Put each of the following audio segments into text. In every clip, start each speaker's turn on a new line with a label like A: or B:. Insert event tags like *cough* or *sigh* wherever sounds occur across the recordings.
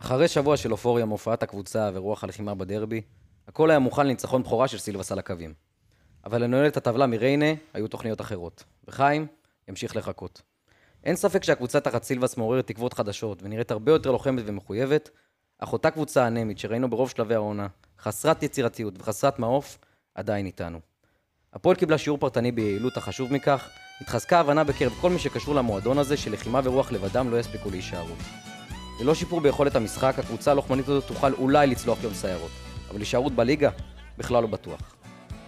A: אחרי שבוע של אופוריה מהופעת הקבוצה ורוח הלחימה בדרבי, הכל היה מוכן לניצחון בכורה של סילבס על הקווים. אבל לנהל את הטבלה מריינה היו תוכניות אחרות, וחיים ימשיך לחכות. אין ספק שהקבוצה תחת סילבס מעוררת תקוות חדשות, ונראית הרבה יותר לוחמת ומחויבת, אך אותה קבוצה אנמית שראינו ברוב שלבי העונה, חסרת יצירתיות וחסרת מעוף, עדיין איתנו. הפועל קיבלה שיעור פרטני ביעילות החשוב מכך, התחזקה ההבנה בקרב כל מי שקשור למועדון הזה שלחימה ורוח לבדם לא יספיקו להישארות. ללא שיפור ביכולת המשחק, הקבוצה הלוחמנית הזאת תוכל אולי לצלוח יום סיירות, אבל הישארות בליגה? בכלל לא בטוח.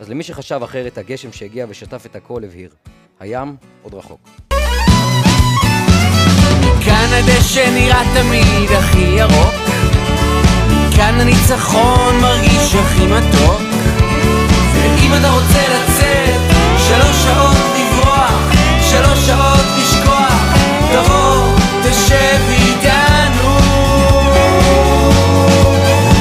A: אז למי שחשב אחרת, הגשם שהגיע ושטף את הכל הבהיר. הים עוד רחוק.
B: מכאן הדשא נראה תמיד הכי ירוק, מכאן הניצחון מרגיש הכי מתוק, ואם אתה רוצה לצאת, שלוש שעות לברוח, שלוש שעות לשכוח, תבוא, תשב איתנו.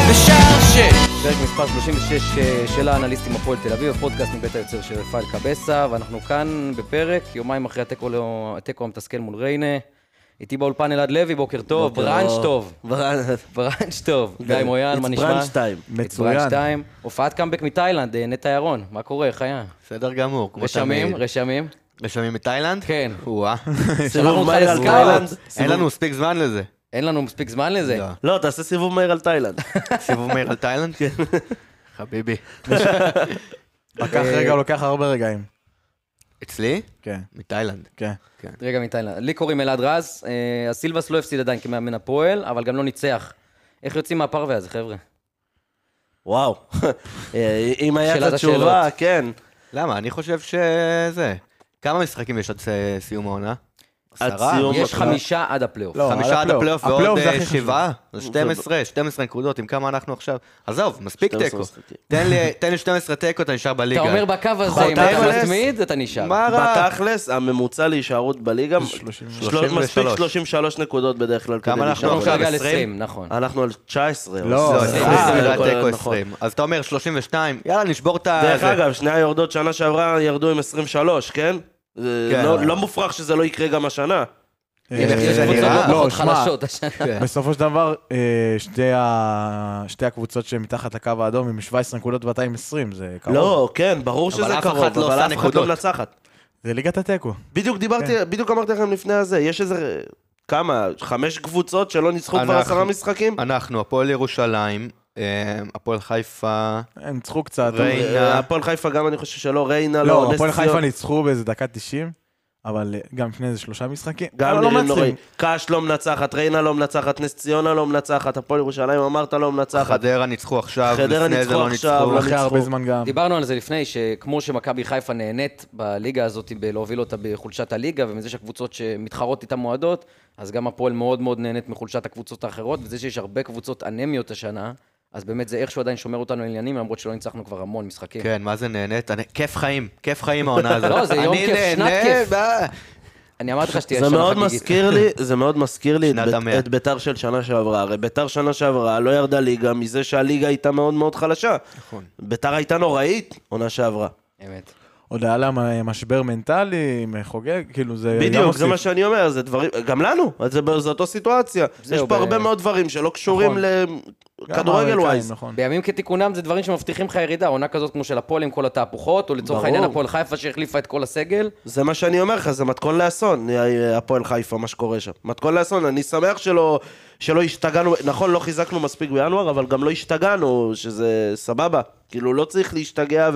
B: בשער שש
A: פרק מספר 36 אה, של האנליסטים הפועל תל אביב, הפודקאסט מבית היוצר של רפאל קבסה, ואנחנו כאן בפרק, יומיים אחרי התיקו לא- התיקו המתסכל מול ריינה. איתי באולפן אלעד לוי, בוקר טוב, בראנץ' טוב.
C: לא. בראנץ'.
A: בראנץ' טוב. גיא מויאן, מה
C: It's
A: נשמע?
C: brunch time.
A: It's
D: מצוין.
A: brunch time. הופעת קאמבק מתאילנד, אה, נטע ירון, מה קורה, איך היה?
E: בסדר גמור, כמו
A: רשמים,
E: תמיד.
A: רשמים.
E: רשמים מתאילנד?
A: כן.
E: או-אה.
A: שלחנו
C: סיבוב
A: אותך
C: מהיר על
A: לסקאוט.
C: תאילנד.
E: אין
C: סיבוב-
E: לנו מספיק זמן לזה.
A: אין לנו מספיק זמן לזה.
E: לא.
C: לא, תעשה סיבוב מהיר על תאילנד.
E: סיבוב מהיר על תאילנד? *laughs* חביבי.
D: כן. *laughs*
E: אה,
D: לקח רגע, לוקח הרבה רגעים.
E: אצלי?
D: כן,
E: מתאילנד.
D: כן.
A: רגע מתאילנד. לי קוראים אלעד רז, אה, אז סילבס לא הפסיד עדיין כמאמן הפועל, אבל גם לא ניצח. איך יוצאים מהפרווה הזה, חבר'ה?
C: וואו. אה, אם היה את
A: שאלת
C: התשובה, כן.
E: למה? אני חושב שזה... כמה משחקים יש עד ס- סיום העונה?
C: עד
E: עשרה?
C: סיום
A: יש
C: הקרב.
A: חמישה עד הפלייאוף.
D: לא,
E: חמישה עד הפלייאוף ועוד
D: הפלייאוף זה
E: אה,
D: הכי חשוב.
E: שבעה? זה 12, 12 נקודות, עם כמה אנחנו עכשיו? עזוב, מספיק
C: 12
E: תיקו.
C: משחקים.
E: תן לי- תן לי 12 תיקו, אתה נשאר
A: אתה
E: בליגה.
A: אומר בקו הזה, אם
C: תכלס.
A: אתה מתמיד, אתה נשאר.
C: מה רע? בתכלס, הממוצע להישארות בליגה, שלוש- מספיק
E: 33.
C: 33 נקודות בדרך כלל.
E: כמה
C: כדי
E: אנחנו
C: להישאר
A: אנחנו כרגע
C: בליגה.
A: על
E: 20,
A: 20, נכון.
C: אנחנו על 19. או
D: לא,
E: לא,
C: 20,
E: 20,
D: אה,
C: זה
E: היה
C: הכל
E: תיקו
C: נכון.
E: 20. אז אתה אומר 32, יאללה, נשבור את ה...
C: דרך
E: זה.
C: אגב, שני היורדות שנה שעברה ירדו עם 23, כן? זה
E: כן.
C: לא- לא מופרך שזה לא יקרה גם השנה.
A: יש
D: אה,
A: יש
E: זה
A: קבוצות
E: נראה.
A: לא פחות
D: שמע,
A: חלשות כן. השנה.
E: כן.
D: בסופו של דבר, אה, שתי ה- שתי הקבוצות שמתחת לקו האדום הם 17 נקודות ואתה עם 20, זה קרוב.
C: לא, כן, ברור שזה
E: אף
C: קרוב,
E: אחת לא
C: אבל
E: עושה
C: אף אחת לא
E: נקודות.
C: מנצחת.
D: זה ליגת התיקו.
C: בדיוק דיברתי, בדיוק אמרתי לכם לפני הזה, יש איזה, כמה, חמש קבוצות שלא ניצחו כבר
E: אנחנו-
C: עשרה משחקים?
E: אנחנו, הפועל ירושלים, אה, הפועל חיפה,
D: הם ניצחו קצת.
E: ריי-
D: אבל-
E: ריינה.
C: הפועל חיפה גם אני חושב שלא, ריינה לא,
D: לא,
C: נס
D: הפועל
C: ציון.
D: חיפה ניצחו באיזה דקה 90, אבל אה, גם לפני איזה שלושה משחקים.
C: גם
D: אבל לא
C: נראים
D: מנצחים.
C: נוראים. קאש לא מנצחת, ריינה לא מנצחת, נס ציונה לא מנצחת, הפועל ירושלים אמרת לא מנצחת.
E: חדרה ניצחו עכשיו,
C: חדרה
E: לפני זה
C: ניצחו
E: לא
C: עכשיו,
E: ניצחו.
C: לא
D: אחרי
C: ניצחו.
D: הרבה זמן גם.
A: דיברנו על זה לפני, שכמו שמכבי חיפה נהנית בליגה הזאת בלהוביל אותה בחולשת הליגה, ומזה שהקבוצות שמתחרות איתה מועדות, אז גם הפועל מאוד מאוד נהנית מחולשת הקבוצות האחרות, וזה שיש הרבה קבוצות אנמיות השנה, אז באמת זה איכשהו עדיין שומר אותנו עניינים, למרות שלא ניצחנו כבר המון משחקים.
E: כן, מה זה נהנית? אני- כיף חיים, כיף חיים העונה הזאת.
A: לא, זה יום
E: אני
A: כיף,
E: נהנה,
A: שנת כיף.
E: מה?
A: אני אמרתי לך שתהיה
C: זה
A: שנה
C: מאוד
A: חגיגית.
C: מזכיר לי, זה מאוד מזכיר לי את
E: שנת
C: בית-
E: המאה.
C: את ביתר של שנה שעברה. הרי ביתר שנה שעברה לא ירדה ליגה מזה שהליגה הייתה מאוד מאוד חלשה.
E: נכון.
C: ביתר הייתה נוראית עונה שעברה.
A: אמת.
D: עוד היה להם אה, משבר מנטלי, עם חוגג, כאילו זה... גם
C: בדיוק, זה
D: מוסיף.
C: מה שאני אומר, זה דברים, גם לנו, אז זה בא- זה אותו סיטואציה.
A: זהו,
C: יש פה
A: ב-
C: הרבה מאוד דברים שלא קשורים
D: נכון. גם
C: לכדורגל
D: האמריקאים,
C: ווייז.
D: נכון.
A: בימים כתיקונם זה דברים שמבטיחים לך ירידה, עונה כזאת כמו של הפועל עם כל התהפוכות, או לצורך
C: ברור.
A: העניין הפועל חיפה שהחליפה את כל הסגל.
C: זה מה שאני אומר לך, זה מתכון לאסון, הפועל חיפה, מה שקורה שם. מתכון לאסון, אני שמח שלא, שלא השתגענו, נכון, לא חיזקנו מספיק בינואר, אבל גם לא השתגענו, שזה סבבה. כאילו, לא צריך להשתגע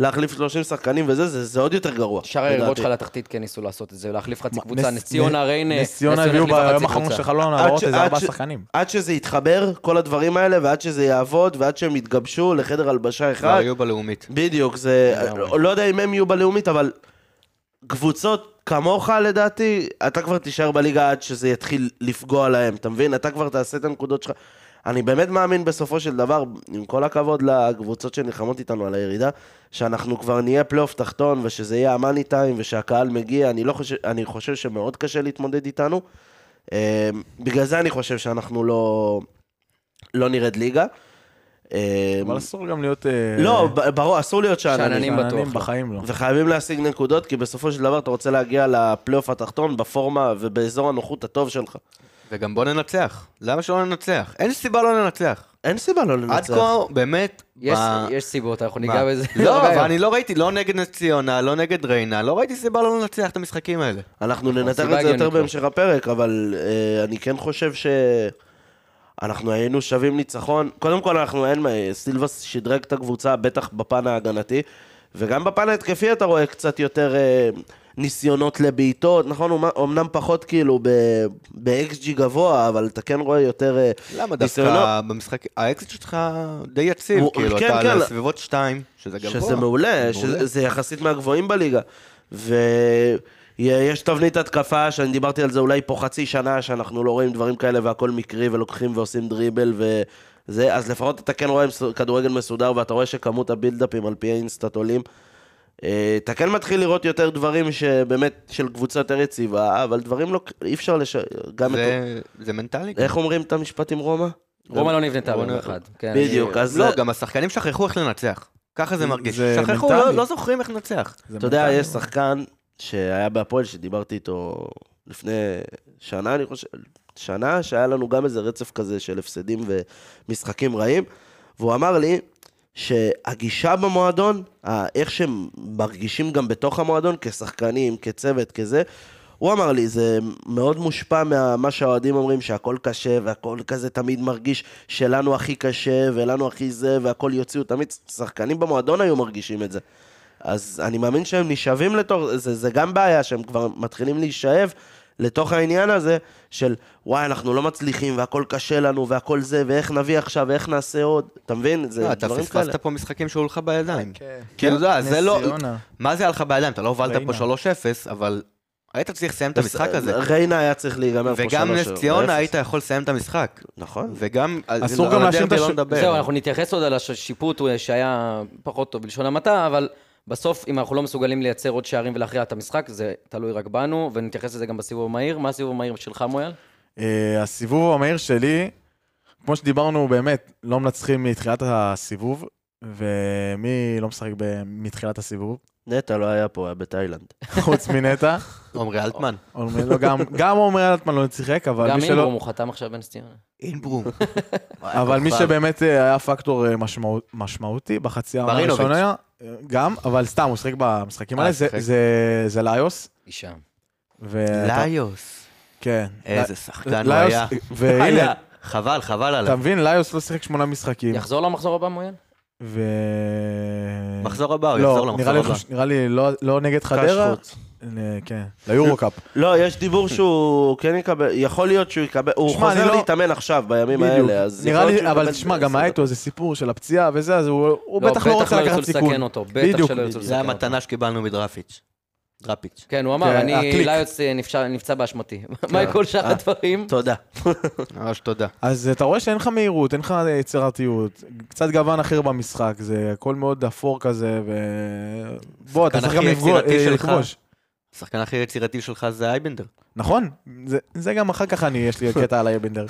C: ולהחליף 30 שחקנים וזה, זה, זה עוד יותר גרוע.
A: שאר היריבות
C: לדעתי.
A: שלך לתחתית כן ניסו לעשות את זה, להחליף חצי
D: מה,
A: קבוצה,
D: נס-
A: נס ציונה, אה,
D: נ-
A: ריינה,
D: נס ציונה הביאו
A: החליפה
D: ביום
A: חצי
D: האחרון
A: קבוצה.
D: של חלון
C: עד
D: העברות
C: ש-
D: איזה
C: עד
D: ארבעה
C: ש-
D: שחקנים.
C: עד שזה יתחבר, כל הדברים האלה, ועד שזה יעבוד, ועד שהם יתגבשו לחדר הלבשה
E: כבר
D: לא,
C: אחד,
E: לא, היו בלאומית.
C: בדיוק, זה...
A: לגמרי.
C: לא יודע אם הם יהיו בלאומית, אבל קבוצות כמוך לדעתי, אתה כבר תישאר בליגה עד שזה יתחיל לפגוע להם, אתה מבין? אתה כבר תעשה את הנקודות שלך. אני באמת מאמין בסופו של דבר, עם כל הכבוד לקבוצות שנלחמות איתנו על הירידה, שאנחנו כבר נהיה פלייאוף תחתון, ושזה יהיה המאני טיים, ושהקהל מגיע, אני, לא חושב, אני חושב שמאוד קשה להתמודד איתנו. אה, בגלל זה אני חושב שאנחנו לא, לא נרד ליגה. אה,
D: אבל אסור גם להיות... אה,
C: לא, ב- ברור, אסור להיות שאננים.
E: כן,
A: שאננים. אני
D: שאננים
A: בטוח לא.
D: בחיים לא.
C: וחייבים להשיג נקודות, כי בסופו של דבר אתה רוצה להגיע לפלייאוף התחתון בפורמה ובאזור הנוחות הטוב שלך.
E: וגם בוא ננצח. למה שלא ננצח? אין סיבה לא לנצח.
C: אין סיבה לא
E: עד
C: לנצח.
E: כה, באמת...
A: יש-
E: ב-
A: יש סיבות, אנחנו
E: מה?
A: ניגע בזה.
E: לא, אבל אני לא ראיתי, לא נגד נס ציונה, לא נגד ריינה, לא ראיתי סיבה לא לנצח את המשחקים האלה.
C: אנחנו ננתח
A: הסיבה
C: את זה יותר
A: הגיונית, לא.
C: בהמשך הפרק, אבל אה, אני כן חושב שאנחנו היינו שווים ניצחון. קודם כל, אנחנו אין מה, סילבס שדרג את הקבוצה, בטח בפן ההגנתי, וגם בפן ההתקפי אתה רואה קצת יותר אה, ניסיונות לבעיטות, נכון? אומ- אומנם פחות כאילו ב-XG גבוה, אבל אתה כן רואה יותר אה,
E: למה
C: ניסיונות.
E: דווקא במשחק... האקזיט שלך די יציב,
C: הוא-
E: כאילו,
C: כן,
E: אתה
C: כן.
E: על הסביבות שתיים, שזה גבוה.
C: שזה מעולה, שזה זה יחסית מהגבוהים בליגה. ויש תבנית התקפה, שאני דיברתי על זה אולי פה חצי שנה, שאנחנו לא רואים דברים כאלה והכל מקרי, ולוקחים ועושים דריבל וזה, אז לפחות אתה כן רואה מס- כדורגל מסודר, ואתה רואה שכמות הבילדאפים על פי האינסטאט עולים. אה, אתה כן מתחיל לראות יותר דברים שבאמת, של קבוצה יותר יציבה, אבל דברים לא, אי אפשר לש... גם את...
E: זה- זה מנטלי.
C: איך אומרים את המשפטים רומא?
A: רומא לא נבנתה
E: רומא-
A: ביום אחד. כן.
C: בדיוק, אז...
E: לא, גם השחקנים שכחו איך לנצח. ככה זה מרגיש.
D: זה
E: שכחו,
D: מנטלי.
E: לא- לא זוכרים איך לנצח.
C: אתה יודע, יש שחקן שהיה בהפועל, שדיברתי איתו לפני שנה, אני חושב, שנה, שהיה לנו גם איזה רצף כזה של הפסדים ומשחקים רעים, והוא אמר לי שהגישה במועדון, ה- איך שהם מרגישים גם בתוך המועדון, כשחקנים, כצוות, כזה, הוא אמר לי, זה מאוד מושפע ממה שהאוהדים אומרים, שהכל קשה, והכל כזה תמיד מרגיש שלנו הכי קשה, ולנו הכי זה, והכל יוציאו, תמיד שחקנים במועדון היו מרגישים את זה. אז אני מאמין שהם נשאבים לתוך, זה, זה גם בעיה שהם כבר מתחילים להישאב לתוך העניין הזה של וואי, אנחנו לא מצליחים והכל קשה לנו והכל זה, ואיך נביא עכשיו, ואיך נעשה עוד, אתה מבין? זה
E: לא, אתה
C: דברים כאלה.
E: פספסת פה משחקים שהיו לך בידיים.
D: כן.
E: כאילו, אתה יודע, זה לא... מה זה היה לך בידיים? אתה לא הובלת
D: ריינה.
E: פה 3-0, אבל היית צריך לסיים את המשחק הזה.
C: אה, ריינה היה צריך להיגמר פה
E: וגם
C: שלוש,
E: נס
C: או
E: ציונה
C: אפס.
E: היית יכול לסיים את המשחק.
C: נכון.
E: וגם...
D: אסור
E: על-
D: גם
E: על
D: להאשים את
E: הדרבי לא
D: הש-
E: נדבר.
A: זהו, אנחנו נתייחס עוד על השיפוט שהיה פחות טוב בלשון המעטה, אבל בסוף, אם אנחנו לא מסוגלים לייצר עוד שערים ולהכריע את המשחק, זה תלוי רק בנו, ונתייחס לזה גם בסיבוב המהיר. מה הסיבוב המהיר שלך, מויאל?
D: אה, הסיבוב המהיר שלי, כמו שדיברנו, באמת, לא מנצחים מתחילת הסיבוב, ומי לא משחק ב-
E: *laughs*
D: מתחילת הסיבוב?
C: נטע לא היה פה, היה בתאילנד.
D: חוץ מנטע.
E: עומרי אלטמן.
D: עומרי- לא, גם- גם עומרי אלטמן לא שיחק, אבל
A: גם
D: מי
A: אינברום
D: שלא...
A: הוא חתם עכשיו בנס ציונה.
E: אינברום.
D: אבל מי שבאמת אה, היה פקטור אה, משמעות- משמעותי בחצי העונה
E: מרינוביץ'.
D: הראשונה, אה, גם, אבל סתם, הוא שיחק במשחקים
E: אה,
D: האלה, זה-
E: שיחק.
D: זה- זה ליוס.
A: אישה.
D: ואתה-
E: ליוס.
D: כן.
E: איזה שחקן הוא
D: ליוס-
E: *laughs* היה.
D: והנה,
E: חבל, חבל
D: אתה
E: עליו.
D: מבין, ליוס לא שיחק שמונה משחקים.
A: יחזור למחזור הבא, מויאל?
D: ו...
E: מחזור הבא, הוא יחזור
D: לא,
E: למחזור
D: נראה לי,
E: הבא.
D: חוש- נראה לי לא, לא נגד חדרה,
C: חוץ.
D: אה, כן, ליורו-קאפ.
C: לא, יש דיבור שהוא *laughs* כן יקבל, יכול להיות שהוא יקבל, הוא
D: תשמע, אני
C: חוזר
D: לא-
C: להתאמן עכשיו, בימים
D: בדיוק.
C: האלה, אז...
D: נראה
C: יכול להיות
D: לי,
C: שהוא
D: אבל
C: יקבל
D: תשמע, גם
C: עשר
D: היה
C: דקות.
D: איתו איזה סיפור של הפציעה וזה, אז הוא הוא בטח לא רוצה לקחת
A: בטח לא ירצו
D: סיכון.
A: לסכן אותו, בטח
D: בדיוק.
A: שלא ירצו
E: זה
A: לסכן אותו.
E: המתנה שקיבלנו מדרפיץ'. דראפיץ'.
A: כן, הוא
D: כן,
A: אמר, אני
D: הקליק. כן.
A: ליוץ אה, נפצע- נפצע באשמתי. *laughs* מה עם כל שאר
C: אה.
A: הדברים?
C: תודה.
E: ממש תודה.
D: אז אתה רואה שאין לך מהירות, אין לך יצירתיות, קצת גוון אחר במשחק, זה הכל מאוד אפור כזה, ו... בוא, אתה
E: השחקן
D: צריך גם
E: הכי
D: לפגוע-
E: יצירתי
D: אה,
E: שלך.
D: לכבוש.
E: השחקן הכי יצירתי שלך זה אייבנדר.
D: נכון, זה- זה גם אחר כך אני, יש לי קטע על אייבנדר.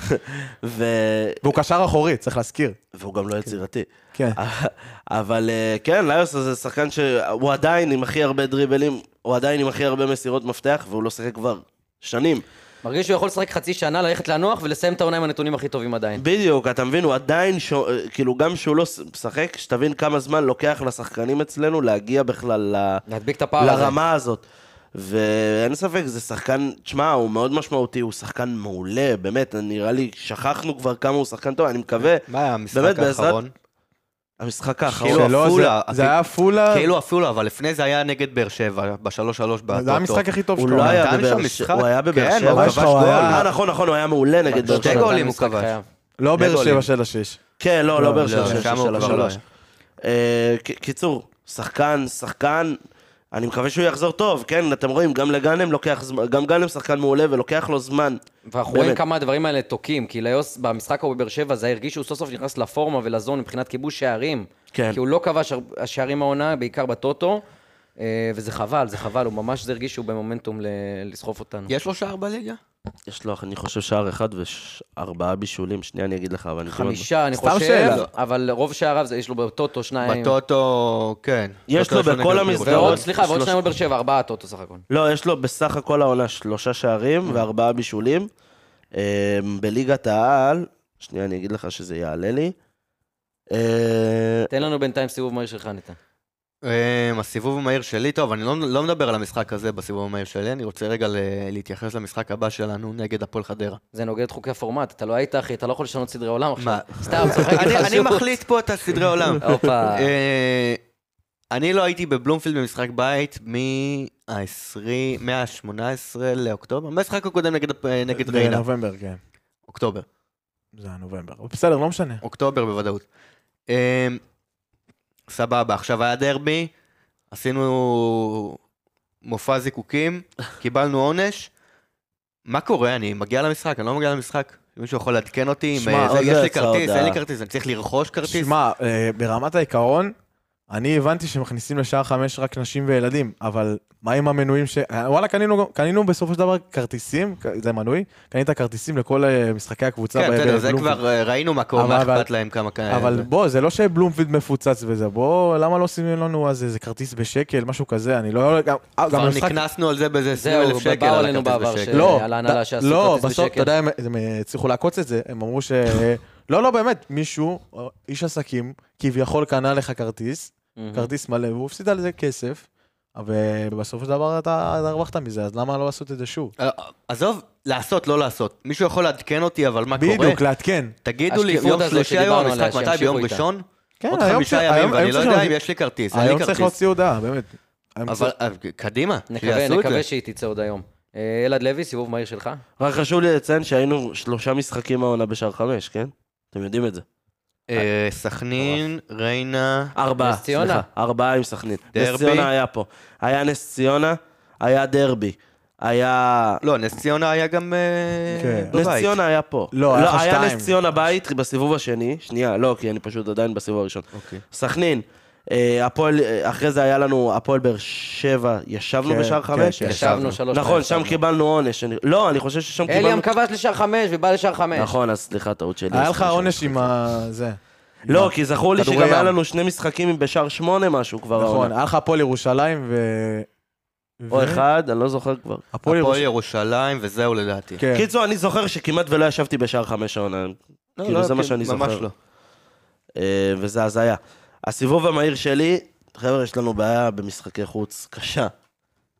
C: ו-
D: והוא קשר אחורי, צריך להזכיר.
C: והוא גם לא יצירתי.
D: כן.
C: אבל אה, כן, ליוס זה שחקן שהוא עדיין עם הכי הרבה דריבלים, הוא עדיין עם הכי הרבה מסירות מפתח, והוא לא שיחק כבר שנים.
A: מרגיש שהוא יכול לשחק חצי שנה, ללכת לנוח ולסיים את העונה עם הנתונים הכי טובים
E: כן.
A: עדיין.
C: בדיוק, אתה מבין, הוא עדיין, שו- אה, כאילו גם שהוא לא ש- משחק, שתבין כמה זמן לוקח לשחקנים אצלנו להגיע בכלל ל...
A: להדביק את הפער הזה.
C: לרמה הזאת. ואין ספק, זה שחקן, תשמע, הוא מאוד משמעותי, הוא שחקן מעולה, באמת, נראה לי, שכחנו כבר כמה הוא שחקן טוב, אני מקווה,
E: מה היה המשחק
C: באמת, בעזרת-
E: האחרון?
C: המשחק האחרון. לא
E: כאילו,
D: שלא, זה-
E: עפולה,
D: זה
E: הכי-
D: היה עפולה,
E: כאילו אפילו, אבל לפני זה היה נגד באר שבע, בשלוש שלוש
D: זה היה
E: בטוטו.
D: המשחק הכי טוב
C: הוא
D: שלו.
C: לא היה
E: נתן
C: בבאר
E: שם
C: שבע,
E: משחק?
C: הוא היה בבאר
E: כן,
C: שבע.
E: הוא
D: ממש
E: כבש
D: לא
E: גול.
D: היה.
C: אה, נכון, נכון, הוא היה מעולה נגד באר
E: שתי
C: שבע.
E: גולים. הוא
A: משחק
E: כבש.
A: חייו.
D: לא באר
E: גולים.
D: שבע של השש.
C: כן, לא, לא באר שבע,
E: לא,
C: של
E: שם הוא
C: של
E: כבר לא
C: השלוש.
E: היה.
C: אה, ק- קיצור, שחקן, שחקן, אני מקווה שהוא יחזור טוב, כן, אתם רואים, גם לגאנם לוקח זמן, גם גאנם שחקן מעולה ולוקח לו זמן.
A: ואנחנו רואים
C: באמת.
A: כמה הדברים האלה תוקים, כי ליוס במשחק ההוא בבאר שבע זה הרגיש שהוא סוף סוף נכנס לפורמה ולזון מבחינת כיבוש שערים.
C: כן.
A: כי הוא לא כבש הר- שערים העונה, בעיקר בטוטו, אה, וזה חבל, זה חבל, הוא ממש זה הרגיש שהוא במומנטום ל- לסחוף אותנו.
E: יש לו שער בליגה?
C: יש לו, אני חושב, שער אחד וארבעה בישולים, שנייה אני אגיד לך, אבל אני... לא כמעט-
A: חמישה, אני
D: סתם
A: חושב,
D: שאלה.
A: אבל רוב שעריו זה- יש לו בטוטו שניים.
E: בטוטו, כן.
C: יש
E: בטוטו
C: לו בכל
E: נגד
C: המסגרות.
E: ירושלים.
A: ועוד, סליחה, ועוד
C: שלוש-
A: שניים בבאר שבע, ארבעה טוטו סך הכל.
C: כן. לא, יש לו בסך הכל העונה שלושה שערים וארבעה בישולים. אה, אמ, בליגת העל, שנייה, אני אגיד לך שזה יעלה לי. אה,
A: תן לנו בינתיים סיבוב מהיר שלך, נטע.
E: אמ, הסיבוב המהיר שלי, טוב, אני לא, לא מדבר על המשחק הזה בסיבוב המהיר שלי, אני רוצה רגע ל- להתייחס למשחק הבא שלנו נגד הפועל חדרה.
A: זה נוגד חוקי הפורמט, אתה לא היית, אחי, אתה לא יכול לשנות סדרי עולם עכשיו.
E: מה?
A: סתם,
E: *laughs*
A: צוחק איתך
E: אני, אני
A: שירות.
E: מחליט פה את הסדרי עולם.
A: הופה.
E: אה, אני לא הייתי בבלומפילד במשחק בית מה-20, מה-18 לאוקטובר, במשחק הקודם נגד, הפ- נגד ריינה,
D: נובמבר, כן.
E: אוקטובר.
D: זה היה נובמבר. אבל בסדר, לא משנה.
E: אוקטובר בוודאות. אמ, סבבה, עכשיו היה דרבי, עשינו מופע זיקוקים, קיבלנו עונש. מה קורה? אני מגיע למשחק, אני לא מגיע למשחק. מישהו יכול לעדכן אותי? אם,
C: שמע,
E: אה, זה-
C: עוד
E: יש
C: לא
E: לי
C: יצאה
E: כרטיס, אין לי
C: הודעה.
E: כרטיס, אני צריך לרכוש כרטיס?
D: שמע, אה, ברמת העיקרון, אני הבנתי שמכניסים לשעה חמש רק נשים וילדים, אבל מה עם המנויים ש... אה, וואלה, קנינו, גם- קנינו בסופו של דבר כרטיסים, כ- זה מנוי, קנית כרטיסים לכל אה, משחקי הקבוצה.
E: כן,
D: ב-
E: בסדר, זה
D: בבלומפילד.
E: כבר אה, ראינו מה קורה, מה
D: אבל-
E: אכפת להם כמה כאלה.
D: אבל בוא, זה לא שבלומפילד מפוצץ וזה, בוא, למה לא עושים לנו אז איזה כרטיס בשקל, משהו כזה, אני לא... גם- אה, גם
E: כבר
D: המשחק...
E: נקנסנו על זה באיזה 20
A: זהו,
E: אלף שקל.
A: באו
E: על
A: עלינו
E: הכרטיס
A: בעבר
E: בשקל.
A: ש-
D: לא,
A: על ההנהלה
D: ד-
A: שעשו
D: לא,
A: כרטיס
D: בסוף,
A: בשקל.
D: אתה יודע, הם- הם אה, הצליחו לעקוץ את זה, הם אמרו ש... לא, לא, באמת, מישהו, או איש עסקים, כביכול קנה לך כרטיס,
A: מהמם.
D: כרטיס מלא, והוא הפסיד על זה כסף, ובסופו של דבר אתה אתה הרווחת מזה, אז למה לא לעשות את זה שוב?
E: אה, עזוב, לעשות, לא לעשות. מישהו יכול לעדכן אותי, אבל מה קורה?
D: בדיוק, לעדכן.
E: תגידו לי,
A: השקיפות
E: יום
A: הזאת
E: שלישי היום,
A: שדיברנו עליה,
E: המשחק מתי?
A: שימשיכו
E: ביום
A: איתה.
E: ראשון?
D: כן,
E: עוד
D: היום
E: חמישה
D: צריך-
E: ימים,
D: היום-
E: ואני
D: היום
E: לא
D: צריך
E: יודע אם
D: להוציא-
E: יש לי כרטיס, אין לי
D: היום צריך
E: כרטיס.
D: להוציא הודעה, באמת. היום
E: אבל
D: צריך-
E: אה, קדימה,
A: נקווה,
E: שיעשו את זה.
A: נקווה שהיא תצא עוד היום. אה, אלעד לוי, סיבוב מהיר שלך.
C: רק חשוב לי לציין שהיינו שלושה משחקים העונה בשער חמש, כן? אתם יודעים את זה.
E: אה, סכנין, ריינה,
C: ארבעה,
A: נס ציונה.
C: סליחה, ארבעה עם סכנין.
E: דרבי.
C: נס ציונה היה פה. היה נס ציונה, היה דרבי. היה...
E: לא, נס ציונה היה גם אה,
D: כן.
E: בבית.
C: נס ציונה היה פה.
D: לא, היה לך
C: היה
D: שתיים.
C: נס ציונה בית בסיבוב השני. שנייה, לא, כי אני פשוט עדיין בסיבוב הראשון.
E: אוקיי.
C: סכנין, אה, הפועל, אה, אחרי זה היה לנו הפועל באר שבע, ישבנו
D: כן,
C: בשער
D: כן,
C: חמש.
D: כן.
A: ישבנו שלוש...
C: נכון,
A: שתיים,
C: שם
A: ישבנו.
C: קיבלנו עונש. אני- לא, אני חושב ששם קיבלנו...
A: אליאם כבש לשער חמש ובא לשער חמש.
C: נכון, אז סליחה, טעות
E: לא,
C: שלי.
D: היה
C: אז
D: לך
C: חמש.
D: עונש עם ה... זה.
C: לא, כי זכור לי
D: כדורי
C: שגם היה
D: ים.
C: לנו שני משחקים בשער שמונה משהו כבר
D: נכון,
C: העונה.
D: היה לך הפועל ירושלים ו...
C: או
D: ו-
C: אחד, אני לא זוכר כבר.
D: הפועל
E: הפועל
D: ירושלים.
E: ירושלים, וזהו לדעתי.
D: כן.
C: קיצור, אני זוכר שכמעט ולא ישבתי בשער חמש העונה.
E: לא,
C: כאילו,
E: לא,
C: זה מה
E: כן,
C: שאני
E: ממש
C: זוכר.
E: לא.
C: אה, וזה הזיה. הסיבוב המהיר שלי, חבר'ה, יש לנו בעיה במשחקי חוץ קשה.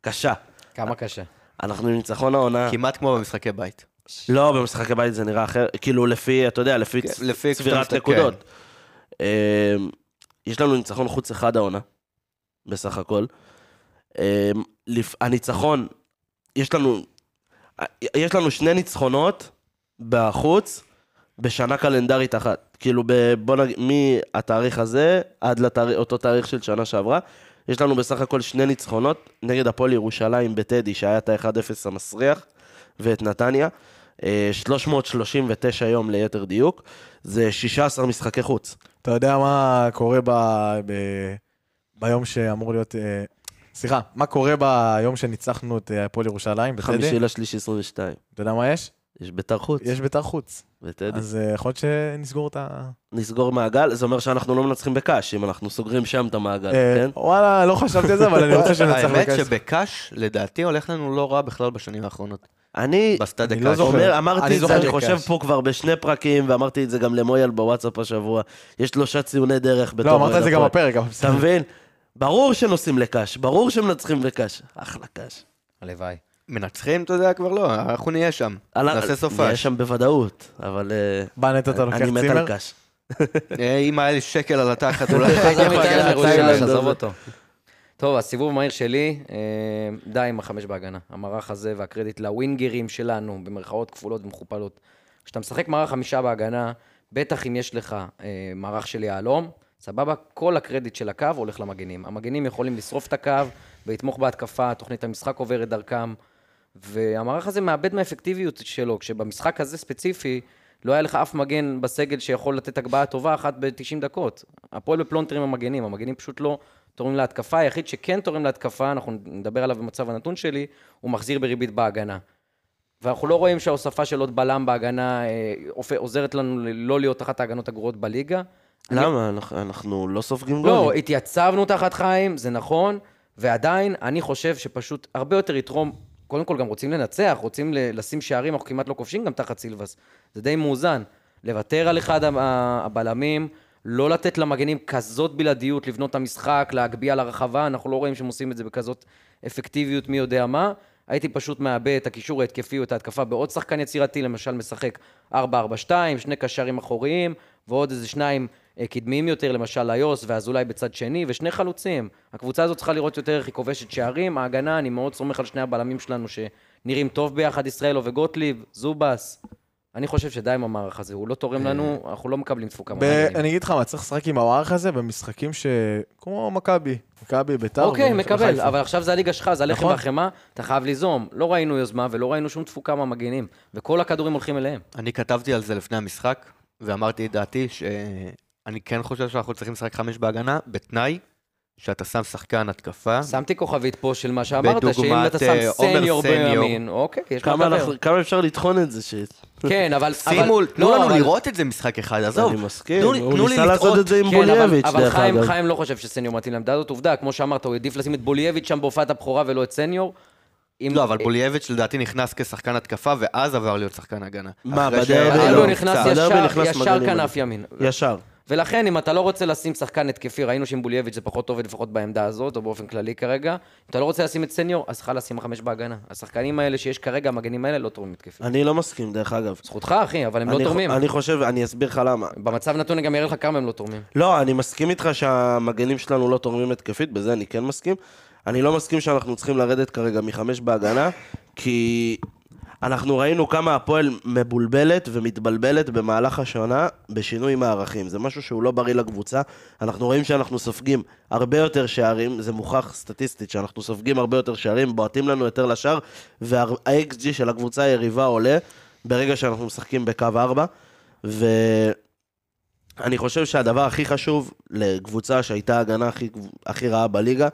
C: קשה.
A: כמה קשה.
C: אנחנו עם ניצחון העונה.
E: כמעט כמו במשחקי בית.
C: לא, במשחקי בית זה נראה אחר, כאילו לפי, אתה יודע, לפי
E: כן,
C: צ-
E: לפי
C: צבירת
E: כשאתה מסתכל.
C: נקודות. אמ, יש לנו ניצחון חוץ אחד העונה, בסך הכל. אמ, לפ- הניצחון, יש לנו, יש לנו שני ניצחונות בחוץ בשנה קלנדרית אחת. כאילו, ב- בוא נגיד, מהתאריך הזה עד לאותו תאריך של שנה שעברה, יש לנו בסך הכל שני ניצחונות נגד הפועל ירושלים בטדי, שהיה את ה-1-0 המסריח, ואת נתניה. אה, 339 יום ליתר דיוק, זה 16 משחקי חוץ.
D: אתה יודע מה קורה ב... ב- ביום שאמור להיות... אה, סליחה, מה קורה ביום שניצחנו את אה, הפועל ירושלים
C: חמישי
D: בטדי?
C: לשלישי 22.
D: אתה יודע מה יש?
C: יש ביתר חוץ,
D: יש ביתר חוץ.
C: בטדי.
D: אז אה, יכול להיות שנסגור את ה...
C: נסגור מעגל, זה אומר שאנחנו לא מנצחים בקאש, אם אנחנו סוגרים שם את המעגל,
D: אה,
C: כן?
D: וואלה, לא חשבתי על זה, אבל אני רוצה שנצח
E: האמת
D: בקש.
E: שבקאש, לדעתי, הולך לנו לא רע בכלל בשנים האחרונות.
C: אני
E: בסטאדה
D: אני לא
E: קאש.
D: זוכר.
C: אומר, אמרתי
D: אני
C: את זה,
D: זוכר
C: אני חושב
D: בקאש.
C: פה כבר בשני פרקים, ואמרתי את זה גם למויאל בוואטסאפ השבוע. יש שלושה ציוני דרך בתור...
D: לא, אמרת את זה גם
C: הפועל.
D: בפרק, אבל
C: אתה
D: בסדר.
C: מבין? ברור שנוסעים לקאש, ברור שמנצחים בקאש. אחלה קאש.
A: הלוואי.
E: מנצחים, אתה יודע, כבר לא, אנחנו נהיה שם.
C: על ה-
E: נעשה
C: נהיה
E: סופש.
C: שם בוודאות, אבל אה,
D: בנט אתה לוקח
C: אני מת
D: צימר?
C: על קאש.
E: אה, אם היה לי שקל על התחת, אולי הייתי
A: חזר
E: יכול
A: מתאילנד
E: לקחת
A: לירושלים,
E: ציילנד.
A: עזוב אותו. כן, טוב, הסיבוב המהיר שלי, אה, די עם החמש בהגנה. המערך הזה והקרדיט לווינגרים שלנו, במרכאות כפולות ומכופלות. כשאתה משחק מערך חמישה בהגנה, בטח אם יש לך אה, מערך של יהלום, סבבה, כל הקרדיט של הקו הולך למגנים. המגנים יכולים לשרוף את הקו ולתמוך בהתקפה, תוכנית המשחק עוברת דרכם, והמערך הזה מאבד מהאפקטיביות שלו, כשבמשחק הזה ספציפי, לא היה לך אף מגן בסגל שיכול לתת הגבהה טובה אחת ב-90 דקות. הפועל בפלונטרים המגנים, המגנים פשוט לא תורמים להתקפה, היחיד שכן תורם להתקפה, אנחנו נדבר עליו במצב הנתון שלי, הוא מחזיר בריבית בהגנה. ואנחנו לא רואים שההוספה של עוד בלם בהגנה אה, עופ- עוזרת לנו ל- לא להיות אחת ההגנות הגרועות בליגה.
C: למה? אנחנו- אנחנו לא סופגים גולים.
A: לא, התייצבנו תחת חיים, זה נכון, ועדיין, אני חושב שפשוט הרבה יותר יתרום קודם כל גם רוצים לנצח, רוצים ל- לשים שערים, אנחנו כמעט לא כובשים גם תחת סילבס. זה די מאוזן. לוותר על אחד ה- ה- הבלמים, לא לתת למגנים כזאת בלעדיות לבנות את המשחק, להגביה לרחבה, אנחנו לא רואים שהם עושים את זה בכזאת אפקטיביות מי יודע מה. הייתי פשוט מאבד את הקישור ההתקפי או את ההתקפה בעוד שחקן יצירתי, למשל משחק 4-4-2, שני קשרים אחוריים, ועוד איזה שניים אה, קדמיים יותר, למשל איוס ואזולאי בצד שני, ושני חלוצים. הקבוצה הזאת צריכה לראות יותר איך היא כובשת שערים. ההגנה, אני מאוד סומך על שני הבלמים שלנו שנראים טוב ביחד, ישראלו וגוטליב, זובס. אני חושב שדי עם המערך הזה, הוא לא תורם לנו, אנחנו לא מקבלים תפוקה
D: ב-
A: מהמגנים.
D: אני אגיד לך מה, צריך לשחק עם המערך הזה במשחקים ש... כמו מכבי, מכבי, ביתר.
A: אוקיי,
D: ומכבי
A: מקבל,
D: חיפה.
A: אבל עכשיו זה הליגה שלך, זה הלחם
D: נכון.
A: והחמאה, אתה חייב ליזום. לא ראינו יוזמה ולא ראינו שום תפוקה מהמגנים, וכל הכדורים הולכים אליהם.
E: אני כתבתי על זה לפני המשחק, ואמרתי את דעתי שאני כן חושב שאנחנו צריכים לשחק חמש בהגנה, בתנאי שאתה שם שחקן התקפה.
A: שמתי כוכבית פה של מה שאמרת, שאם
E: בדוגמת,
A: אתה שם
E: אה, עומר
A: סניור
E: סניור.
A: בימין, אוקיי, יש מה
C: כמה,
A: לדבר.
C: אנחנו, כמה אפשר לטחון את זה שיט?
A: כן, אבל...
E: שימו,
A: אבל-
E: תנו
A: לא,
E: לנו
A: אבל-
E: לראות את זה משחק אחד, עזוב.
C: אני מסכים,
E: תנו לי- תנו
C: הוא
E: לי
C: ניסה לעשות
E: לטעות.
C: את זה עם
A: כן, אבל-
C: בולייביץ',
A: אבל
C: דרך
A: חיים,
C: אגב.
A: חיים לא חושב שסניור מתאים לעמדה הזאת, עובדה, כמו שאמרת, הוא העדיף לשים את בולייביץ' שם בהופעת הבכורה ולא את סניור. אם- אה,
E: לא, אבל בולייביץ' לדעתי נכנס כשחקן התקפה, ואז עבר להיות שחקן הגנה.
C: מה,
E: אחרי
C: בדרבי?
E: שהיה לו
A: אבל הוא
C: לא,
A: נכנס
C: בסדר.
A: ישר-
C: בדרבי נכנס
A: ישר
C: מגנים.
A: כנף ימין.
C: ישר.
A: ולכן, אם אתה לא רוצה לשים שחקן התקפי, ראינו שעם בולייביץ' זה פחות עובד, לפחות בעמדה הזאת, או באופן כללי כרגע, אם אתה לא רוצה לשים את סניור, אז צריכה לשים חמש בהגנה. השחקנים האלה שיש כרגע, המגנים האלה, לא תורמים התקפי.
C: אני לא מסכים, דרך אגב.
A: זכותך, אחי, אבל הם לא
C: אני-
A: תורמים.
C: אני חושב, אני אסביר לך למה.
A: במצב נתון אני גם אראה לך כמה הם לא תורמים.
C: לא, אני מסכים איתך שהמגנים שלנו לא תורמים התקפית, בזה אני כן מסכים. אני לא מסכים שאנחנו צריכים לרדת כרגע מחמש בהגנה, כי אנחנו ראינו כמה הפועל מבולבלת ומתבלבלת במהלך השנה בשינוי מערכים. זה משהו שהוא לא בריא לקבוצה. אנחנו רואים שאנחנו סופגים הרבה יותר שערים, זה מוכח סטטיסטית שאנחנו סופגים הרבה יותר שערים, בועטים לנו יותר לשער, וה-XG של הקבוצה היריבה עולה ברגע שאנחנו משחקים בקו 4. ו... אני חושב שהדבר הכי חשוב לקבוצה שהייתה ההגנה הכי, הכי רעה בליגה,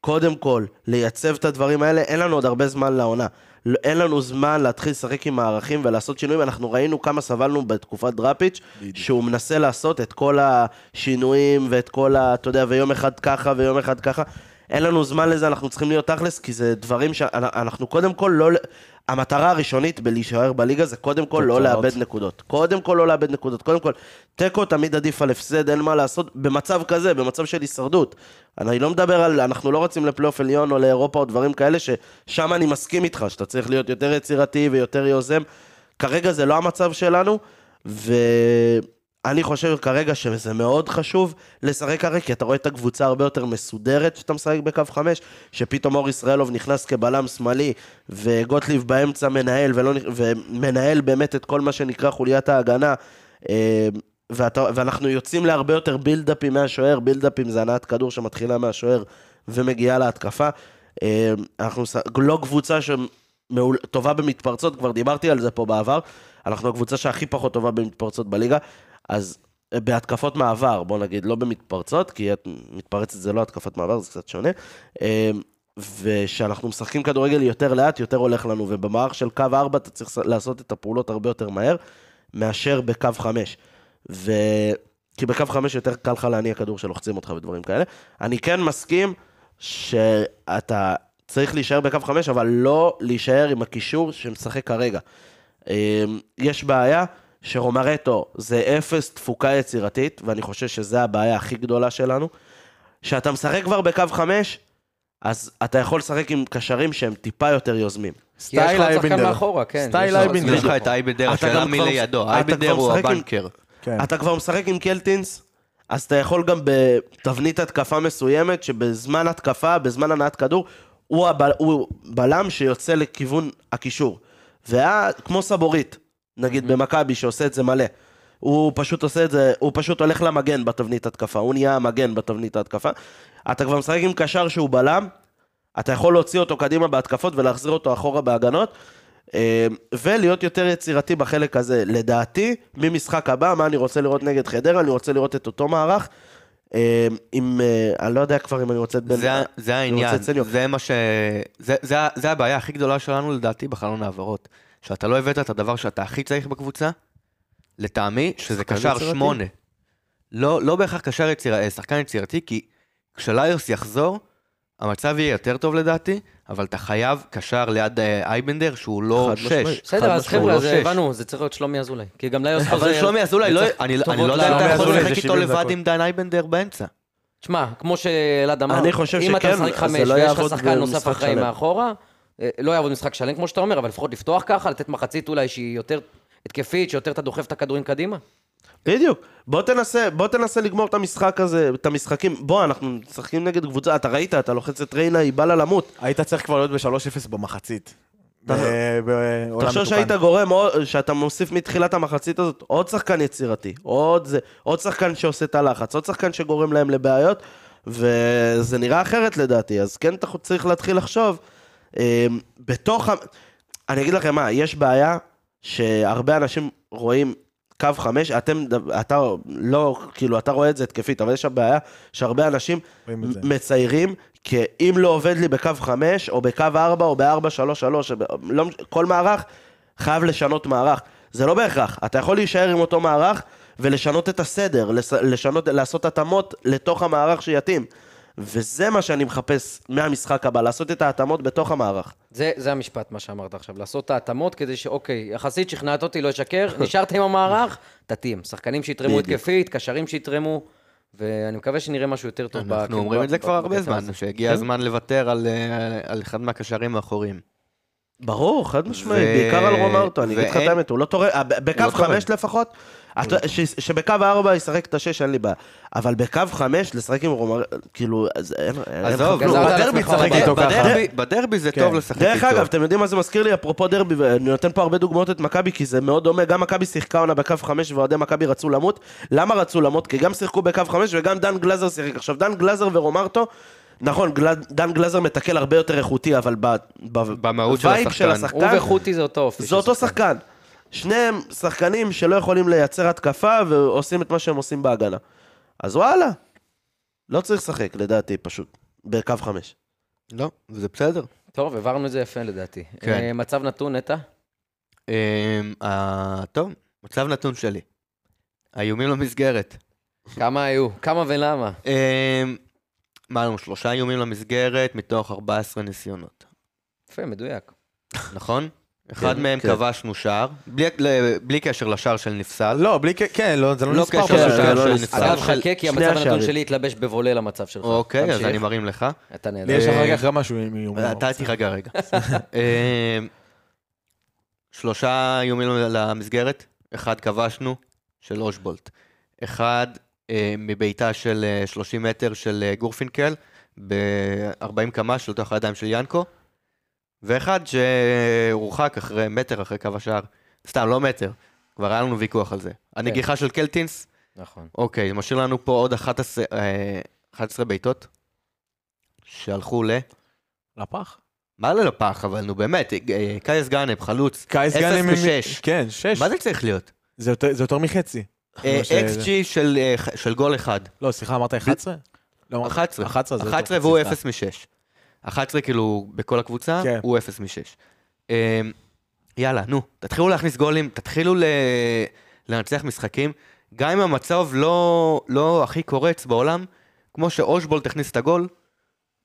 C: קודם כל, לייצב את הדברים האלה, אין לנו עוד הרבה זמן לעונה. לא- אין לנו זמן להתחיל לשחק עם מערכים ולעשות שינויים. אנחנו ראינו כמה סבלנו בתקופת דראפיץ', שהוא מנסה לעשות את כל השינויים ואת כל ה... אתה יודע, ויום אחד ככה ויום אחד ככה. אין לנו זמן לזה, אנחנו צריכים להיות תכלס, כי זה דברים שאנחנו קודם כל לא... המטרה הראשונית בלהישאר בליגה זה קודם כל לא
D: תוצאות.
C: לאבד נקודות. קודם כל לא לאבד נקודות. קודם כל, תיקו תמיד עדיף על הפסד, אין מה לעשות. במצב כזה, במצב של הישרדות. אני לא מדבר על, אנחנו לא רצים לפלייאוף עליון או לאירופה או דברים כאלה, ששם אני מסכים איתך, שאתה צריך להיות יותר יצירתי ויותר יוזם. כרגע זה לא המצב שלנו, ואני חושב כרגע שזה מאוד חשוב לשחק הרי, כי אתה רואה את הקבוצה הרבה יותר מסודרת כשאתה משחק בקו חמש, שפתאום אור ישראלוב נכנס כבלם שמאלי, וגוטליב באמצע מנהל, ולא, נכ- ומנהל באמת את כל מה שנקרא חוליית ההגנה. אה, ואתה, ואנחנו יוצאים להרבה יותר בילדאפים מהשוער, בילדאפים זה הנעת כדור שמתחילה מהשוער ומגיעה להתקפה. אה, אנחנו ס- לא קבוצה שטובה במתפרצות, כבר דיברתי על זה פה בעבר, אנחנו הקבוצה שהכי פחות טובה במתפרצות בליגה, אז אה, בהתקפות מעבר, בוא נגיד, לא במתפרצות, כי את מתפרצת זה לא התקפת מעבר, זה קצת שונה. אה, ושאנחנו משחקים כדורגל יותר לאט, יותר הולך לנו, ובמערך של קו 4 אתה צריך לעשות את הפעולות הרבה יותר מהר, מאשר בקו 5. ו... כי בקו 5 יותר קל לך להניע כדור שלוחצים אותך ודברים כאלה. אני כן מסכים שאתה צריך להישאר בקו 5, אבל לא להישאר עם הקישור שמשחק כרגע. אמ, יש בעיה שרומרטו זה אפס תפוקה יצירתית, ואני חושב שזו הבעיה הכי גדולה שלנו. כשאתה משחק כבר בקו 5, אז אתה יכול לשחק עם קשרים שהם טיפה יותר יוזמים.
A: כי יש לך
D: סטייל
A: עוד שחקן
D: אייבנדר.
A: מאחורה, כן.
D: סטייל
A: יש לך עוד
D: אייבנדר.
E: יש לך
A: שחקן
E: את אייבנדר,
C: אתה
E: השאלה
C: גם
E: מי
C: כבר-
E: לידו.
C: אתה
E: אייבנדר
C: כבר
E: הוא
C: משחק עם-
E: הבנקר.
D: כן.
C: אתה כבר משחק עם קלטינס, אז אתה יכול גם בתבנית התקפה מסוימת, שבזמן התקפה, בזמן הנעת כדור, הוא, הבל, הוא בלם שיוצא לכיוון הקישור. וכמו סבורית, נגיד במכבי, שעושה את זה מלא. הוא פשוט עושה את זה, הוא פשוט הולך למגן בתבנית התקפה, הוא נהיה המגן בתבנית ההתקפה. אתה כבר משחק עם קשר שהוא בלם, אתה יכול להוציא אותו קדימה בהתקפות ולהחזיר אותו אחורה בהגנות, אה, ולהיות יותר יצירתי בחלק הזה. לדעתי, ממשחק הבא, מה אני רוצה לראות נגד חדרה, אני רוצה לראות את אותו מערך. אה, עם, אה, אני לא יודע כבר אם אני רוצה את בן...
E: זה ה- זה
C: אני רוצה
E: העניין,
C: את סניור.
E: זה מה ש... זה- זה ה- זה הבעיה הכי גדולה שלנו לדעתי בחלון העברות. שאתה לא הבאת את הדבר שאתה הכי צריך בקבוצה, לטעמי, שזה קשר
D: יצירתי?
E: שמונה. אה, לא לא בהכרח קשר יצירתי, שחקן יצירתי, כי כשליוס יחזור, המצב יהיה יותר טוב לדעתי, אבל אתה חייב קשר ליד אה, אייבנדר שהוא לא
C: חד משמעית.
E: שש.
A: בסדר, אז
E: משמעית,
A: חבר'ה,
E: הוא
A: אז
E: לא שש.
A: הבנו, זה צריך להיות שלומי אזולאי. כי גם ליוס חוזר...
E: אבל
D: אה,
E: שלומי אזולאי, לא-
A: וצריך
E: אני אני
A: טובות
E: לא יודע אם
A: לעולם.
E: אתה יכול
D: אזולאי זה
E: לשחק איתו
D: 70
E: לבד
D: דקות.
E: עם דן אייבנדר באמצע.
A: תשמע, כמו שאלעד אמר,
C: אני חושב
A: אם אתה
C: שכן,
A: משחק
C: אז
A: חמש
C: זה לא
A: ויש לך
C: יעבוד
A: שחקן נוסף
C: במשחק
A: אחראי
C: שלם.
A: מאחורה, אה, לא יעבוד משחק שלם, כמו שאתה אומר, אבל לפחות לפתוח ככה, לתת מחצית אולי שהיא יותר התקפית, שיותר אתה דוחף את הכדורים קדימה.
C: בדיוק. בוא תנסה, בוא תנסה לגמור את המשחק הזה, את המשחקים. בוא, אנחנו משחקים נגד קבוצה, אתה ראית, אתה לוחץ את ריינה, היא בא לה למות.
D: היית צריך כבר להיות ב-3-0 במחצית. ב- אה, בעולם
C: תחשוב
D: מתוקן.
C: שהיית גורם, או- שאתה מוסיף מתחילת המחצית הזאת עוד שחקן יצירתי, עוד זה, עוד שחקן שעושה את הלחץ, עוד שחקן שגורם להם לבעיות, וזה נראה אחרת לדעתי, אז כן אתה צריך להתחיל לחשוב. אה, בתוך ה... אני אגיד לכם מה, יש בעיה שהרבה אנשים רואים קו חמש, אתם, אתה לא, כאילו, אתה רואה את זה התקפית, אבל יש שם בעיה שהרבה אנשים
D: רואים את זה.
C: מציירים, כי אם לא עובד לי בקו 5, או בקו 4, או ב-4-3-3, לא, מש- כל מערך חייב לשנות מערך. זה לא בהכרח, אתה יכול להישאר עם אותו מערך ולשנות את הסדר, לס- לשנות, לעשות התאמות לתוך המערך שיתאים. וזה מה שאני מחפש מהמשחק הבא, לעשות את ההתאמות בתוך המערך.
A: זה, זה המשפט, מה שאמרת עכשיו, לעשות את ההתאמות כדי שאוקיי, יחסית שכנעת אותי, לא
C: *laughs*
A: אשקר, נשארת עם המערך, תתאים. שחקנים שיתרמו
C: בדיוק.
A: התקפית, קשרים שיתרמו, ואני מקווה שנראה משהו יותר טוב.
E: אנחנו
A: בכיוון-
E: אומרים את זה כבר הרבה
A: בקצב
E: זמן, כן?
A: הזה.
E: שהגיע הזמן לוותר על, אה, על אחד מהקשרים האחוריים.
C: ברור, חד משמעית,
E: ו-
C: ו... בעיקר על רומארטו, אני אגיד לך את
E: ואין-
C: האמת, הוא לא תורם, אה, ב- בקו
E: לא תורם. לא.
C: חמש לפחות, את- ש- שבקו ארבע ישחק את השש, אין לי בעיה, אבל בקו חמש לשחק עם רומארטו, כאילו, אז אין... אין לך
E: עזוב, לא,
A: גזרת
E: נו,
A: על
E: בדרבי
A: עצמך
E: צחק
A: בבית.
E: איתו ככה.
D: בדרבי-
E: בדרבי זה
D: כן.
E: טוב לשחק איתו.
C: דרך אגב, אתם יודעים מה זה מזכיר לי? אפרופו דרבי, ואני נותן פה הרבה דוגמאות את מכבי, כי זה מאוד דומה. גם מכבי שיחקה עונה בקו חמש, ואוהדי מכבי רצו למות. למה רצו למות? כי גם שיחקו בקו חמש, וגם דן גלזר שיחק. עכשיו, דן גלזר ורומרטו, נכון, גל- דן גלזר מתקל הרבה יותר איכותי, אבל ב- ב-
E: במהות של
C: בווייב של
E: השחקן.
A: הוא
C: השחקן,
A: וחוטי זה אותו אופי. של
C: זה אותו
A: שחקן.
C: שחקן. שניהם שחקנים שלא יכולים לייצר התקפה, ועושים את מה שהם עושים בהגנה. אז וואלה, לא צריך לשחק, לדעתי, פשוט, בקו חמש.
E: לא, זה בסדר.
A: טוב, הבהרנו את זה יפה לדעתי.
E: כן.
A: אה, מצב נתון, נטע?
E: אמ, אה, טוב, מצב נתון שלי. האיומים למסגרת.
A: כמה היו? כמה ולמה?
E: אמ, מה לנו, שלושה איומים למסגרת מתוך 14 ניסיונות,
A: יפה, מדויק.
E: נכון? אחד
C: כן,
E: מהם
C: כן.
E: כבשנו שער, בלי- ל- בלי קשר לשער של נפסל.
D: לא, בלי... ק- כן, לא, זה לא
E: לא
D: נספר.
E: קשר
D: פה.
C: כן,
E: לשער
C: לא
E: של
C: נספר.
E: נפסל.
A: אגב,
E: של-
A: חכה, כי
C: שני
A: המצב הנתון
C: השערים.
A: שלי התלבש בוולה למצב שלך.
E: אוקיי, אז
A: תמשיך.
E: אני מרים לך.
A: אתה נהדר.
D: לי יש
E: אה,
D: אחר כך גם משהו עם איום.
E: אתה תירגע רגע. אמ, שלושה איומים למסגרת, אחד כבשנו, של אושבולט. אחד אה, מבעיטה של אה, 30 מטר של אה, גורפינקל, ב-40 קמ"ש לתוך הידיים של ינקו, ואחד שהורחק אחרי מטר אחרי קו השער. סתם, לא מטר, כבר היה לנו ויכוח על זה. הנגיחה של קלטינס,
A: נכון.
E: אוקיי, משאיר לנו פה עוד 11 אה, 11 בעיטות, שהלכו ל...
D: לפח.
E: מה זה לפח, אבל נו באמת, אה, קייס גאנם, חלוץ,
D: קייס
E: אפס
D: גאנם... עם-
E: ושש.
D: כן, שש.
E: מה זה צריך להיות?
D: זה יותר- זה יותר מחצי.
E: אה,
D: מה ש-
E: XG של, אה, ח- של גול אחד,
D: לא, סליחה, אמרת 11? לא, אמרת-
E: 11.
D: 11 זה יותר
E: 11
D: מחצי,
E: והוא
D: סליחה.
E: 0 מ-6. 11 כאילו בכל הקבוצה,
D: כן.
E: הוא 0 מ-6. יאללה, נו, תתחילו להכניס גולים, תתחילו ל- לנצח משחקים. גם אם המצב לא, לא הכי קורץ בעולם, כמו שאושבולט הכניס את הגול,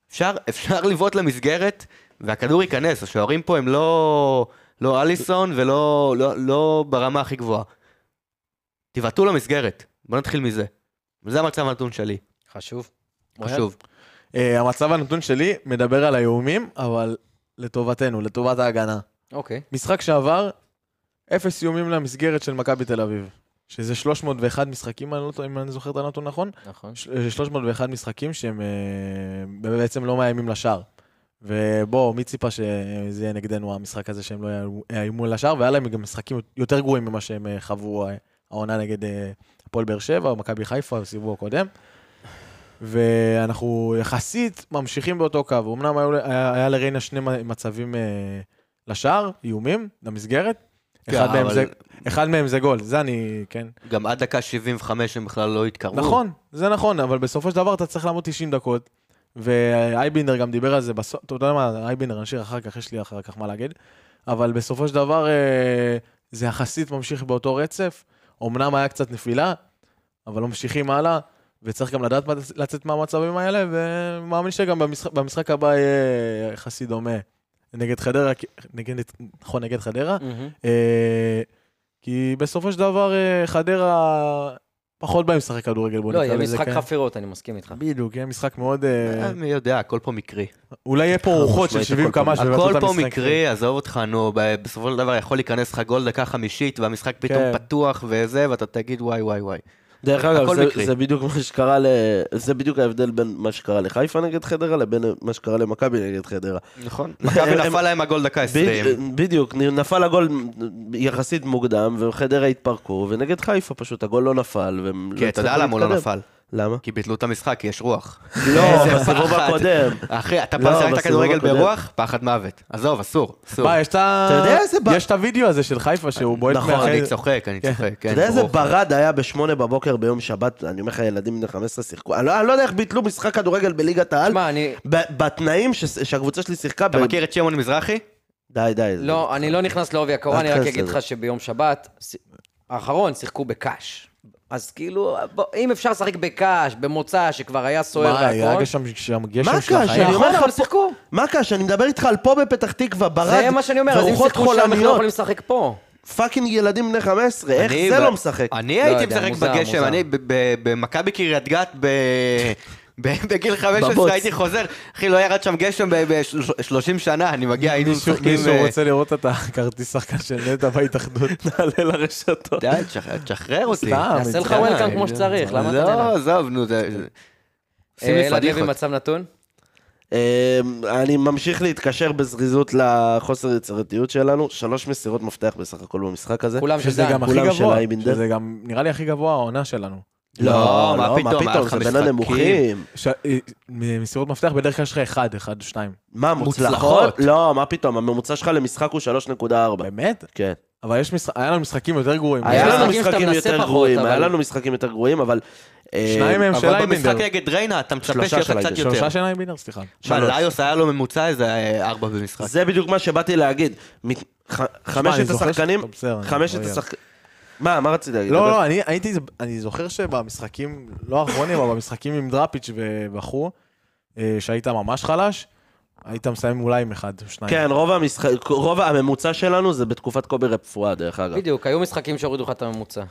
E: אפשר, *laughs* אפשר לבעוט למסגרת והכדור ייכנס. השוערים פה הם לא, לא אליסון ולא לא, לא ברמה הכי גבוהה. תבעטו למסגרת, בוא נתחיל מזה. זה המצב הנתון שלי,
A: חשוב.
E: חשוב.
D: אה, המצב הנתון שלי מדבר על האיומים, אבל לטובתנו, לטובת ההגנה.
A: אוקיי.
D: משחק שעבר, אפס איומים למסגרת של מכבי תל אביב. שזה 301 משחקים, אני לא טועה, אם אני זוכר את הנתון נכון.
A: נכון.
D: ש- 301 משחקים שהם אה, בעצם לא מאיימים לשער. ובוא, מי ציפה שזה יהיה נגדנו המשחק הזה שהם לא יאיימו- יאיימו לשער, והיה להם גם משחקים יותר גרועים ממה שהם אה, חוו אה, העונה נגד אה, הפועל באר שבע, מכבי חיפה בסיבוב הקודם. ואנחנו יחסית ממשיכים באותו קו. אמנם היו- היה, היה לריינה שני מ- מצבים אה, לשער, איומים, למסגרת.
E: כן,
D: אחד, מהם
E: אבל-
D: זה, אחד מהם זה גול, זה אני, כן.
E: גם עד דקה 75 הם בכלל לא התקרבו.
D: נכון, זה נכון, אבל בסופו של דבר אתה צריך לעמוד 90 דקות, ואייבינדר גם דיבר על זה בסוף, אתה יודע מה, אייבינדר נשאיר אחר כך, יש לי אחר כך מה להגיד, אבל בסופו של דבר אה, זה יחסית ממשיך באותו רצף, אמנם היה קצת נפילה, אבל ממשיכים הלאה, וצריך גם לדעת מה- לצאת מהמצבים האלה, ומאמין שגם במשחק, במשחק הבא יהיה יחסי דומה. נגד חדרה, כי- נגד, נכון, נגד חדרה. אה, כי בסופו של דבר, אה, חדרה פחות בא משחק כדורגל, בוא
A: לא,
D: נקרא
A: יהיה
D: לזה.
A: משחק
D: כן.
A: חפירות, אני מסכים איתך.
D: בדיוק, יהיה משחק מאוד... אה,
E: אה, מי יודע, הכל פה מקרי.
C: אה,
D: אולי יהיה פה
C: חד
D: רוחות של
C: משמעית,
D: 70
C: הכל פה
D: קמ"ש ויבטלו
E: הכל
D: את
E: פה
D: המשחק.
E: מקרי, עזוב אותך, נו, ב- בסופו של דבר יכול להיכנס לך גול דקה חמישית, והמשחק פתאום
D: כן.
E: פתוח וזה, ואתה תגיד וואי וואי וואי.
C: דרך אגב,
E: הכל
C: זה,
E: מקרי.
C: זה בדיוק מה שקרה ל... זה בדיוק ההבדל בין מה שקרה לחיפה נגד חדרה לבין מה שקרה למכבי נגד חדרה.
E: נכון. מכבי
C: הם-
E: נפל להם הגול דקה 20.
C: ב- בדיוק, נפל הגול יחסית מוקדם, וחדרה התפרקו, ונגד חיפה פשוט הגול לא נפל, והם לא
E: כן, אתה יודע
C: הצליחו
E: למה הוא לא
C: להתקדם.
E: נפל?
C: למה?
E: כי ביטלו את המשחק, כי
C: *laughs*
E: יש רוח.
C: לא,
E: *laughs* איזה
C: בסיבוב
E: פחד.
C: הקודם.
E: אחי, אתה
C: לא,
E: פעם שיחקת
C: בסיבוב
E: כדורגל
C: הקודם.
E: ברוח? פחד מוות. עזוב, אסור. אסור.
D: מה, יש את ה...
C: אתה יודע איזה ב-
D: יש את הוידאו הזה של חיפה שהוא בועט
C: נכון,
D: מאחורי-
E: אני צוחק, אני
D: כן.
E: צוחק,
C: אתה
E: כן,
C: יודע איזה
E: ברור.
C: ברד היה בשמונה בבוקר ביום שבת, אני אומר לך, ילדים בני 15 שיחקו, אני לא אני לא יודע איך ביטלו משחק כדורגל בליגת העל,
A: שמע, אני...
C: ב- בתנאים ש- שהקבוצה שלי שיחקה,
E: אתה
C: ב-
E: מכיר את שמעון מזרחי?
C: די, די. זה-
A: לא, אני לא נכנס לעובי הקורה,
C: אל
A: אני רק
C: תכנס
A: אגיד
C: לזה.
A: לך שביום שבת, ס- האחרון, שיחקו בקאש. אז כאילו, בוא, אם אפשר לשחק בקאש, במוצא, שכבר היה סוער
D: מה, היה
A: והכל,
D: גשם שם גשם
C: מה
D: של
C: קרה?
D: החיים.
C: שאני אומר
A: נכון,
C: לך
A: אבל
C: פה-
A: שיחקו.
C: מה קשה, אני מדבר איתך על פה בפתח תקווה, ברד,
A: זה מה שאני אומר, אז אם
C: ורוחות
A: שיחקו שם, אנחנו לא
C: חולניות.
A: יכולים לשחק פה.
C: פאקינג ילדים בני 15, איך
E: אני
C: זה
E: ב-
C: לא משחק?
E: אני הייתי
A: יודע,
E: משחק
A: מוזר,
E: בגשם,
A: מוזר.
E: אני ב- ב- במכבי קריית גת ב... ב- בגיל 15
C: בבוץ.
E: הייתי חוזר, אחי לא ירד שם גשם ב-30 שנה, אני
D: *laughs*
E: מגיע, היינו
D: מישהו-
E: משחקים...
D: מישהו
E: אה,
D: רוצה לראות את הכרטיס שחקן של נטע בהתאחדות. נעלה לרשתות.
E: די, תשח- תשחרר אותי.
D: סתם,
A: יעשה לך
D: אה,
A: וולקאם
E: די,
A: כמו שצריך, למה אתה
E: לא,
A: נהנה?
E: עזוב, נו, זה... זה- עושים לי
A: אה, אלעד לוי
E: פדיחות.
A: במצב נתון?
C: אמ, אני ממשיך להתקשר בזריזות לחוסר יצירתיות שלנו, שלוש מסירות מפתח בסך הכל במשחק הזה.
A: כולם של
D: שזה
A: דן.
D: גם הכי
C: כולם של
D: גבוה,
C: אייבינדר.
D: שזה גם נראה לי הכי גבוה העונה שלנו.
E: לא, מה פתאום, היה לך
C: זה בין
E: משחקים.
C: הנמוכים.
D: ש- אה, מ- מסירות מפתח בדרך כלל יש לך אחד, אחד, שתיים.
C: מה,
E: מוצלחות.
C: מוצלחות? לא, מה פתאום, הממוצע שלך למשחק הוא 3.4.
D: באמת?
C: כן.
D: אבל יש משחק- היה לנו משחקים יותר גרועים.
C: היה לנו
A: משחקים שאתה
C: משחקים
A: מנסה
C: יותר
A: פחות,
C: גרועים,
A: אבל-
C: היה לנו משחקים יותר גרועים, אבל... אה,
D: שניים מהם של
E: אבל במשחק
D: אייבינדר.
E: נגד ריינה, אתה מצפה
C: שלושה
E: שיהיה לך
C: של
E: קצת
C: אייבינדר.
E: יותר.
D: שלושה של אייבינדר, סליחה.
E: מה,
C: שלוש.
E: ליוס היה לו ממוצע איזה אה, ארבע במשחק.
C: זה בדיוק מה שבאתי להגיד. מת- ח- חמשת
D: זוכר
C: השחקנים,
D: שאתה- בסדר, אני
C: חמשת
D: לא
C: השחקנים... מה, מה רצית להגיד?
D: לא, לא, אני הייתי, אני זוכר שבמשחקים, לא האחרונים, אבל במשחקים עם דראפיץ' ובחור, אה, שהיית ממש חלש, היית מסיים אולי עם אחד או שניים.
C: כן, רוב המשחק, רוב הממוצע שלנו זה בתקופת קובי רפואה, דרך אגב.
A: בדיוק, היו משחקים שהורידו לך את הממוצע.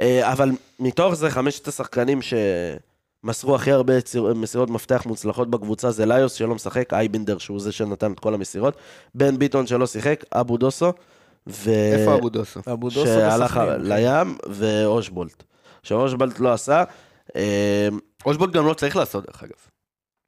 C: אה, אבל מתוך זה, חמשת השחקנים שמסרו הכי הרבה יציר- מסירות מפתח מוצלחות בקבוצה זה ליוס שלא משחק, אייבינדר שהוא זה שנתן את כל המסירות, בן ביטון שלא שיחק, אבו דוסו, ו...
E: איפה אבו דוסו?
D: אבו דוסו
C: שהלך
D: בסכנין. כן.
C: לים, ואושבולט. שאושבולט לא עשה. אה,
E: אושבולט גם לא צריך לעשות, דרך אגב.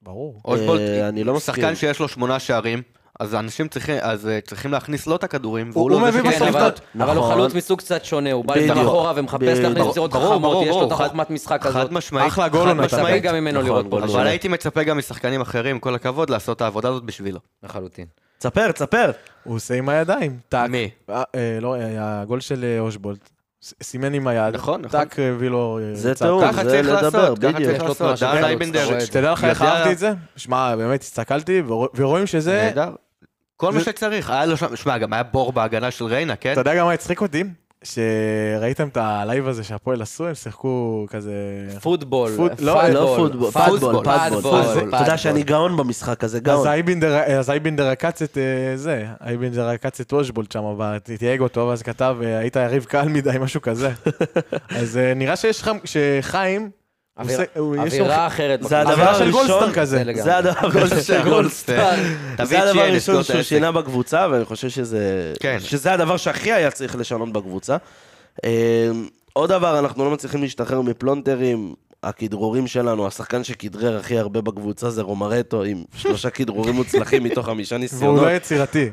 D: ברור.
E: אושבולט,
C: אה, אני לא מסכים.
E: שחקן שיש לו שמונה שערים, אז אנשים צריכים, אז אה, צריכים להכניס לו את הכדורים, והוא
D: הוא-
E: לא זה
D: הוא מביא
E: שכן,
A: כן,
D: בסוף
E: אבל-
A: אבל-
D: זאת-
A: אבל הוא
C: נכון.
A: חלוץ מסוג קצת שונה, הוא בא
C: בדיוק.
A: לבד אחורה ומחפש
C: בדיוק.
A: להכניס מסירות
E: ברור, ברור,
A: חכמות, יש לו את
E: ברור, חד-
A: החוכמת משחק הזאת.
E: חד לא, משמעית.
D: אחלה גול הוא
E: חד
D: נתן.
E: משמעית.
A: מצפה גם ממנו
C: נכון,
A: לראות פה.
C: גול
A: נכון.
E: אבל הייתי מצפה גם משחקנים אחרים, עם כל הכבוד, לעשות את העבודה הזאת בשבילו.
A: לחלוטין.
C: תספר, תספר.
D: הוא עושה עם הידיים. טאק.
E: מי?
D: אה, אה, לא, אה, הגול של אה, אושבולט. ס- סימן עם היד.
E: נכון, נכון.
D: טאק אה, הביא לו... אה,
C: זה
D: צעקה.
C: תיאום.
E: ככה
C: זה
E: צריך
C: לדבר,
E: לעשות, ככה
C: בדיוק.
E: צריך
A: יש לו
E: לעשות.
A: תנועה של
E: דן
A: חלוץ,
E: אייבנדר,
C: לא
A: אתה רואה את זה.
D: שתדע לך איך
E: יודע-
D: אהבתי את זה. שמע, באמת, הסתכלתי, ורוא- ורואים שזה...
E: נהדר. כל מה
D: זה-
E: שצריך, היה לו שם, שמע, גם היה בור בהגנה של ריינה, כן?
D: אתה יודע גם מה הצחיק אותי? שראיתם את הלייב הזה שהפועל עשו, הם שיחקו כזה...
A: פוטבול,
D: פוט- לא,
C: לא פוטבול, פאדבול, פאדבול.
A: פאדבול.
C: אתה יודע שאני גאון במשחק הזה,
D: אז
C: גאון.
D: אייבינדר- אז אייבינדר עקץ את אה, זה, אייבינדר עקץ את וושבולט שם, ותייג אותו, ואז כתב, אה, היית יריב קל מדי, משהו
A: *laughs*
D: כזה. אז אה, נראה שיש לך, שחיים, הוא
A: אווירה-
D: עושה- הוא- יש לו-
A: אווירה אחרת.
C: זה הדבר
D: אווירה של
C: הראשון-
D: גולדסטאר כזה.
A: לגמרי.
C: *laughs* זה הדבר
E: *laughs*
C: הראשון
E: של גולדסטאר. תביא לא
C: זה
E: את
C: הדבר
E: שיהיה, נסגור
C: הראשון
E: את
C: שהוא
E: העסק.
C: שינה בקבוצה, ואני חושב שזה...
E: כן.
C: שזה הדבר שהכי היה צריך לשנות בקבוצה. אה, עוד דבר, אנחנו לא מצליחים להשתחרר מפלונטרים. הכדרורים שלנו, השחקן שכדרר הכי הרבה בקבוצה זה רומרטו, עם שלושה כדרורים
D: *laughs*
C: מוצלחים מתוך חמישה
D: והוא
C: ניסיונות.
D: לא יצירתי.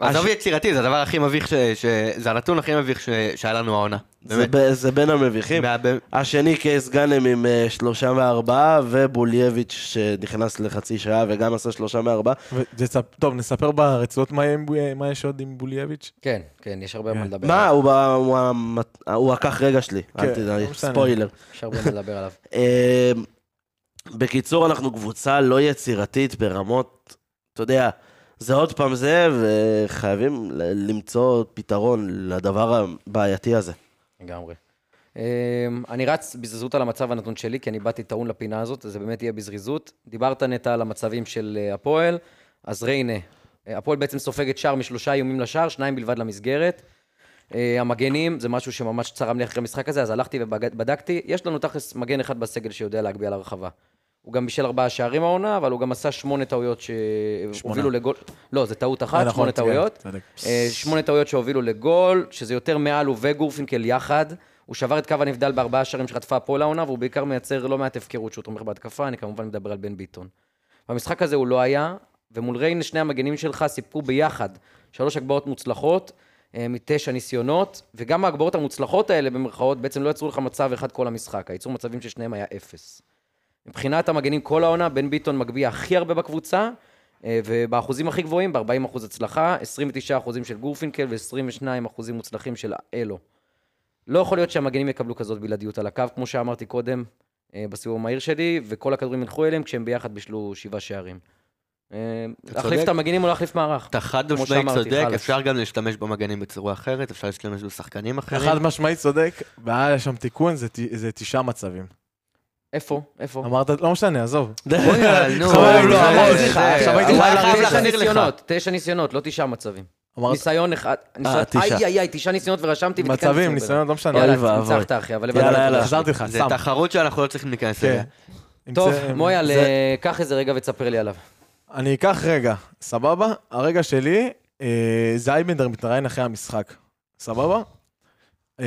E: עזוב יצירתי, זה הדבר הכי מביך, ש- ש- זה הנתון הכי מביך ש- שהיה לנו העונה.
C: זה
E: באמת.
C: ב- זה בין המביכים.
E: מה- ב-
C: השני קייס גאנם עם אה, שלושה מארבעה, ובולייביץ' שנכנס לחצי שעה וגם עשה שלושה מארבעה.
D: ותצפ- טוב, נספר ברצועות מה עם בו- מה יש עוד עם בולייביץ'.
A: כן, כן, יש הרבה מה לדבר.
C: מה,
A: עליו.
C: הוא ב- הוא המת- הוא הכך רגע שלי, אל
D: כן,
C: תדאג,
D: לא משנה.
C: ספוילר.
A: יש הרבה מה לדבר עליו.
C: אה, בקיצור, אנחנו קבוצה לא יצירתית ברמות, אתה יודע, זה עוד פעם זה, וחייבים ל- למצוא פתרון לדבר הבעייתי הזה.
A: לגמרי. אמ, אני רץ בזריזות על המצב הנתון שלי, כי אני באתי טעון לפינה הזאת, אז זה באמת יהיה בזריזות. דיברת נטע על המצבים של אה, הפועל, אז ריינה, אה, הפועל בעצם סופגת שער משלושה איומים לשער, שניים בלבד למסגרת. אה, המגנים, זה משהו שממש צרם לי אחרי המשחק הזה, אז הלכתי ובדקתי. יש לנו תכלס מגן אחד בסגל שיודע להגביה לרחבה. הוא גם בישל ארבעה שערים העונה, אבל הוא גם עשה שמונה טעויות שהובילו לגול. לא, זה טעות
D: אה,
A: אחת,
D: נכון,
A: שמונה
D: צודק,
A: טעויות.
D: צודק.
A: אה, שמונה טעויות שהובילו לגול, שזה יותר מאלו וגורפינקל יחד. הוא שבר את קו הנבדל בארבעה שערים שחטפה הפועל העונה, והוא בעיקר מייצר לא מעט הפקרות שהוא תומך בהתקפה, אני כמובן מדבר על בן ביטון. במשחק הזה הוא לא היה, ומול ריין שני המגנים שלך סיפקו ביחד שלוש הגבהות מוצלחות, אה, מתשע ניסיונות, וגם ההגבהות המוצלחות האלה, במרכאות, בעצם לא יצרו לך מצב אחד כל המשחק. הייצור מצבים של שניהם היה אפס. מבחינת המגנים כל העונה, בן ביטון מגביה הכי הרבה בקבוצה, אה, ובאחוזים הכי גבוהים, ב-40% הצלחה, 29% של גורפינקל ו-22% מוצלחים של אלו. לא יכול להיות שהמגנים יקבלו כזאת בלעדיות על הקו, כמו שאמרתי קודם, אה, בסיבוב המהיר שלי, וכל הכדורים ילכו אליהם כשהם ביחד בישלו שבעה שערים. אה, להחליף
E: צודק.
A: את המגנים או להחליף מערך.
E: אתה חד
A: כמו
E: משמעית
A: שאמרתי,
E: צודק,
A: חלאס.
E: אפשר גם להשתמש במגנים בצורה אחרת, אפשר להשתמש בשחקנים אחרים.
D: חד משמעית צודק, והיה שם תיקון, זה ת- זה תשעה מצבים.
A: איפה? איפה?
D: אמרת, לא משנה, עזוב. *laughs*
E: וואלה, אה, נו,
D: חבל,
E: זה-
D: לא, אמרתי
E: זה-
D: לך, עכשיו הייתי
E: הוא
D: חייב
E: היה
D: להרים
A: תשע
E: להחזיר לך.
A: לא, ניסיונות, אה, תשע ניסיונות, לא תשעה מצבים.
D: אמרת,
A: ניסיון אחד, ניסיון-
C: תשעה.
A: איי איי איי, תשעה ניסיונות ורשמתי ותיקנתי
D: מצבים,
A: ניסיון
D: ניסיונות, לא משנה.
A: בלבד.
C: אוי
A: יאללה,
C: ואבוי.
A: ניצחת אחי, אבל
C: יאללה,
A: הבנת את
C: יאללה.
A: זה.
D: חזרתי לך,
E: זה
D: סם.
E: תחרות שאנחנו לא צריכים להיכנס אליה.
D: כן. אם
A: טוב,
D: זה-
A: מויאל,
D: זה-
A: אה, קח איזה רגע ותספר לי עליו.
D: אני אקח רגע, סבבה? הרגע שלי, אה, זה אייבנדר מתראיין אחרי המשחק, סבבה? אה,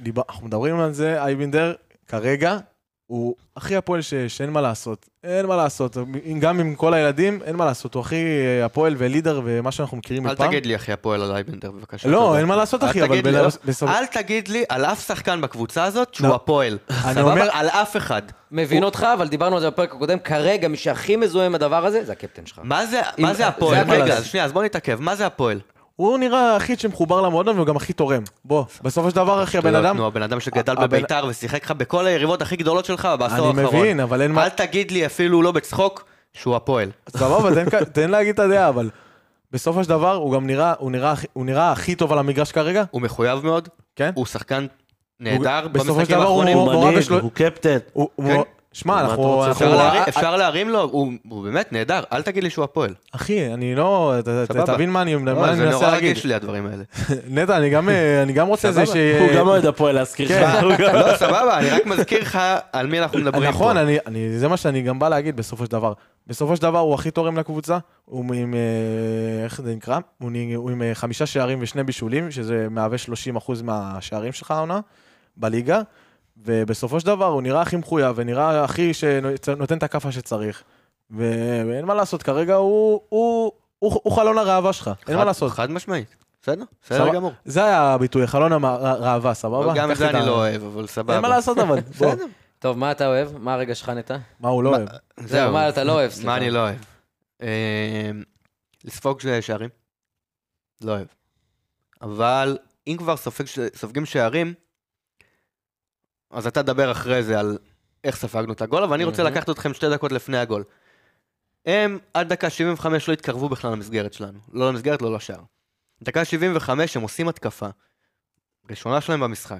D: דיבר, אנחנו מדברים על זה, אייבנדר כרגע הוא הכי הפועל ש, שאין מה לעשות. אין מה לעשות, גם עם כל הילדים, אין מה לעשות. הוא הכי אה, הפועל ולידר ומה שאנחנו מכירים
E: אל
D: מפעם.
E: תגיד לי, אחי, הפועל על אייבנדר, בבקשה.
D: לא,
E: תודה.
D: אין מה לעשות,
E: אל
D: אחי, אבל
E: תגיד לי,
D: בן-
E: לא.
D: בסוף-
E: אל תגיד לי על אף שחקן בקבוצה הזאת שהוא
D: לא.
E: הפועל.
D: אני אומר-
E: סבבה? על אף אחד.
A: מבין אותך, אבל דיברנו על זה בפרק הקודם, כרגע מי שהכי מזוהה עם הדבר הזה, זה הקפטן שלך.
E: מה זה-
A: אם-
E: מה זה הפועל?
A: זה
E: רגע,
A: הפועל.
E: אז שנייה, אז בוא נתעכב. מה זה הפועל?
D: הוא נראה היחיד שמחובר למועדון והוא גם הכי תורם. בוא, בסופו של דבר, אחי, הבן
E: לא,
D: אדם...
E: נו, הבן אדם שגדל
D: הבן-
E: בביתר ושיחק לך בכל היריבות הכי גדולות שלך בעשור
D: אני
E: האחרון.
D: מבין, אבל אין מה...
E: אל תגיד לי אפילו לא בצחוק שהוא הפועל.
D: סבבה, תן, כ- תן להגיד את הדעה, אבל בסופו של דבר הוא גם נראה, הוא נראה, הכי- הוא נראה הכי טוב על המגרש כרגע,
E: הוא מחויב מאוד,
D: כן?
E: הוא שחקן נהדר
D: הוא- בסופו של
E: במשחקים
D: דבר הוא-
E: האחרונים.
D: הוא מעורב
C: מנהיג,
D: בשלו-
C: הוא קפטן.
D: הוא,
E: כן.
D: הוא, שמע,
C: מה אתה
D: אנחנו...
C: רוצה,
D: אנחנו
E: אפשר להרים-
D: אה,
E: אפשר להרים לו, הוא הוא באמת נהדר, אל תגיד לי שהוא הפועל.
D: אחי, אני לא... ת- ת-
E: סבבה.
D: תבין מה אני מה
E: וואי,
D: אני
E: זה
D: מנסה
E: נורא
D: להגיד.
E: רגיש לי הדברים האלה. *laughs*
D: נטע, אני גם, אה, אני גם רוצה איזה ש...
C: הוא גם אוהד הפועל להזכיר לך.
D: כן.
C: הוא
D: *laughs*
C: גם-
E: לא, סבבה, אני רק מזכיר לך על מי אנחנו מדברים פה.
D: נכון, אני, אני, זה מה שאני גם בא להגיד בסופו של דבר. בסופו של דבר הוא הכי תורם לקבוצה, הוא עם, אה, איך זה נקרא? הוא, נ- הוא עם אה, חמישה שערים ושני בישולים, שזה מהווה 30% מהשערים שלך העונה בליגה, ובסופו של דבר הוא נראה הכי מחויב ונראה הכי שנותן את הכאפה שצריך. ו- ואין מה לעשות, כרגע הוא, הוא, הוא, הוא חלון הראווה שלך, אין מה
E: חד-
D: לעשות.
E: חד משמעית. בסדר,
D: סבבה?
E: בסדר גמור.
D: זה היה הביטוי, חלון הראווה, סבבה?
E: גם את זה
D: לקחתי
E: אני
D: ה-
E: לא אוהב, אבל סבבה.
D: אין מה לעשות אבל, בוא.
A: טוב, מה אתה אוהב? מה הרגע שלך נטע?
D: מה הוא לא אוהב?
A: זהו, מה אתה לא אוהב,
E: מה
A: סליחה.
E: אני לא אוהב? אמ, לספוג ש- שערים? לא אוהב. אבל אם כבר סופג ש- סופגים שערים, אז אתה תדבר אחרי זה על איך ספגנו את הגול, אבל אני רוצה
A: מהמם.
E: לקחת אתכם שתי דקות לפני הגול. הם עד דקה 75 לא התקרבו בכלל למסגרת שלנו. לא למסגרת, לא לשער. דקה 75 הם עושים התקפה. ראשונה שלהם במשחק.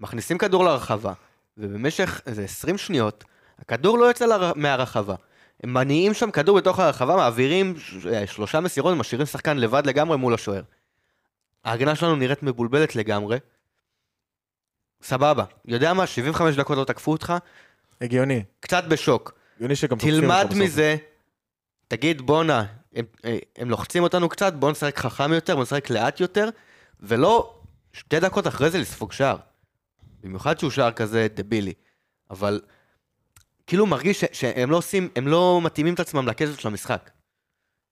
E: מכניסים כדור לרחבה, ובמשך איזה 20 שניות, הכדור לא יוצא לר... מהרחבה. הם מניעים שם כדור בתוך הרחבה, מעבירים ש... אה, שלושה מסירות, משאירים שחקן לבד לגמרי מול השוער. ההגנה שלנו נראית מבולבלת לגמרי. סבבה. יודע מה, 75 דקות לא תקפו אותך,
D: הגיוני.
E: קצת בשוק.
D: הגיוני שגם תוקפים
E: תלמד
D: אותך בסוף.
E: מזה, תגיד בואנה, הם, אה, הם לוחצים אותנו קצת, בוא נשחק חכם יותר, בוא נשחק לאט יותר, ולא שתי דקות אחרי זה לספוג שער. במיוחד שהוא שער כזה דבילי. אבל כאילו מרגיש ש, שהם לא עושים, הם לא מתאימים את עצמם לקצב של המשחק.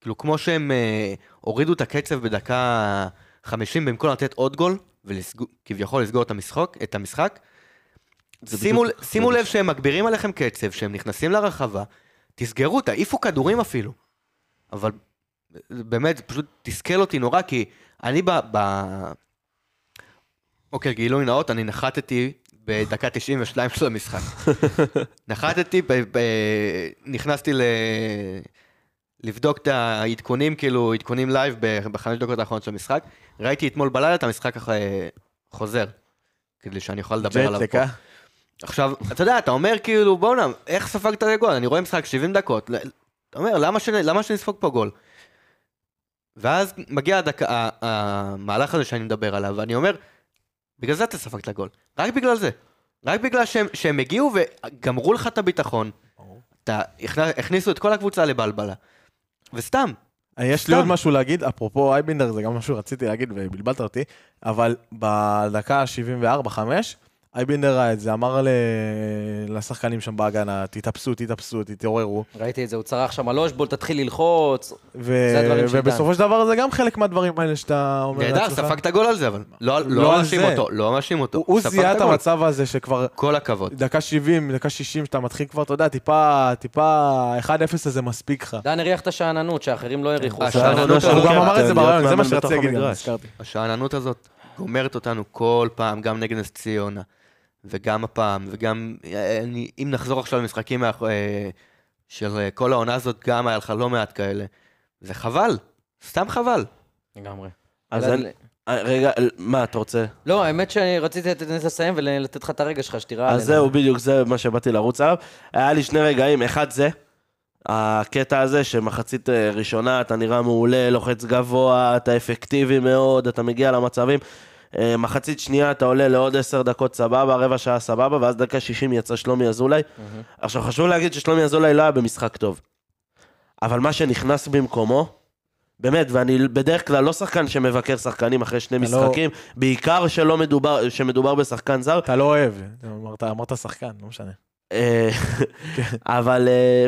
E: כאילו כמו שהם אה, הורידו את הקצב בדקה 50 במקום לתת עוד גול, וכביכול לסגור את המשחק, את המשחק.
C: זה
E: שימו,
C: בדיוק-
E: שימו לב שהם מגבירים עליכם קצב, שהם נכנסים לרחבה, תסגרו, תעיפו כדורים אפילו. אבל אה, באמת, זה פשוט תסכל אותי נורא, כי אני ב... ב... אוקיי, גילוי נאות, אני נחתתי בדקה 92 של המשחק. נחתתי, ב... ב... נכנסתי ל... לבדוק את העדכונים, כאילו עדכונים לייב ב- בחמש דקות האחרונות של המשחק. ראיתי אתמול בלילה את המשחק הח- אה, חוזר. כדי שאני אוכל לדבר עליו
D: ג'טלק,
E: פה.
D: אה?
E: עכשיו, אתה יודע, אתה אומר כאילו, בואנה, איך ספגת גול? אני רואה משחק 70 דקות. ל- אתה אומר, למה, שנ... למה שנספוג פה גול? ואז מגיע הדק... ה- המהלך הזה שאני מדבר עליו, ואני אומר, בגלל זה אתה ספגת גול. רק בגלל זה. רק בגלל שהם, שהם הגיעו וגמרו לך את הביטחון. אתה... הכנ- הכניסו את כל הקבוצה לבלבלה. וסתם,
D: יש לי
E: סתם.
D: עוד משהו להגיד, אפרופו אייבינדר, זה גם משהו שרציתי להגיד ובלבלת אותי, אבל בדקה ה-74-5, אייבינדר ראה את זה, אמר ל- לשחקנים שם בהגנה, תתאפסו, תתאפסו, תתעוררו.
A: ראיתי את זה, הוא צרח שם על אושבול, תתחיל ללחוץ. זה
D: ו-
A: הדברים של
D: ובסופו של דבר זה גם חלק מהדברים האלה שאתה אומר
E: נהדר, ספגת גול על זה, אבל לא
D: לא על
E: לא מאשים
D: זה.
E: אותו, לא מאשים אותו.
D: הוא- הוא
E: ספגת
D: זיהה את
E: גול.
D: המצב הזה שכבר
E: כל הכבוד.
D: דקה 70, דקה 60, שאתה מתחיל כבר, אתה יודע, טיפה, טיפה, 1-0 הזה מספיק לך.
A: דן הריח את השאננות, שאחרים לא הריחו.
E: אה, שאננות
D: הוא
E: הזאת,
D: גם
E: כן,
D: אמר את זה
C: להיות
D: ברעיון, זה
C: מאמן
D: מה שרציתי
C: בתוך
D: להגיד, גם
C: המגרש.
D: הזכרתי.
E: השאננות הזאת גומרת אותנו כל פעם, גם נגד נס ציונה, וגם הפעם, וגם... אה, אני, אם נחזור עכשיו למשחקים מאח- אה, של אה, כל העונה הזאת, גם היה לך לא מעט כאלה. זה חבל, סתם חבל.
A: לגמרי.
C: אז
A: אלא-
C: אני- אה, רגע, אל- מה אתה רוצה?
A: לא, האמת שרציתי לתת לתת לסיים ולתת לך את הרגע שלך, שתראה
C: אז זהו, בדיוק זה מה שבאתי לרוץ עליו. היה לי שני רגעים, אחד זה, הקטע הזה שמחצית אה, ראשונה אתה נראה מעולה, לוחץ גבוה, אתה אפקטיבי מאוד, אתה מגיע למצבים. אה, מחצית שנייה אתה עולה לעוד עשר דקות סבבה, רבע שעה סבבה, ואז דקה שישים יצא שלומי אזולאי. עכשיו חשוב להגיד ששלומי אזולאי לא היה במשחק טוב. אבל מה שנכנס במקומו, באמת, ואני בדרך כלל לא שחקן שמבקר שחקנים אחרי שני
D: אתה לא-
C: משחקים, בעיקר שלא מדובר, שמדובר בשחקן זר,
D: אתה לא אוהב, אמרת- אמרת שחקן, לא משנה.
C: אה, *laughs* אבל אה,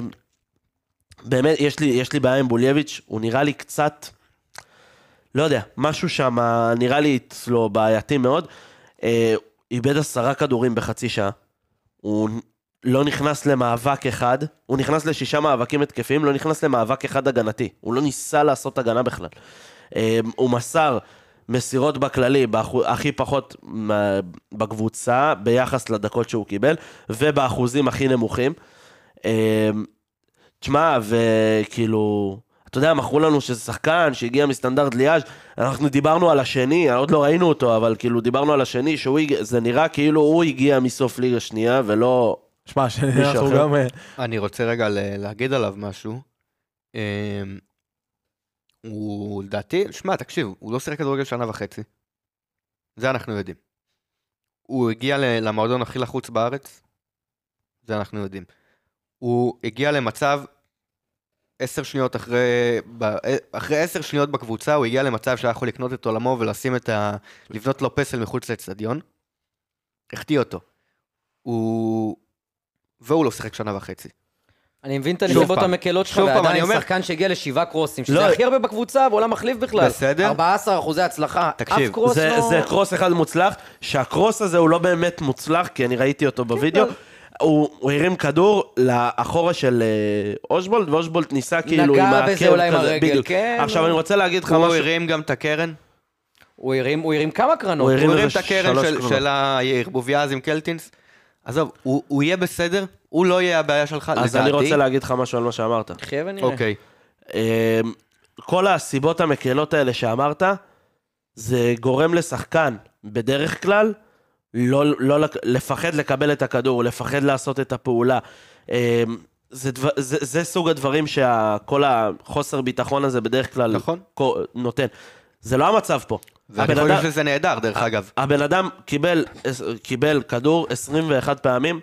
C: באמת, יש לי, יש לי בעיה עם בולייביץ', הוא נראה לי קצת, לא יודע, משהו שם אה, נראה לי אצלו בעייתי מאוד. אה, איבד עשרה כדורים בחצי שעה, הוא לא נכנס למאבק אחד, הוא נכנס לשישה מאבקים התקפיים, לא נכנס למאבק אחד הגנתי, הוא לא ניסה לעשות הגנה בכלל. אה, הוא מסר מסירות בכללי, באחו- הכי פחות מה- בקבוצה, ביחס לדקות שהוא קיבל, ובאחוזים הכי נמוכים. אה, תשמע, וכאילו, אתה יודע, מכרו לנו שזה שחקן שהגיע מסטנדרט ליאז', אנחנו דיברנו על השני, עוד לא ראינו אותו, אבל כאילו דיברנו על השני, שהוא, הג- זה נראה כאילו הוא הגיע מסוף ליגה שנייה, ולא...
D: שמע, *laughs*
C: מישהו
D: שאנחנו
C: אחר?
D: גם... אה,
E: אני רוצה רגע ל- להגיד עליו משהו. אמ, הוא לדעתי, שמע, תקשיב, הוא לא שיחק כדורגל שנה וחצי. זה אנחנו יודעים. הוא הגיע ל- למועדון הכי לחוץ בארץ, זה אנחנו יודעים. הוא הגיע למצב, עשר שניות אחרי, ב- אחרי עשר שניות בקבוצה, הוא הגיע למצב שהיה יכול לקנות את עולמו ולשים את ה... לבנות לו פסל מחוץ לאצטדיון. החטיא אותו. הוא... והוא לא שיחק שנה וחצי.
A: אני מבין את
E: שוב
A: הנסיבות
E: פעם.
A: המקלות שלך,
E: שוב פעם, אני
A: ועדיין
E: אומר-
A: שחקן שהגיע לשבעה קרוסים, שזה
C: לא.
A: הכי הרבה בקבוצה, והעולם מחליף בכלל.
E: בסדר.
A: 14 אחוזי הצלחה.
E: תקשיב,
A: אף קרוס
C: זה,
A: לא...
C: זה קרוס אחד מוצלח, שהקרוס הזה הוא לא באמת מוצלח, כי אני ראיתי
A: כן,
C: אותו בווידאו. הוא, הוא הרים כדור לאחורה של אה, אושבולט, ואושבולט ניסה כאילו עם
A: נגע
C: העקב
A: בזה אולי עם הרגל,
C: בדיוק.
A: כן.
C: עכשיו אני רוצה להגיד לך
E: הוא
C: משהו.
E: הרים גם את הקרן.
A: הוא הרים- הוא הרים כמה קרנות.
C: הוא
E: הוא
C: איזה
E: הרים את
C: שלוש
E: הקרן של-
C: קרנות.
E: של הערבוביה אז עם קלטינס. עזוב, הוא הוא יהיה בסדר, הוא לא יהיה הבעיה שלך, לדעתי.
C: אז אני רוצה להגיד לך משהו על מה שאמרת.
A: חיה ונראה.
E: אוקיי.
C: אמ, כל הסיבות המקלות האלה שאמרת, זה גורם לשחקן, בדרך כלל, לא, לא לק- לפחד לקבל את הכדור, לפחד לעשות את הפעולה. אמ, זה, דבר, זה, זה סוג הדברים שכל החוסר ביטחון הזה בדרך כלל
E: נכון.
C: קו- נותן. זה לא המצב פה.
E: ואני
C: הבן אדם-
E: חושב שזה נהדר, דרך אגב.
C: הבן אדם קיבל, קיבל כדור 21 פעמים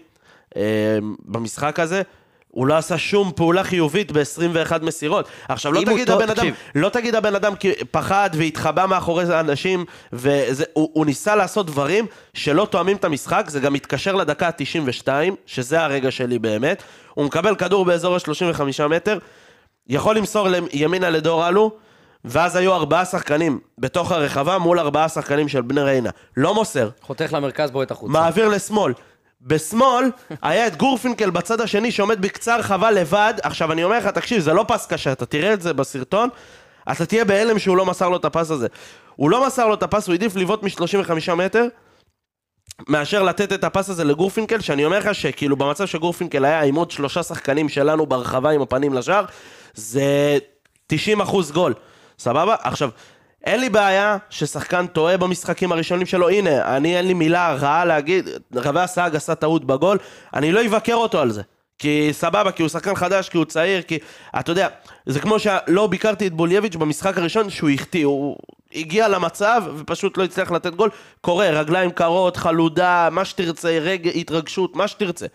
C: אה, במשחק הזה. הוא לא עשה שום פעולה חיובית ב-21 מסירות. עכשיו, לא
E: אם הוא
C: תגיד,
E: טוב-
C: הבן אדם,
E: תקשיב.
C: לא תגיד הבן אדם כי פחד והתחבא מאחורי האנשים, וזה- הוא הוא ניסה לעשות דברים שלא תואמים את המשחק, זה גם מתקשר לדקה ה-92, שזה הרגע שלי באמת. הוא מקבל כדור באזור ה-35 מטר, יכול למסור למ- ימינה לדור אלו, ואז היו ארבעה שחקנים בתוך הרחבה מול ארבעה שחקנים של בני ריינה. לא מוסר,
A: חותך למרכז, בועט החוצה.
C: מעביר לשמאל. בשמאל היה את גורפינקל בצד השני שעומד בקצר חווה לבד. עכשיו אני אומר לך, תקשיב, זה לא פס קשה, אתה תראה את זה בסרטון, אתה תהיה בהלם שהוא לא מסר לו את הפס הזה. הוא לא מסר לו את הפס, הוא העדיף לבעוט מ-35 מטר, מאשר לתת את הפס הזה לגורפינקל, שאני אומר לך שכאילו במצב שגורפינקל היה עם עוד שלושה שחקנים שלנו ברחבה עם הפנים לשער, זה 90 אחוז גול, סבבה? עכשיו, אין לי בעיה ששחקן טועה במשחקים הראשונים שלו, הנה, אני אין לי מילה רעה להגיד, רבי הסאג עשה טעות בגול, אני לא אבקר אותו על זה. כי סבבה, כי הוא שחקן חדש, כי הוא צעיר, כי... אתה יודע, זה כמו שלא ביקרתי את בולייביץ' במשחק הראשון שהוא החטיא, הוא הגיע למצב ופשוט לא הצליח לתת גול. קורה, רגליים קרות, חלודה, מה שתרצה, רגע, התרגשות, מה שתרצה.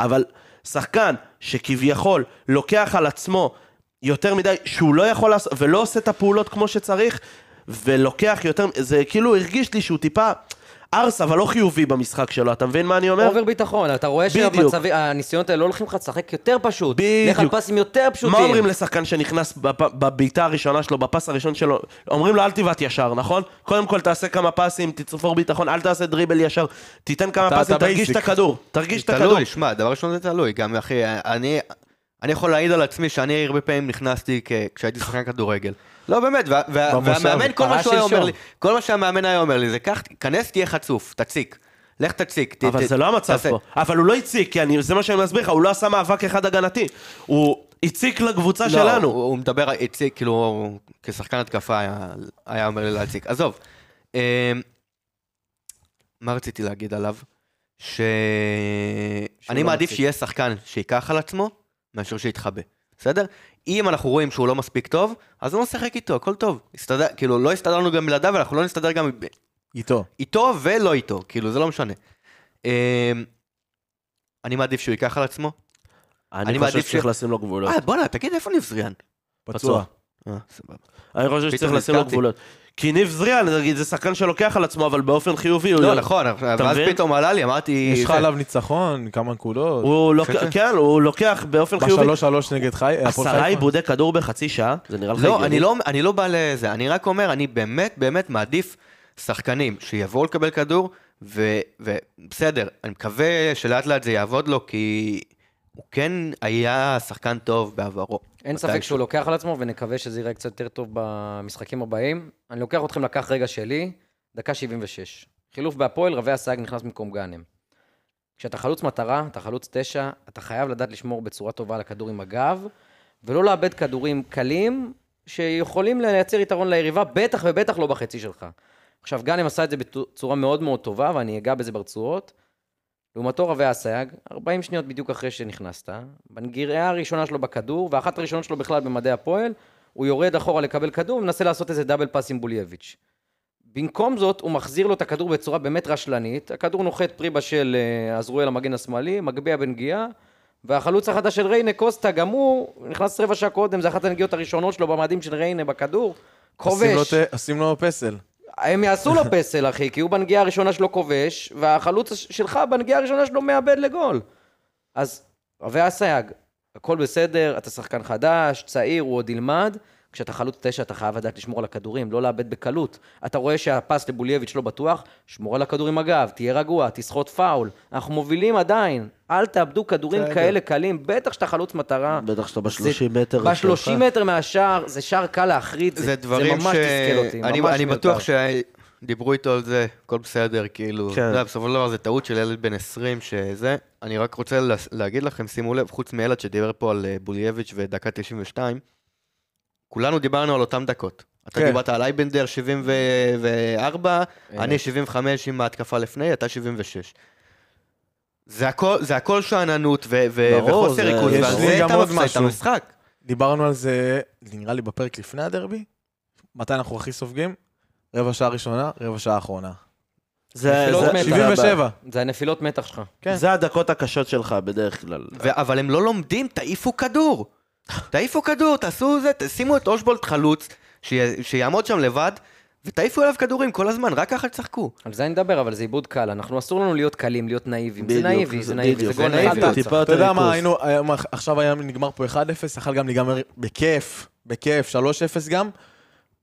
C: אבל שחקן שכביכול לוקח על עצמו יותר מדי, שהוא לא יכול לעשות, ולא עושה את הפעולות כמו שצריך, ולוקח יותר, זה כאילו הרגיש לי שהוא טיפה ארס, אבל לא חיובי במשחק שלו, אתה מבין מה אני אומר?
A: אובר ביטחון, אתה רואה
C: בדיוק.
A: שהניסיונות האלה לא הולכים לך לשחק יותר פשוט. לך על
C: בדיוק.
A: פסים יותר פשוטים.
C: מה אומרים לשחקן שנכנס בפ- בבעיטה הראשונה שלו, בפס הראשון שלו? אומרים לו, אל תבעט ישר, נכון? קודם כל תעשה כמה פסים, תצפור ביטחון, אל תעשה דריבל ישר, תיתן כמה
D: אתה-
C: פסים,
D: אתה
C: תרגיש את
D: basic.
C: הכדור, תרגיש את הכדור.
E: תלוי, שמע, דבר ראשון זה תלוי, גם אחי, אני, אני יכול להעיד על עצמי שאני הרבה פעמים נכנסתי כ- כשהייתי שחקן כדורגל. לא באמת, וה, וה,
D: במושב.
E: והמאמן, כל מה,
A: פרש
E: שהוא היה אומר
A: שלשום.
E: לי, כל מה שהמאמן היה אומר לי זה קח, כנס תהיה חצוף, תציק, לך תציק. ת-
C: אבל
E: ת-
C: זה לא המצב
E: תעשה."
C: פה. אבל הוא לא הציק, כי אני- זה מה שאני מסביר לך, הוא לא עשה מאבק אחד הגנתי. הוא הציק לקבוצה
E: לא,
C: שלנו.
E: הוא, הוא מדבר, הציג, כאילו, הוא- כשחקן התקפה היה, היה אומר לי להציג. עזוב. אמ, מה רציתי להגיד עליו? ש... אני
A: לא
E: מעדיף
A: מציק.
E: שיהיה שחקן שייקח על עצמו, מאשר שיתחבא. בסדר? אם אנחנו רואים שהוא לא מספיק טוב, אז לא נשחק איתו, הכל טוב. הסתדר, כאילו, לא הסתדרנו גם בלעדיו, אנחנו לא נסתדר גם ב-
D: איתו.
E: איתו ולא איתו, כאילו, זה לא משנה. אמ, אני מעדיף שהוא ייקח על עצמו.
C: אני
E: מעדיף
C: חושב
E: ש-
C: שצריך לשים לו גבולות.
E: אה, בואנה, תגיד, איפה נבזריאן?
D: פצוע.
E: אה, סבבה.
C: אני חושב
E: פתאום
C: שצריך לשים לו
E: נזכרתי.
C: גבולות. כי ניב זריאן, נגיד, זה שחקן שלוקח על עצמו, אבל באופן חיובי. הוא-
E: לא, נכון, ואז
C: מבין?
E: פתאום עלה לי, אמרתי...
D: יש לך
E: זה-
D: עליו ניצחון, כמה נקודות.
C: הוא לוקח, כן, הוא לוקח באופן חיובי.
D: בשלוש שלוש נגד חי... אה, הפועל
C: עשרה
D: חיפה.
C: עיבודי כדור בחצי שעה? זה נראה לך
E: לא, אני לא, אני לא בא לזה, אני רק אומר, אני באמת באמת מעדיף שחקנים שיבואו לקבל כדור, ו- ובסדר, אני מקווה שלאט לאט זה יעבוד לו, כי הוא כן היה שחקן טוב בעברו.
A: אין
E: מתי
A: ספק שהוא לוקח על עצמו, ונקווה שזה ייראה קצת יותר טוב במשחקים הבאים. אני לוקח אתכם לקח רגע שלי, דקה 76. חילוף בהפועל, רבי הסייג נכנס במקום גאנם. כשאתה חלוץ מטרה, אתה חלוץ תשע, אתה חייב לדעת לשמור בצורה טובה על הכדור עם הגב, ולא לאבד כדורים קלים, שיכולים לייצר יתרון ליריבה, בטח ובטח לא בחצי שלך. עכשיו, גאנם עשה את זה בצורה מאוד מאוד טובה, ואני אגע בזה ברצועות. לעומתו רבי אסייג, 40 שניות בדיוק אחרי שנכנסת, בנגיעה הראשונה שלו בכדור, ואחת הראשונות שלו בכלל במדי הפועל, הוא יורד אחורה לקבל כדור ומנסה לעשות איזה דאבל פאס עם בולייביץ'. במקום זאת, הוא מחזיר לו את הכדור בצורה באמת רשלנית, הכדור נוחת פרי בשל אה, עזרואל המגן השמאלי, מגביה בנגיעה, והחלוץ החדש של ריינה, קוסטה, גם הוא, נכנס רבע שעה קודם, זה אחת הנגיעות הראשונות שלו במאדים של ריינה בכדור,
D: עושים לו
A: כובש.
D: ת- עושים לו פסל.
A: הם יעשו לו פסל, אחי, כי הוא בנגיעה הראשונה שלו כובש, והחלוץ הש- שלך בנגיעה הראשונה שלו מאבד לגול. אז רבי אסייג, הכל בסדר, אתה שחקן חדש, צעיר, הוא עוד ילמד. כשאתה חלוץ תשע, אתה חייב לדעת לשמור על הכדורים, לא לאבד בקלות. אתה רואה שהפס לבולייביץ' לא בטוח, שמור על הכדור עם הגב, תהיה רגוע, תסחוט פאול. אנחנו מובילים עדיין, אל תאבדו כדורים כאלה קלים, בטח שאתה חלוץ מטרה.
C: בטח שאתה
A: זה- ב-30 מטר מהשער, זה שער קל להחריד, זה,
E: זה דברים
A: ממש
E: ש...
A: תסכל אותי.
E: אני,
A: ממש
E: אני
A: מיותר.
E: בטוח שדיברו איתו על זה, הכל בסדר, כאילו,
C: כן.
E: אתה יודע, בסופו של דבר זה טעות של ילד בן 20 שזה. אני רק רוצה לה, להגיד לכם, שימו לב, חוץ מילד שדיבר פה על אה, בולייביץ' ודקה 92, כולנו דיברנו על אותן דקות. אתה
D: כן.
E: דיברת על אייבנדר 74, אני 75 עם ההתקפה לפני, אתה 76. זה הכל, זה הכל שאננות ו- ו-
C: ברור,
E: וחוסר
C: זה-
E: ריכוז,
D: יש
E: ועל
D: לי
E: זה
D: גם
E: אתה
D: עוד
E: מפסיד את
D: משהו.
E: המשחק.
D: דיברנו על זה, נראה לי, בפרק לפני הדרבי. מתי אנחנו הכי סופגים? רבע שעה ראשונה, רבע שעה אחרונה.
C: אה,
D: לא,
A: נפילות
C: זה- זה-
A: מטר.
D: 77.
A: זה הנפילות מתח שלך.
D: כן.
C: זה הדקות הקשות שלך בדרך כלל.
E: ו- אבל הם לא לומדים, תעיפו כדור. תעיפו כדור, תעשו זה, תשימו את אושבולט חלוץ, שיה- שיעמוד שם לבד, ותעיפו אליו כדורים כל הזמן, רק ככה תשחקו.
A: על זה אני מדבר, אבל זה עיבוד קל. אנחנו אסור לנו להיות קלים, להיות נאיבים. זה
C: בדיוק,
A: נאיבי, זה נאיבי,
C: בדיוק,
A: זה גול
E: זה נאיבי,
A: נאיבי.
C: טיפה
D: אתה יודע
C: ריכוז.
D: מה, היינו, היה- מה, עכשיו היה נגמר פה 1-0, יכל גם להיגמר בכיף, בכיף, 3-0 גם,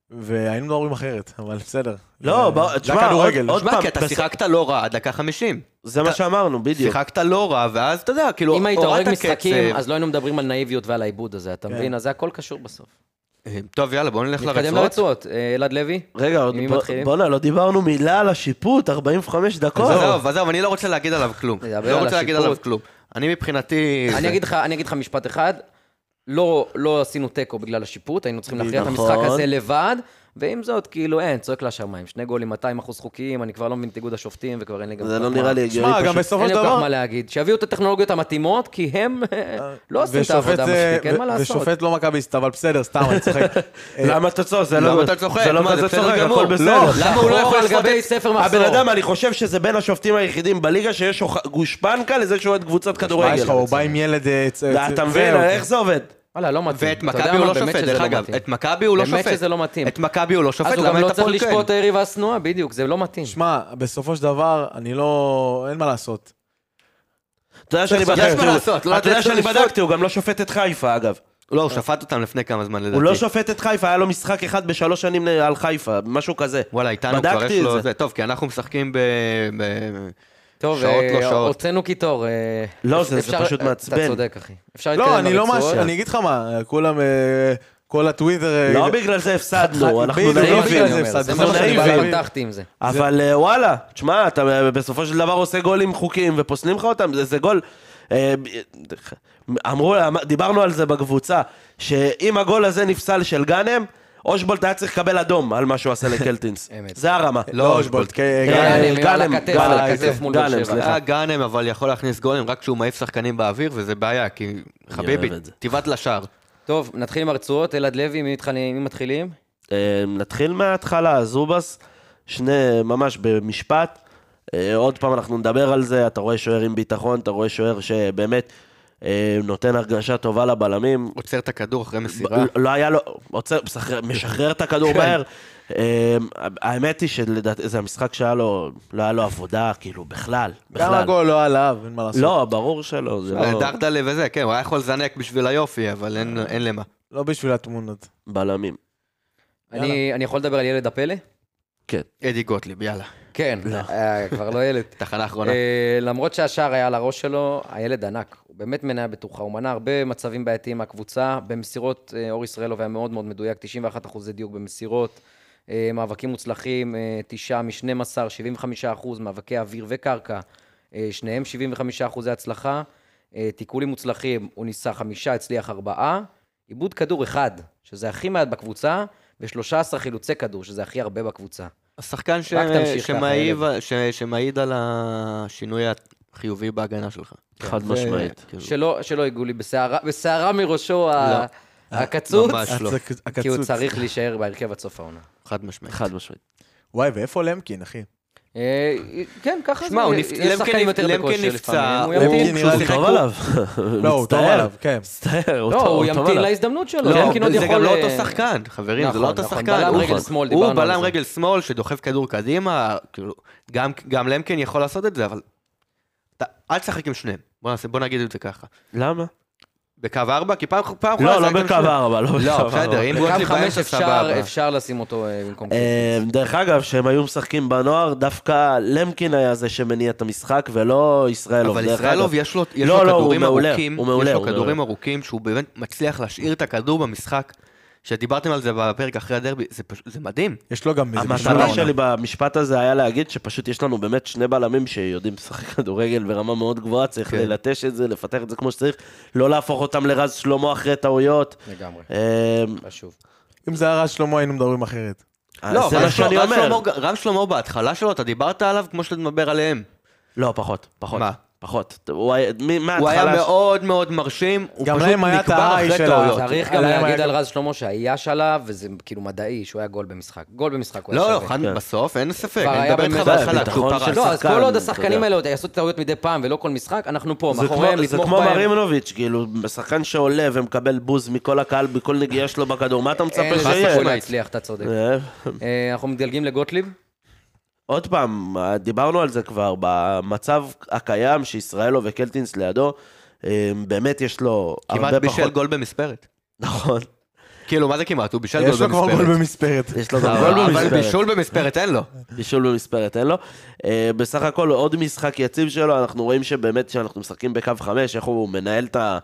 D: והיינו מדברים אחרת, אבל בסדר.
C: לא,
D: זה-
C: ב-
D: זה
C: תשמע,
D: הכדורגל.
C: עוד פעם,
E: תשמע, כי אתה
C: בס-
E: שיחקת לא רע עד דקה 50.
C: זה מה שאמרנו, בדיוק.
E: שיחקת לא רע, ואז אתה יודע, כאילו,
A: אם היית
E: הורדת אה,
A: הורג
E: קצב.
A: משחקים, אז לא היינו מדברים על נאיביות ועל העיבוד הזה, אתה
D: כן.
A: מבין? אז זה הכל קשור בסוף.
E: אה, טוב, יאללה, בואו נלך
A: נתקדם
E: לרצועות.
A: לרצועות. אה, אלעד לוי?
C: רגע, עוד-
A: מי
C: בוא-
A: מתחילים?
C: בואנה, לא דיברנו מילה על השיפוט, 45 דקות.
E: עזוב, עזוב, אני לא רוצה להגיד עליו כלום.
A: נדבר
E: לא
A: על
E: רוצה להגיד
A: השיפוט.
E: עליו כלום. אני מבחינתי... זה-
A: אני אגיד לך- אני אגיד לך משפט אחד. לא לא עשינו תיקו בגלל השיפוט, היינו צריכים להכריע את
C: נכון.
A: המשחק הזה לבד, ועם זאת, כאילו, אין, צועק לשמיים. שני גולים, 200 אחוז חוקיים, אני כבר לא מבין את איגוד השופטים, וכבר אין לי גם...
C: זה
A: כל
C: לא
A: כך
C: נראה
A: מה-
C: לי הגיוני
D: שמע, גם
C: פשוט.
D: בסופו
A: אין
D: של
A: לי כל כך
D: דבר...
A: מה להגיד. שיביאו את הטכנולוגיות המתאימות, כי הם אה, לא עושים את
D: ושופט,
A: העבודה
D: אה,
A: מספיק, אין
D: ו-
A: מה לעשות.
D: ושופט לא מכביסט, אבל בסדר, סתם, אני צוחק. אה,
C: למה אתה צוחק? זה
E: למה
C: לא-
E: אתה צוחק?
C: זה לא
E: מה,
C: מה
E: זה
C: זה
E: בסדר
C: צוחק,
E: גמור.
C: הכל
E: לא,
C: בסדר.
A: למה הוא לא יכול
E: לעשות
A: לגבי
E: את-
A: ספר מחזור?
C: הבן אדם, אני חושב שזה בין השופטים היחידים בליגה שיש הוכ- גושפנקה לזה שהוא אוהד קבוצת
D: מה יש
C: כדורגל.
D: לך, הוא בא עם ילד... אה, צ- צ-
C: אתה מבין,
D: זהו.
C: איך זה עובד?
A: וואלה, לא מתאים.
E: ואת
A: אתה יודע
E: מכבי הוא
A: מה?
E: לא
A: באמת
E: שופט,
A: שזה
E: דרך
A: לא
E: אגב.
A: מתאים.
E: את מכבי הוא לא שופט.
A: באמת שזה לא מתאים.
E: את מכבי הוא לא שופט,
A: אז הוא גם
E: למה
A: לא
E: את
A: צריך
E: הפועל כן?
A: לשפוט היריבה השנואה, בדיוק, זה לא מתאים.
D: שמע, בסופו של דבר, אני לא... אין מה לעשות.
C: אתה יודע שאני
E: מה
C: בדקתי,
E: לעשות, לא
C: הוא- אתה יודע
E: לתת לו
C: שאני
E: לשפוט.
C: בדקתי, הוא גם לא שופט את חיפה אגב.
E: לא, הוא שפט אותם לפני כמה זמן לדעתי.
C: הוא לא שופט את חיפה, היה לו משחק אחד בשלוש שנים על חיפה, משהו כזה.
E: וואלה, איתנו כבר
C: בדקתי
E: יש
C: את
E: לו
C: זה.
E: זה. טוב, כי אנחנו משחקים ב... ב-
A: טוב,
E: שעות לא
A: אה,
E: שעות.
A: הוצאנו קיטור. אה,
C: לא, זה- זה
A: אפשר-
C: פשוט מעצבן.
A: אתה צודק, אחי. אפשר
D: לא,
A: להתקדם
D: אני לא
A: לרצועות.
D: מאשר, אני אגיד לך מה, כולם, אה, כל הטוויטר... אה,
C: לא בגלל זה הפסדנו, אנחנו
D: בדיוק,
A: זה
D: לא
A: לא
D: בגלל זה
A: אני
C: נאיבים.
A: אומר,
D: הפסדנו,
A: זה
C: אנחנו
A: משהו שאני
C: נאיבים.
A: בא- פתחתי עם זה.
C: אבל אה, וואלה, תשמע, אתה אה, בסופו של דבר עושה גולים חוקיים ופוסלים לך אותם, זה- זה גול. אה, ב- אמרו, אמ- דיברנו על זה בקבוצה, שאם הגול הזה נפסל של גאנם, אושבולט היה צריך לקבל אדום על מה שהוא עשה לקלטינס.
A: *laughs* אמת.
C: זה הרמה. אה,
D: לא, אושבולט, כן,
A: גאנם,
D: גאנם.
A: גאנם, על
C: גאנם,
A: הכתף, על הכתף מול באר
C: גאנם,
A: שבע. אה,
C: סליחה.
E: היה אה, גאנם, אבל יכול להכניס גולם רק כשהוא מעיף שחקנים באוויר, וזה בעיה, כי חביבי,
C: אוהב את זה.
E: תבעט לשער.
A: טוב, נתחיל עם הרצועות. אלעד לוי, מי מתחיל- מי מתחילים?
C: אה, נתחיל מההתחלה, זובס, שני, ממש במשפט. אה, עוד פעם אנחנו נדבר על זה, אתה רואה שוער עם ביטחון, אתה רואה שוער שבאמת אה, נותן הרגשה טובה לבלמים.
E: עוצר את הכדור אחרי
C: ב-
E: מסירה.
C: לא היה לו, עוצר, משחרר- משחרר את הכדור מהר. אה, האמת היא שלדעתי זה המשחק שהיה לו, לא היה לו עבודה, כאילו בכלל,
D: גם
C: בכלל.
D: הגול לא עליו, אין מה לעשות.
C: לא, ברור שלא, זה לא...
E: אה, דרדלה וזה, כן, הוא היה יכול לזנק בשביל היופי, אבל אין- אין למה.
D: לא בשביל התמונות.
C: בלמים.
A: אני אני יכול לדבר על ילד הפלא?
C: כן,
E: אדי גוטליב, יאללה.
A: כן, אה, כבר לא ילד.
E: תחנה אחרונה.
A: אה, למרות שהשער היה על הראש שלו, הילד ענק. הוא באמת מניה בטוחה, הוא מנע הרבה מצבים בעייתיים מהקבוצה. במסירות, אה, אור ישראלוב היה מאוד מאוד מדויק, 91 אחוזי דיוק במסירות. אה, מאבקים מוצלחים, אה, תשעה מ-12, 75 אחוז, מאבקי אוויר וקרקע, אה, שניהם 75 אחוזי הצלחה. אה, תיקולים מוצלחים, הוא ניסה חמישה, הצליח ארבעה. עיבוד כדור אחד, שזה הכי מעט בקבוצה, ו-13 חילוצי כדור, שזה הכי הרבה בקבוצה.
E: השחקן ש-
A: רק תמשיך ככה,
E: שמעיב- ש- שמעיד על השינוי החיובי בהגנה שלך.
C: חד
E: זה-
C: משמעית.
E: כאילו,
A: שלא, שלא ייגעו לי בסערה, בסערה מראשו
C: לא,
A: ה-
C: אה,
A: הקצוץ,
E: ממש לא.
D: הצק-
A: כי הוא
D: הקצוץ.
A: צריך להישאר בהרכב עד סוף העונה.
E: חד משמעית.
C: חד משמעית.
D: וואי, ואיפה למקין, אחי?
A: אה, כן, ככה
E: שמע, הוא
A: זה,
E: נפ-
A: יש שחקנים
E: למקין-
A: יותר בכושר
E: למקין נפצע,
A: לפעמים, הוא
E: הוא-
A: ימתין.
D: למקין נראה לי-
C: טוב עליו.
D: לא, הוא טוב
C: מצטער.
D: עליו, כן.
C: מצטער, הוא
A: לא,
C: טוב-
A: הוא
C: טוב
A: ימתין
C: עליו.
A: להזדמנות שלו,
E: לא,
A: למקין עוד
E: זה גם
A: יכול,
E: לא
A: אה,
E: אותו שחקן, חברים, זה
A: נכון,
E: לא אותו
A: נכון,
E: שחקן.
A: בלם
E: הוא-
A: רגל שמאל,
E: הוא
A: דיברנו על
E: בלם
A: זה.
E: רגל שמאל שדוחף כדור קדימה, כאילו, גם- גם למקין יכול לעשות את זה, אבל... אתה- אל תשחק עם שניהם, בוא נעשה- בוא נגיד את זה ככה.
C: למה?
E: בקו ארבע, כי פעם פעם
C: לא, לא
E: לשחק עם
C: בקו
E: שניהם.
C: ארבע, לא בקו
E: לא,
C: ארבע.
E: בסדר, אם
A: בקו
E: גוטליב
A: חמש
E: באמצע
A: אפשר,
E: סבבה.
A: אפשר לשים אותו אה, במקום
C: אה,
A: קבוצה.
C: דרך אגב, כשהם היו משחקים בנוער, דווקא למקין היה זה שמניע את המשחק, ולא ישראלוב.
E: אבל
C: לא, דרך
E: ישראלוב
C: אגב.
E: יש לו יש
C: לא,
E: לו
C: לא, הוא
E: כדורים
C: מעולה,
E: ארוכים,
C: הוא מעולה,
E: יש לו
C: הוא
E: כדורים
C: מעולה.
E: ארוכים שהוא באמת מצליח להשאיר את הכדור במשחק. שדיברתם על זה בפרק אחרי הדרבי, זה פשוט, זה מדהים.
D: יש לו גם איזה
C: המטרה
D: כישרון.
C: שלי במשפט הזה היה להגיד שפשוט יש לנו באמת שני בלמים שיודעים לשחק כדורגל ברמה מאוד גבוהה, צריך
E: כן.
C: ללטש את זה, לפתח את זה כמו שצריך, לא להפוך אותם לרז שלמה אחרי טעויות.
A: לגמרי,
C: אה,
A: חשוב.
D: אם זה היה רז שלמה, היינו מדברים אחרת.
E: לא,
C: אה, זה
E: רם
C: מה שאני
E: שלמה- רם
C: אומר.
E: שלמה- רם שלמה בהתחלה שלו, אתה דיברת עליו כמו שאתה מדבר עליהם.
C: לא, פחות, פחות.
E: מה?
C: פחות. הוא היה- מ-
E: הוא היה
C: מההתחלה...
E: מאוד מאוד מרשים, הוא
D: גם
E: פשוט
D: להם היה את
E: נקבר
D: ה-I
E: אחרי
D: של
C: לא,
E: טעויות.
D: ה-
A: צריך גם
D: עליהם
A: להגיד
D: היה
A: על
D: גם-
A: רז שלמה שהאייש עליו, וזה כאילו מדעי, שהוא היה גול במשחק. גול במשחק הוא היה
E: לא,
A: שווה.
E: לא, חד-
C: כן.
E: בסוף, אין ספק,
A: כבר
E: אני
A: היה
E: מדבר איתך
A: באמת-
E: בהתחלה,
C: ביטחון
E: כשהוא פרש.
C: של-
A: לא, אז
C: שחקן,
A: כל עוד
C: אתה
A: השחקנים
C: יודע.
A: האלה עוד יעשו טעויות מדי פעם ולא כל משחק, אנחנו פה,
C: זה
A: מאחוריהם,
C: כמו- זה
A: לתמוך
C: כמו
A: בהם.
C: מרימנוביץ', כאילו, שחקן שעולה ומקבל בוז מכל הקהל, בכל נגיעה שלו בכדור, מה אתה
A: אין
C: מצפה
A: לזה
E: שיהיה.
A: סיכוי
C: שיהיה?
A: להצליח, אתה צודק.
C: אה,
A: אה, אנחנו מדלגים לגוטליב.
C: עוד פעם, דיברנו על זה כבר, במצב הקיים שישראלו וקלטינס לידו, אה, באמת יש לו
E: כמעט
C: הרבה
E: בישל
C: פחות...
E: גול במספרת.
C: נכון,
E: כאילו, מה זה כמעט? הוא בישל גול
D: יש לו כבר גול
E: במספרת. לא,
D: במספרת.
C: יש לו גם גול
E: אבל
C: במספרת.
E: בישול במספרת אין לו.
C: בישול במספרת אין לו. אה, בסך הכל עוד משחק יציב שלו, אנחנו רואים שבאמת כשאנחנו משחקים בקו חמש, איך הוא מנהל את ה...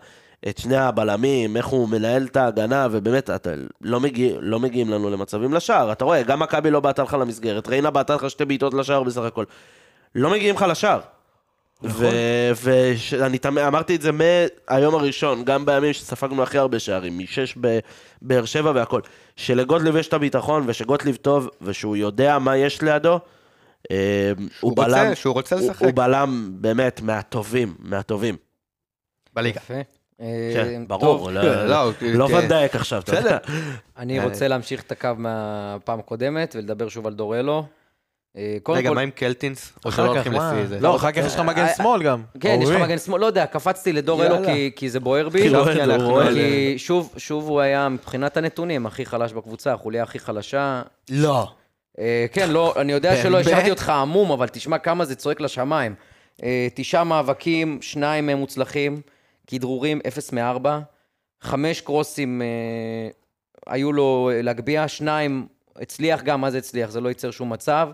C: את שני הבלמים, איך הוא מנהל את ההגנה, ובאמת, אתה לא, מגיע, לא מגיעים לנו למצבים לשער. אתה רואה, גם מכבי לא בעטה לך למסגרת, ריינה בעטה לך שתי בעיטות לשער בסך הכל. לא מגיעים לך לשער.
E: נכון.
C: ואני אמרתי את זה מהיום הראשון, גם בימים שספגנו הכי הרבה שערים, משש בבאר שבע והכל. שלגוטליב יש את הביטחון, ושגוטליב טוב, ושהוא יודע מה יש לידו. אה, הוא
E: רוצה-
C: בלם,
E: שהוא רוצה
C: הוא-
E: לשחק.
C: הוא בלם באמת מהטובים, מהטובים.
E: בליגה.
A: יפה. אה,
C: כן,
A: טוב,
C: ברור, לא-
E: לא,
C: לא
E: כן.
C: ונדייק עכשיו, אתה יודע.
E: בסדר.
A: אני
E: אה.
A: רוצה להמשיך את הקו מהפעם הקודמת ולדבר שוב על דורלו. אה, קודם
E: רגע,
A: כל-
E: מה עם קלטינס? או שלא
D: אחר כך,
E: הולכים
D: מה?
E: לפי זה?
D: לא, אחר כך יש לך מגן
A: אה,
D: שמאל גם.
A: כן, יש לך
D: אורי.
A: מגן שמאל, לא יודע, קפצתי לדורלו
D: יאללה.
A: כי- כי זה בוער בי.
C: כי
E: חשבתי
C: רואל,
E: על
C: הוא רואל.
A: כי שוב, שוב הוא היה מבחינת הנתונים הכי חלש בקבוצה, החוליה הכי חלשה.
E: לא.
A: אה, כן, לא, אני יודע שלא
E: באמת?
A: השארתי אותך עמום, אבל תשמע כמה זה צועק לשמיים. אה, תשעה מאבקים, שניים מהם מוצלחים, כדרורים 0 מ-4, חמש קרוסים אה, היו לו אה, להגביה, שניים הצליח גם, מה זה הצליח? זה לא ייצר שום מצב.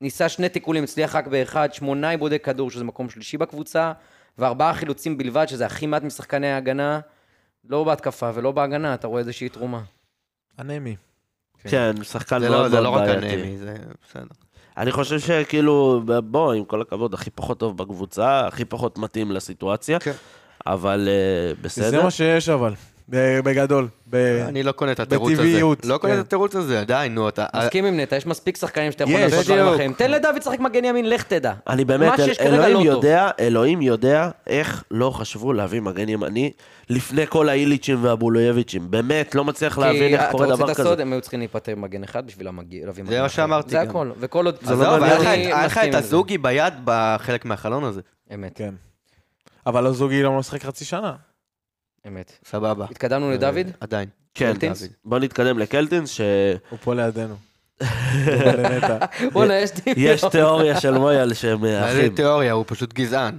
A: ניסה שני תיקולים, הצליח רק באחד, שמונה עיבודי כדור, שזה מקום שלישי בקבוצה, וארבעה חילוצים בלבד, שזה הכי מעט משחקני ההגנה, לא בהתקפה ולא בהגנה, אתה רואה איזושהי תרומה.
D: אנמי.
C: כן, שחקן
E: זה
C: מאוד
E: לא- זה לא
C: מאוד
E: רק
C: בעייתי.
E: הנמי, זה בסדר.
C: אני חושב שכאילו, בוא, עם כל הכבוד, הכי פחות טוב בקבוצה, הכי פחות מתאים לסיטואציה,
E: כן.
C: אבל אה,
D: זה
C: בסדר.
D: מה שיש אבל. ב- בגדול. ב-
E: אני לא קונה את התירוץ הזה.
D: כן. בטבעיות,
E: לא קונה
D: כן.
E: את התירוץ הזה, די, נו, אתה...
A: מסכים עם נטע, יש מספיק שחקנים שאתה יכול
E: יש,
A: לעשות דברים
E: בדיוק.
A: אחרים. תן לדוד לשחק מגן ימין, לך תדע.
C: אני באמת,
A: מה שיש
C: אל,
A: כרגע
C: אלוהים
A: לא טוב.
C: יודע, אלוהים יודע איך לא חשבו להביא מגן ימני לפני כל האיליצ'ים והבולויביצ'ים. באמת, לא מצליח להבין איך קורה
A: כי אתה
C: דבר
A: רוצה את הסוד,
C: כזה.
A: הם היו צריכים להיפטר ממגן אחד בשביל המגיע- להביא מגן
E: מה
A: אחר.
E: שאמרתי
A: זה
E: גם.
A: הכל. וכל עוד...
E: עזוב, היה לך-
A: אני
E: היה לך
A: מסכים
E: את
A: עם זה.
E: הזוגי ביד בחלק מהחלון הזה.
A: אמת,
D: כן. אבל הזוגי לא משחק חצי שנה.
A: אמת.
E: סבבה.
A: התקדמנו לדוד?
E: אה, עדיין.
C: כן,
A: קלטינס?
C: בוא נתקדם לקלטינס, ש...
D: הוא פה לידינו. הוא בלנטע.
A: בואנה, יש דמיון. *laughs*
C: יש תיאוריה של מויאל שהם
E: זה
C: אחים.
E: תיאוריה, הוא פשוט גזען.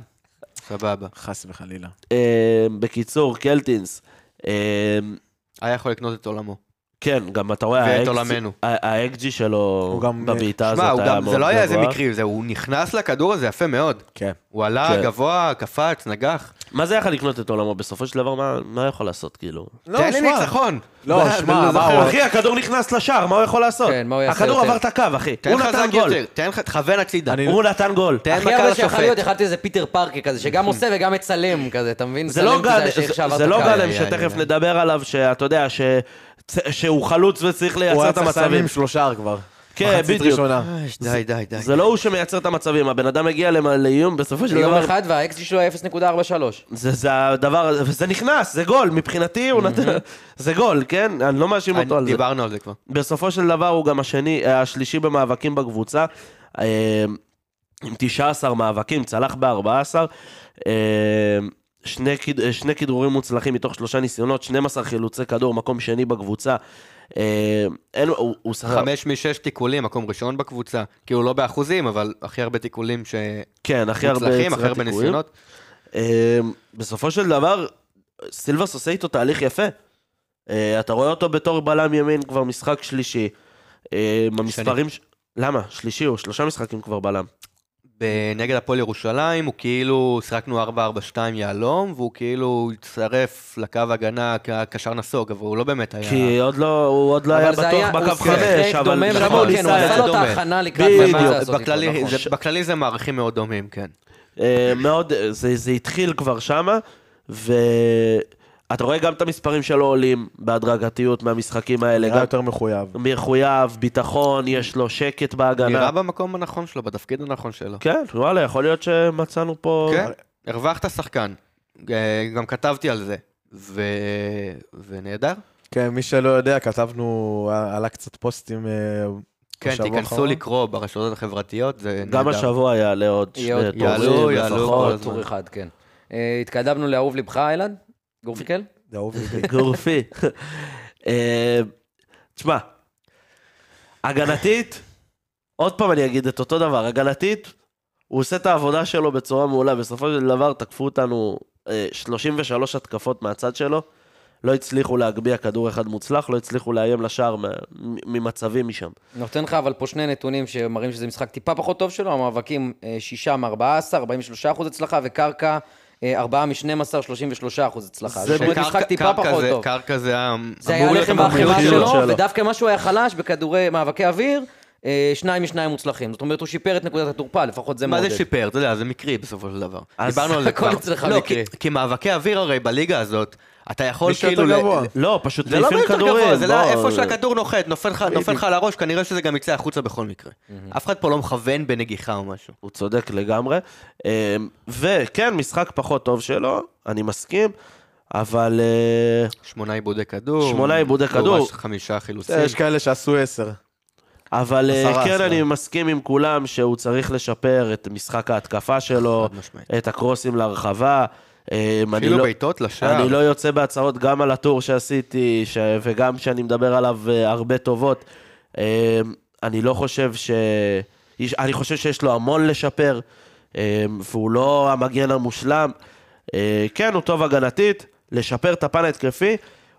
E: סבבה.
D: חס וחלילה.
C: אה, בקיצור, קלטינס, אה,
E: היה יכול לקנות את עולמו.
C: כן, גם אתה רואה,
E: ואת
C: האקס-
E: עולמנו.
C: ה- האקג'י שלו
D: הוא גם-
C: בבעיטה הזאת
E: שמע, הוא
C: היה
E: גם-
C: מאוד
E: זה לא היה איזה
C: גבוה.
E: מקרי, זה- הוא נכנס לכדור הזה יפה מאוד.
D: כן.
E: הוא עלה
C: כן.
E: גבוה, קפץ, נגח.
C: מה זה יכול לקנות את עולמו? בסופו של דבר, מה- מה הוא יכול לעשות, כאילו?
D: לא,
E: תן לי
D: שמע.
E: ניצחון.
D: לא,
E: זה-
D: שמע,
E: זה- זה-
D: מה,
E: זה-
D: הוא-
C: אחי, הכדור נכנס לשער, מה הוא יכול לעשות?
A: כן, מה הוא יעשה
C: הכדור
A: יותר?
C: עבר את הקו, אחי.
E: תן
C: הוא נתן
E: חזק
C: גול.
E: יותר, תן ח- תכוון הצידה.
D: אני-
C: הוא נתן גול.
E: תן
A: הכי
E: מכה
A: הרבה שיכול להיות,
E: לשופט.
A: יכלתי לא איזה פיטר פארקר כזה, שגם עושה וגם מצלם כזה, אתה מבין?
C: זה לא
A: מצלם
C: גאנם,
A: כזה שעכשיו
C: זה לא
A: עטוקה.
C: גאנם
E: איי, איי,
C: שתכף
E: איי.
C: נדבר עליו, שאתה יודע, ש- צ- שהוא חלוץ וצריך
D: הוא
C: לייצר
D: היה
C: את
D: צריך לסיים
C: המצבים.
D: עם שלושה כבר.
C: כן,
D: מחצית
C: בדיוק.
D: ראשונה.
E: איי, די, די, די.
C: זה לא הוא שמייצר את המצבים, הבן אדם מגיע למ- לאיום, בסופו של
A: יום
C: דבר...
A: אחד והאקסי שלו היה 0.43.
C: זה, זה הדבר הזה, וזה נכנס, זה גול, מבחינתי הוא נתן, זה גול, כן? אני לא מאשים אותו על
E: אני-
C: זה.
E: דיברנו על זה כבר.
C: בסופו של דבר הוא גם השני, אה, השלישי במאבקים בקבוצה, אה, עם 19 מאבקים, צלח ב-14. שני, כד- אה, שני כדרורים מוצלחים מתוך שלושה ניסיונות, 12 חילוצי כדור, מקום שני בקבוצה. אה, אין, הוא, הוא שחק...
E: חמש משש תיקולים, מקום ראשון בקבוצה. כאילו לא באחוזים, אבל הכי הרבה תיקולים שמוצלחים,
C: כן, הכי הרבה
E: הכי
C: יצירת
E: הרבה
C: תיקויים.
E: ניסיונות.
C: אה, בסופו של דבר, סילבס עושה איתו תהליך יפה. אה, אתה רואה אותו בתור בלם ימין כבר משחק שלישי. אה, המספרים... ש- למה? שלישי, הוא שלושה משחקים כבר בלם.
E: ב- נגד הפועל ירושלים, הוא כאילו, שיחקנו 4-4-2 יהלום, והוא כאילו הצטרף לקו הגנה כקשר נסוג, אבל הוא לא באמת היה...
C: כי עוד לא, הוא עוד לא
A: אבל
C: היה
A: זה היה-
C: בטוח בקו
A: הוא שיחק
C: חמש,
A: דומה
C: אבל
A: מאוד,
C: שם הוא
A: כן, הוא
C: ניסה
A: עשה
C: את
A: לו
C: זה.
A: את
E: דומה.
A: ההכנה לקראת הקבוצה הזאת.
E: בכללי,
A: נכון.
E: זה, בכללי זה מערכים מאוד דומים, כן.
C: אה, מאוד, זה, זה התחיל כבר שמה, ואתה רואה גם את המספרים שלו עולים בהדרגתיות מהמשחקים האלה.
D: היה
C: גם
D: יותר מחויב.
C: מחויב, ביטחון, יש לו שקט בהגנה.
E: נראה במקום הנכון שלו, בתפקיד הנכון שלו.
C: כן, וואלה, יכול להיות שמצאנו פה...
E: כן, הרווחת שחקן. אה, גם כתבתי על זה. ו... ונהדר.
D: כן, מי שלא יודע, כתבנו, עלה קצת פוסטים. אה,
E: כן,
D: בשבוע
E: תיכנסו
D: האחרון.
E: לקרוא ברשתות החברתיות, זה נהדר.
C: גם השבוע יעלה עוד שני
A: יהיה עוד-
E: יעלו,
C: טורים
E: יעלו
C: לפחות.
E: כל
A: עוד טור אחד, כן. אה, התקדמנו לאהוב לבך, אילן? גורפיקל?
D: זה אהוב לי.
C: גורפי. אה, תשמע, הגנתית, עוד פעם אני אגיד את אותו דבר, הגנתית, הוא עושה את העבודה שלו בצורה מעולה. בסופו של דבר תקפו אותנו אה, 33 התקפות מהצד שלו, לא הצליחו להגביה כדור אחד מוצלח, לא הצליחו לאיים לשער מה- מ- ממצבים משם.
A: נותן לך אבל פה שני נתונים שמראים שזה משחק טיפה פחות טוב שלו, המאבקים אה, 6 מ-14, 43 אחוז הצלחה, וקרקע אה, 4 מ-12, 33 אחוז הצלחה.
C: זה
A: זאת אומרת,
E: שקרקע-
A: משחק טיפה
E: קרקע
A: פחות
E: זה-
A: טוב.
E: קרקע זה היה...
A: זה
E: אמור
A: היה
E: להיות
A: לחם
E: המומחיות
A: והחמאה
C: המומחיות
A: שלו,
C: שלו.
A: ודווקא מה שהוא היה חלש בכדורי מאבקי אוויר, אה, שניים משניים מוצלחים. זאת אומרת, הוא שיפר את נקודת התורפה, לפחות זה
E: מה
A: מעודד.
E: זה שיפר? אתה יודע, זה מקרי בסופו של דבר.
C: אז
E: דיברנו על זה
A: הכל
E: כבר.
A: אצלך
E: לא,
A: מקרי.
E: כי- כי מאבקי אוויר הרי בליגה הזאת, אתה יכול
D: מי שיותר
E: כאילו... ל-
D: גבוה.
E: ל-
C: לא, פשוט
E: זה לא
C: מעיפים
E: ביותר
C: כדורים.
E: גבוה, זה לא
C: בוא.
E: איפה שהכדור נוחת, נופל לך- נופל לך על הראש, כנראה שזה גם יצא החוצה בכל מקרה. אף אחד פה לא מכוון בנגיחה או משהו.
C: הוא צודק לגמרי. אמ, וכן, משחק פחות טוב שלו, אני מסכים, אבל אה,
E: שמונה עיבודי כדור.
C: שמונה עיבודי כדור.
E: ממש חמישה חילוצים.
D: יש כאלה שעשו עשר.
C: אבל אה,
D: עשרה,
C: כן,
D: עשרה.
C: אני מסכים עם כולם שהוא צריך לשפר את משחק ההתקפה שלו,
E: חד משמעית.
C: את הקרוסים להרחבה. אמ, אני
E: אפילו
C: לא-
E: בעיטות לשער.
C: אני לא יוצא בהצהרות גם על הטור שעשיתי, ש... וגם שאני מדבר עליו אה, הרבה טובות. אה, אני לא חושב ש... יש- אני חושב שיש לו המון לשפר, אה, והוא לא המגן המושלם. אה, כן, הוא טוב הגנתית, לשפר את הפן ההתקפי.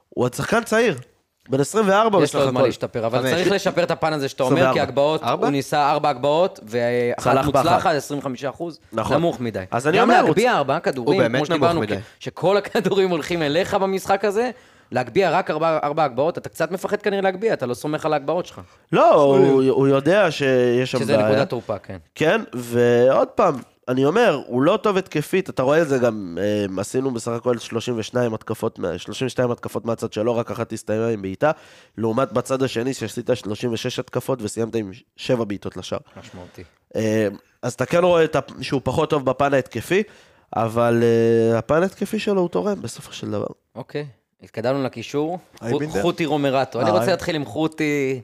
C: הוא עוד שחקן צעיר, בן 24
A: יש
C: בסך
A: לו עוד מה
C: הכל.
A: להשתפר, אבל
E: חמש.
A: צריך לשפר את הפן הזה שאתה אומר,
C: 24.
A: כי הגבהות,
E: ארבע?
A: הוא ניסה ארבע הגבהות, ואחת
C: צלח
A: מוצלחת,
C: באחת.
A: 25 אחוז,
C: נכון.
A: נמוך מדי.
C: אז אני
A: גם
C: אומר, הוא
A: להגביה ארבעה כדורים,
E: באמת
A: כמו
E: נמוך
A: שדיברנו,
E: מדי.
A: כי- שכל הכדורים הולכים אליך במשחק הזה, להגביה רק ארבע ארבע הגבהות, אתה קצת מפחד כנראה להגביה, אתה לא סומך על ההגבהות שלך.
C: לא, הוא, הוא יודע שיש שם
A: שזה
C: בעיה.
A: נקודת תורפה, כן.
C: כן, ועוד פעם, אני אומר, הוא לא טוב התקפית, אתה רואה את זה גם, אה, עשינו בסך הכל 32 התקפות, מה- 32 התקפות מהצד שלו, רק אחת הסתיימה עם בעיטה, לעומת בצד השני שעשית 36 התקפות וסיימת עם 7 בעיטות לשער.
A: משמעותי.
C: אה, אז אתה כן רואה את הפ- שהוא פחות טוב בפן ההתקפי, אבל אה, הפן ההתקפי שלו הוא תורם בסופו של דבר.
A: אוקיי, התקדמנו לקישור.
D: אייבינדר?
A: חוטי רומרטו. אני
D: אה,
A: רוצה
D: אי-
A: להתחיל עם חוטי...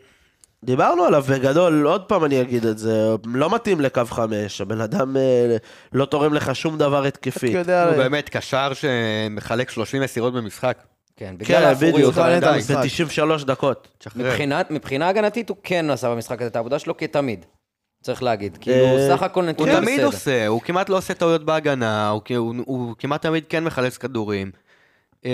C: דיברנו עליו בגדול, עוד פעם אני אגיד את זה, לא מתאים לקו חמש, הבן אדם אה, לא תורם לך שום דבר התקפי.
D: יודע,
E: הוא באמת קשר שמחלק 30 מסירות במשחק.
A: כן, בגלל
C: כן,
A: האפוריות.
C: בדיוק,
D: אבל עדיין.
C: ב-93 דקות.
E: תשחרר.
A: כן. מבחינת- מבחינה הגנתית הוא כן עשה במשחק הזה את העבודה שלו כתמיד. צריך להגיד. כאילו,
C: אה,
A: סך הכל
E: הוא
A: נתונים
E: תמיד
A: בסדר.
E: עושה, הוא כמעט לא עושה טעויות בהגנה, הוא כ- הוא- הוא כמעט תמיד כן מחלץ כדורים. אמ,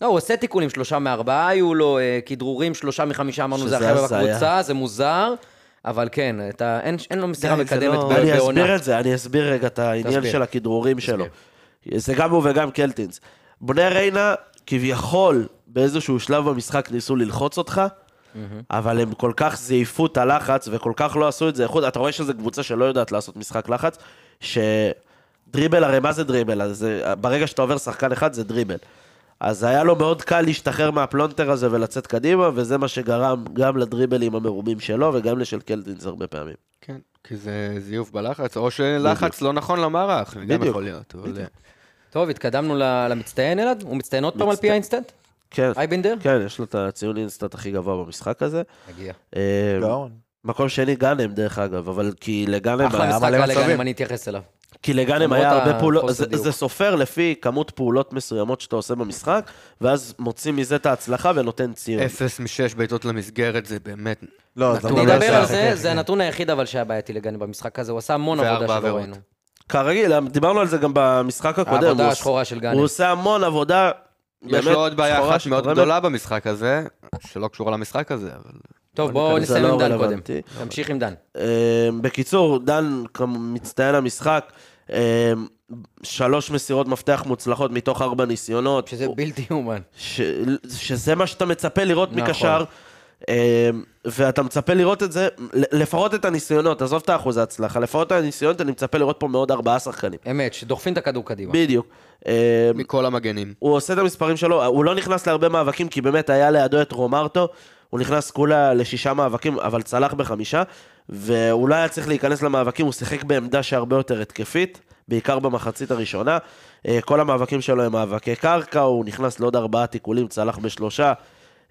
A: לא, הוא עושה תיקונים, שלושה מארבעה היו לו, אה, כדרורים, שלושה מחמישה, אמרנו, זה
C: שזה
A: החבר'ה
C: הזיה.
A: בקבוצה, זה מוזר, אבל כן, אתה, אין, אין לו מסירה
E: די, זה
A: מקדמת
E: לא-
A: ב-
C: אני
A: בעונה.
C: אסביר את זה, אני אסביר רגע את העניין
A: תסביר.
C: של הכדרורים שלו. זה גם הוא וגם קלטינס. בני ריינה, כביכול, באיזשהו שלב במשחק ניסו ללחוץ אותך, אבל הם כל כך זייפו את הלחץ וכל כך לא עשו את זה. איכות, אתה רואה שזו קבוצה שלא יודעת לעשות משחק לחץ, שדריבל, הרי מה זה דריבל? אז זה- ברגע שאתה עובר שחקן אחד זה דריבל. אז היה לו מאוד קל להשתחרר מהפלונטר הזה ולצאת קדימה, וזה מה שגרם גם לדריבלים המרובים שלו וגם לשל קלטינס הרבה פעמים.
E: כן, כי זה זיוף בלחץ, או שלחץ לא נכון למערך, זה גם
C: בדיוק.
E: יכול להיות. אבל-
A: טוב, התקדמנו ל- למצטיין, אלעד? הוא מצטיין עוד פעם על פי האינסטנט?
C: כן.
E: אה,
A: אייבינדר?
C: כן, יש לו את הציון אינסטאט הכי גבוה במשחק הזה.
A: מגיע.
C: אה,
D: גאון.
C: מקום שני גאנם, דרך אגב, אבל כי לגאנם
A: אחלה
C: היה...
A: משחק
D: מלא
A: על הגן,
D: מצבים.
A: אני אתייחס אליו.
C: כי לגאנם
A: למרות
C: היה הרבה
A: החוסר
C: פעולות, זה,
A: דיוק.
C: זה סופר לפי כמות פעולות מסוימות שאתה עושה במשחק, ואז מוציא מזה את ההצלחה ונותן ציון.
E: אפס משש בעיטות למסגרת זה באמת,
D: לא, זה
E: נתון.
D: לא
A: נדבר על
D: שייך.
A: זה, זה הנתון היחיד אבל שהיה בעייתי לגן במשחק הזה, הוא עשה המון
E: וארבע
A: עבודה שלא
E: עבירות.
A: ראינו.
C: כרגיל, אה, דיברנו על זה גם במשחק הקודם.
A: העבודה
C: הוא-
A: השחורה של גאנם.
C: הוא עושה המון עבודה.
E: יש
C: באמת
E: לו עוד בעיה
C: שחורה
E: אחת מאוד
C: שתורמת.
E: גדולה במשחק הזה, שלא קשורה למשחק הזה, אבל...
A: טוב, בואו
C: זה
A: נסיים
C: לא
A: עם דן קודם.
C: רלוונטי.
A: תמשיך עם דן.
C: אה, בקיצור, דן כמ- מצטיין המשחק, אה, שלוש מסירות מפתח מוצלחות מתוך ארבע ניסיונות.
A: שזה
C: הוא-
A: בלתי אומן.
C: ש... שזה מה שאתה מצפה לראות
A: נכון.
C: נכון. מקשר, אה, ואתה מצפה לראות את זה, לפחות את הניסיונות, עזוב את האחוז ההצלחה, לפחות את הניסיונות אני מצפה לראות פה מעוד ארבעה שחקנים.
A: אמת, שדוחפים את הכדור קדימה.
C: בדיוק. אה,
E: מכל המגנים.
C: הוא עושה את המספרים שלו, הוא לא נכנס להרבה מאבקים, כי באמת היה לידו את רומרטו, הוא נכנס כולה לשישה מאבקים, אבל צלח בחמישה, והוא לא היה צריך להיכנס למאבקים, הוא שיחק בעמדה שהרבה יותר התקפית, בעיקר במחצית הראשונה. אה, כל המאבקים שלו הם מאבקי קרקע, הוא נכנס לעוד ארבעה תיקולים, צלח בשלושה.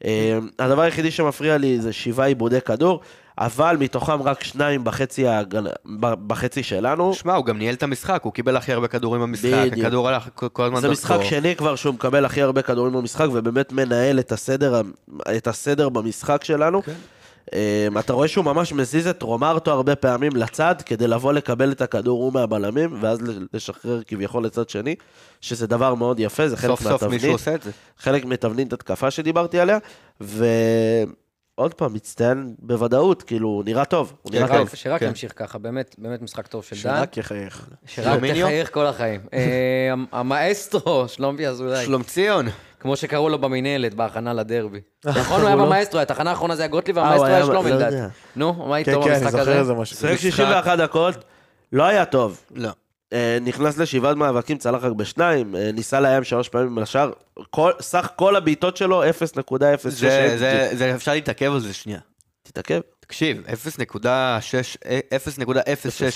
C: אה, הדבר היחידי שמפריע לי זה שבעה עיבודי כדור, אבל מתוכם רק שניים בחצי, ההגנ... ב- בחצי שלנו.
E: שמע, הוא גם ניהל את המשחק, הוא קיבל הכי הרבה כדורים במשחק,
C: בדיוק.
E: הכדור הלך כל- כל הזמן
C: זה משחק שני כבר שהוא מקבל הכי הרבה כדורים במשחק, ובאמת מנהל את הסדר, ה- את הסדר במשחק שלנו.
E: כן.
C: אמ, אתה רואה שהוא ממש מזיז את רומרטו הרבה פעמים לצד, כדי לבוא לקבל את הכדור הוא מהבלמים, ואז ל- לשחרר כביכול לצד שני, שזה דבר מאוד יפה, זה חלק
E: סוף סוף מישהו
C: מהתבנית,
E: עושה את זה.
C: חלק מתבנית התקפה שדיברתי עליה, ועוד פעם, מצטיין בוודאות, כאילו, הוא נראה טוב, הוא נראה
A: שרק-
C: טוב.
A: שרק
E: כן.
A: ימשיך ככה, באמת, באמת משחק טוב של דן.
D: שרק יחייך.
A: שרק
E: שלומיניו?
A: תחייך כל החיים. אה, המ- המאסטרו, שלומי אזולאי.
E: שלום ציון.
A: כמו שקראו לו במינהלת, בהכנה לדרבי.
D: איך
A: נכון, הוא היה
D: קראו לו?
A: במאסטרו, התחנה האחרונה זה היה גוטליב,
C: הוא
A: והמאסטרו
C: היה
A: היה
C: ב- לא
A: שלומנדל.
C: יודע.
A: נו, מה
D: כן,
A: איתו
D: כן, אני
A: במשחק
D: זוכר
A: הזה?
D: איזה משהו.
C: שיחק 61 דקות, לא היה טוב.
E: לא.
C: אה, נכנס לשבעת מאבקים, צלח רק בשניים, אה, ניסה לים שלוש פעמים על השאר. כל- סך כל הבעיטות שלו 0.06.
E: זה, זה, זה, אפשר להתעכב על זה שנייה.
C: תתעכב.
E: תקשיב, 0.6, 0.066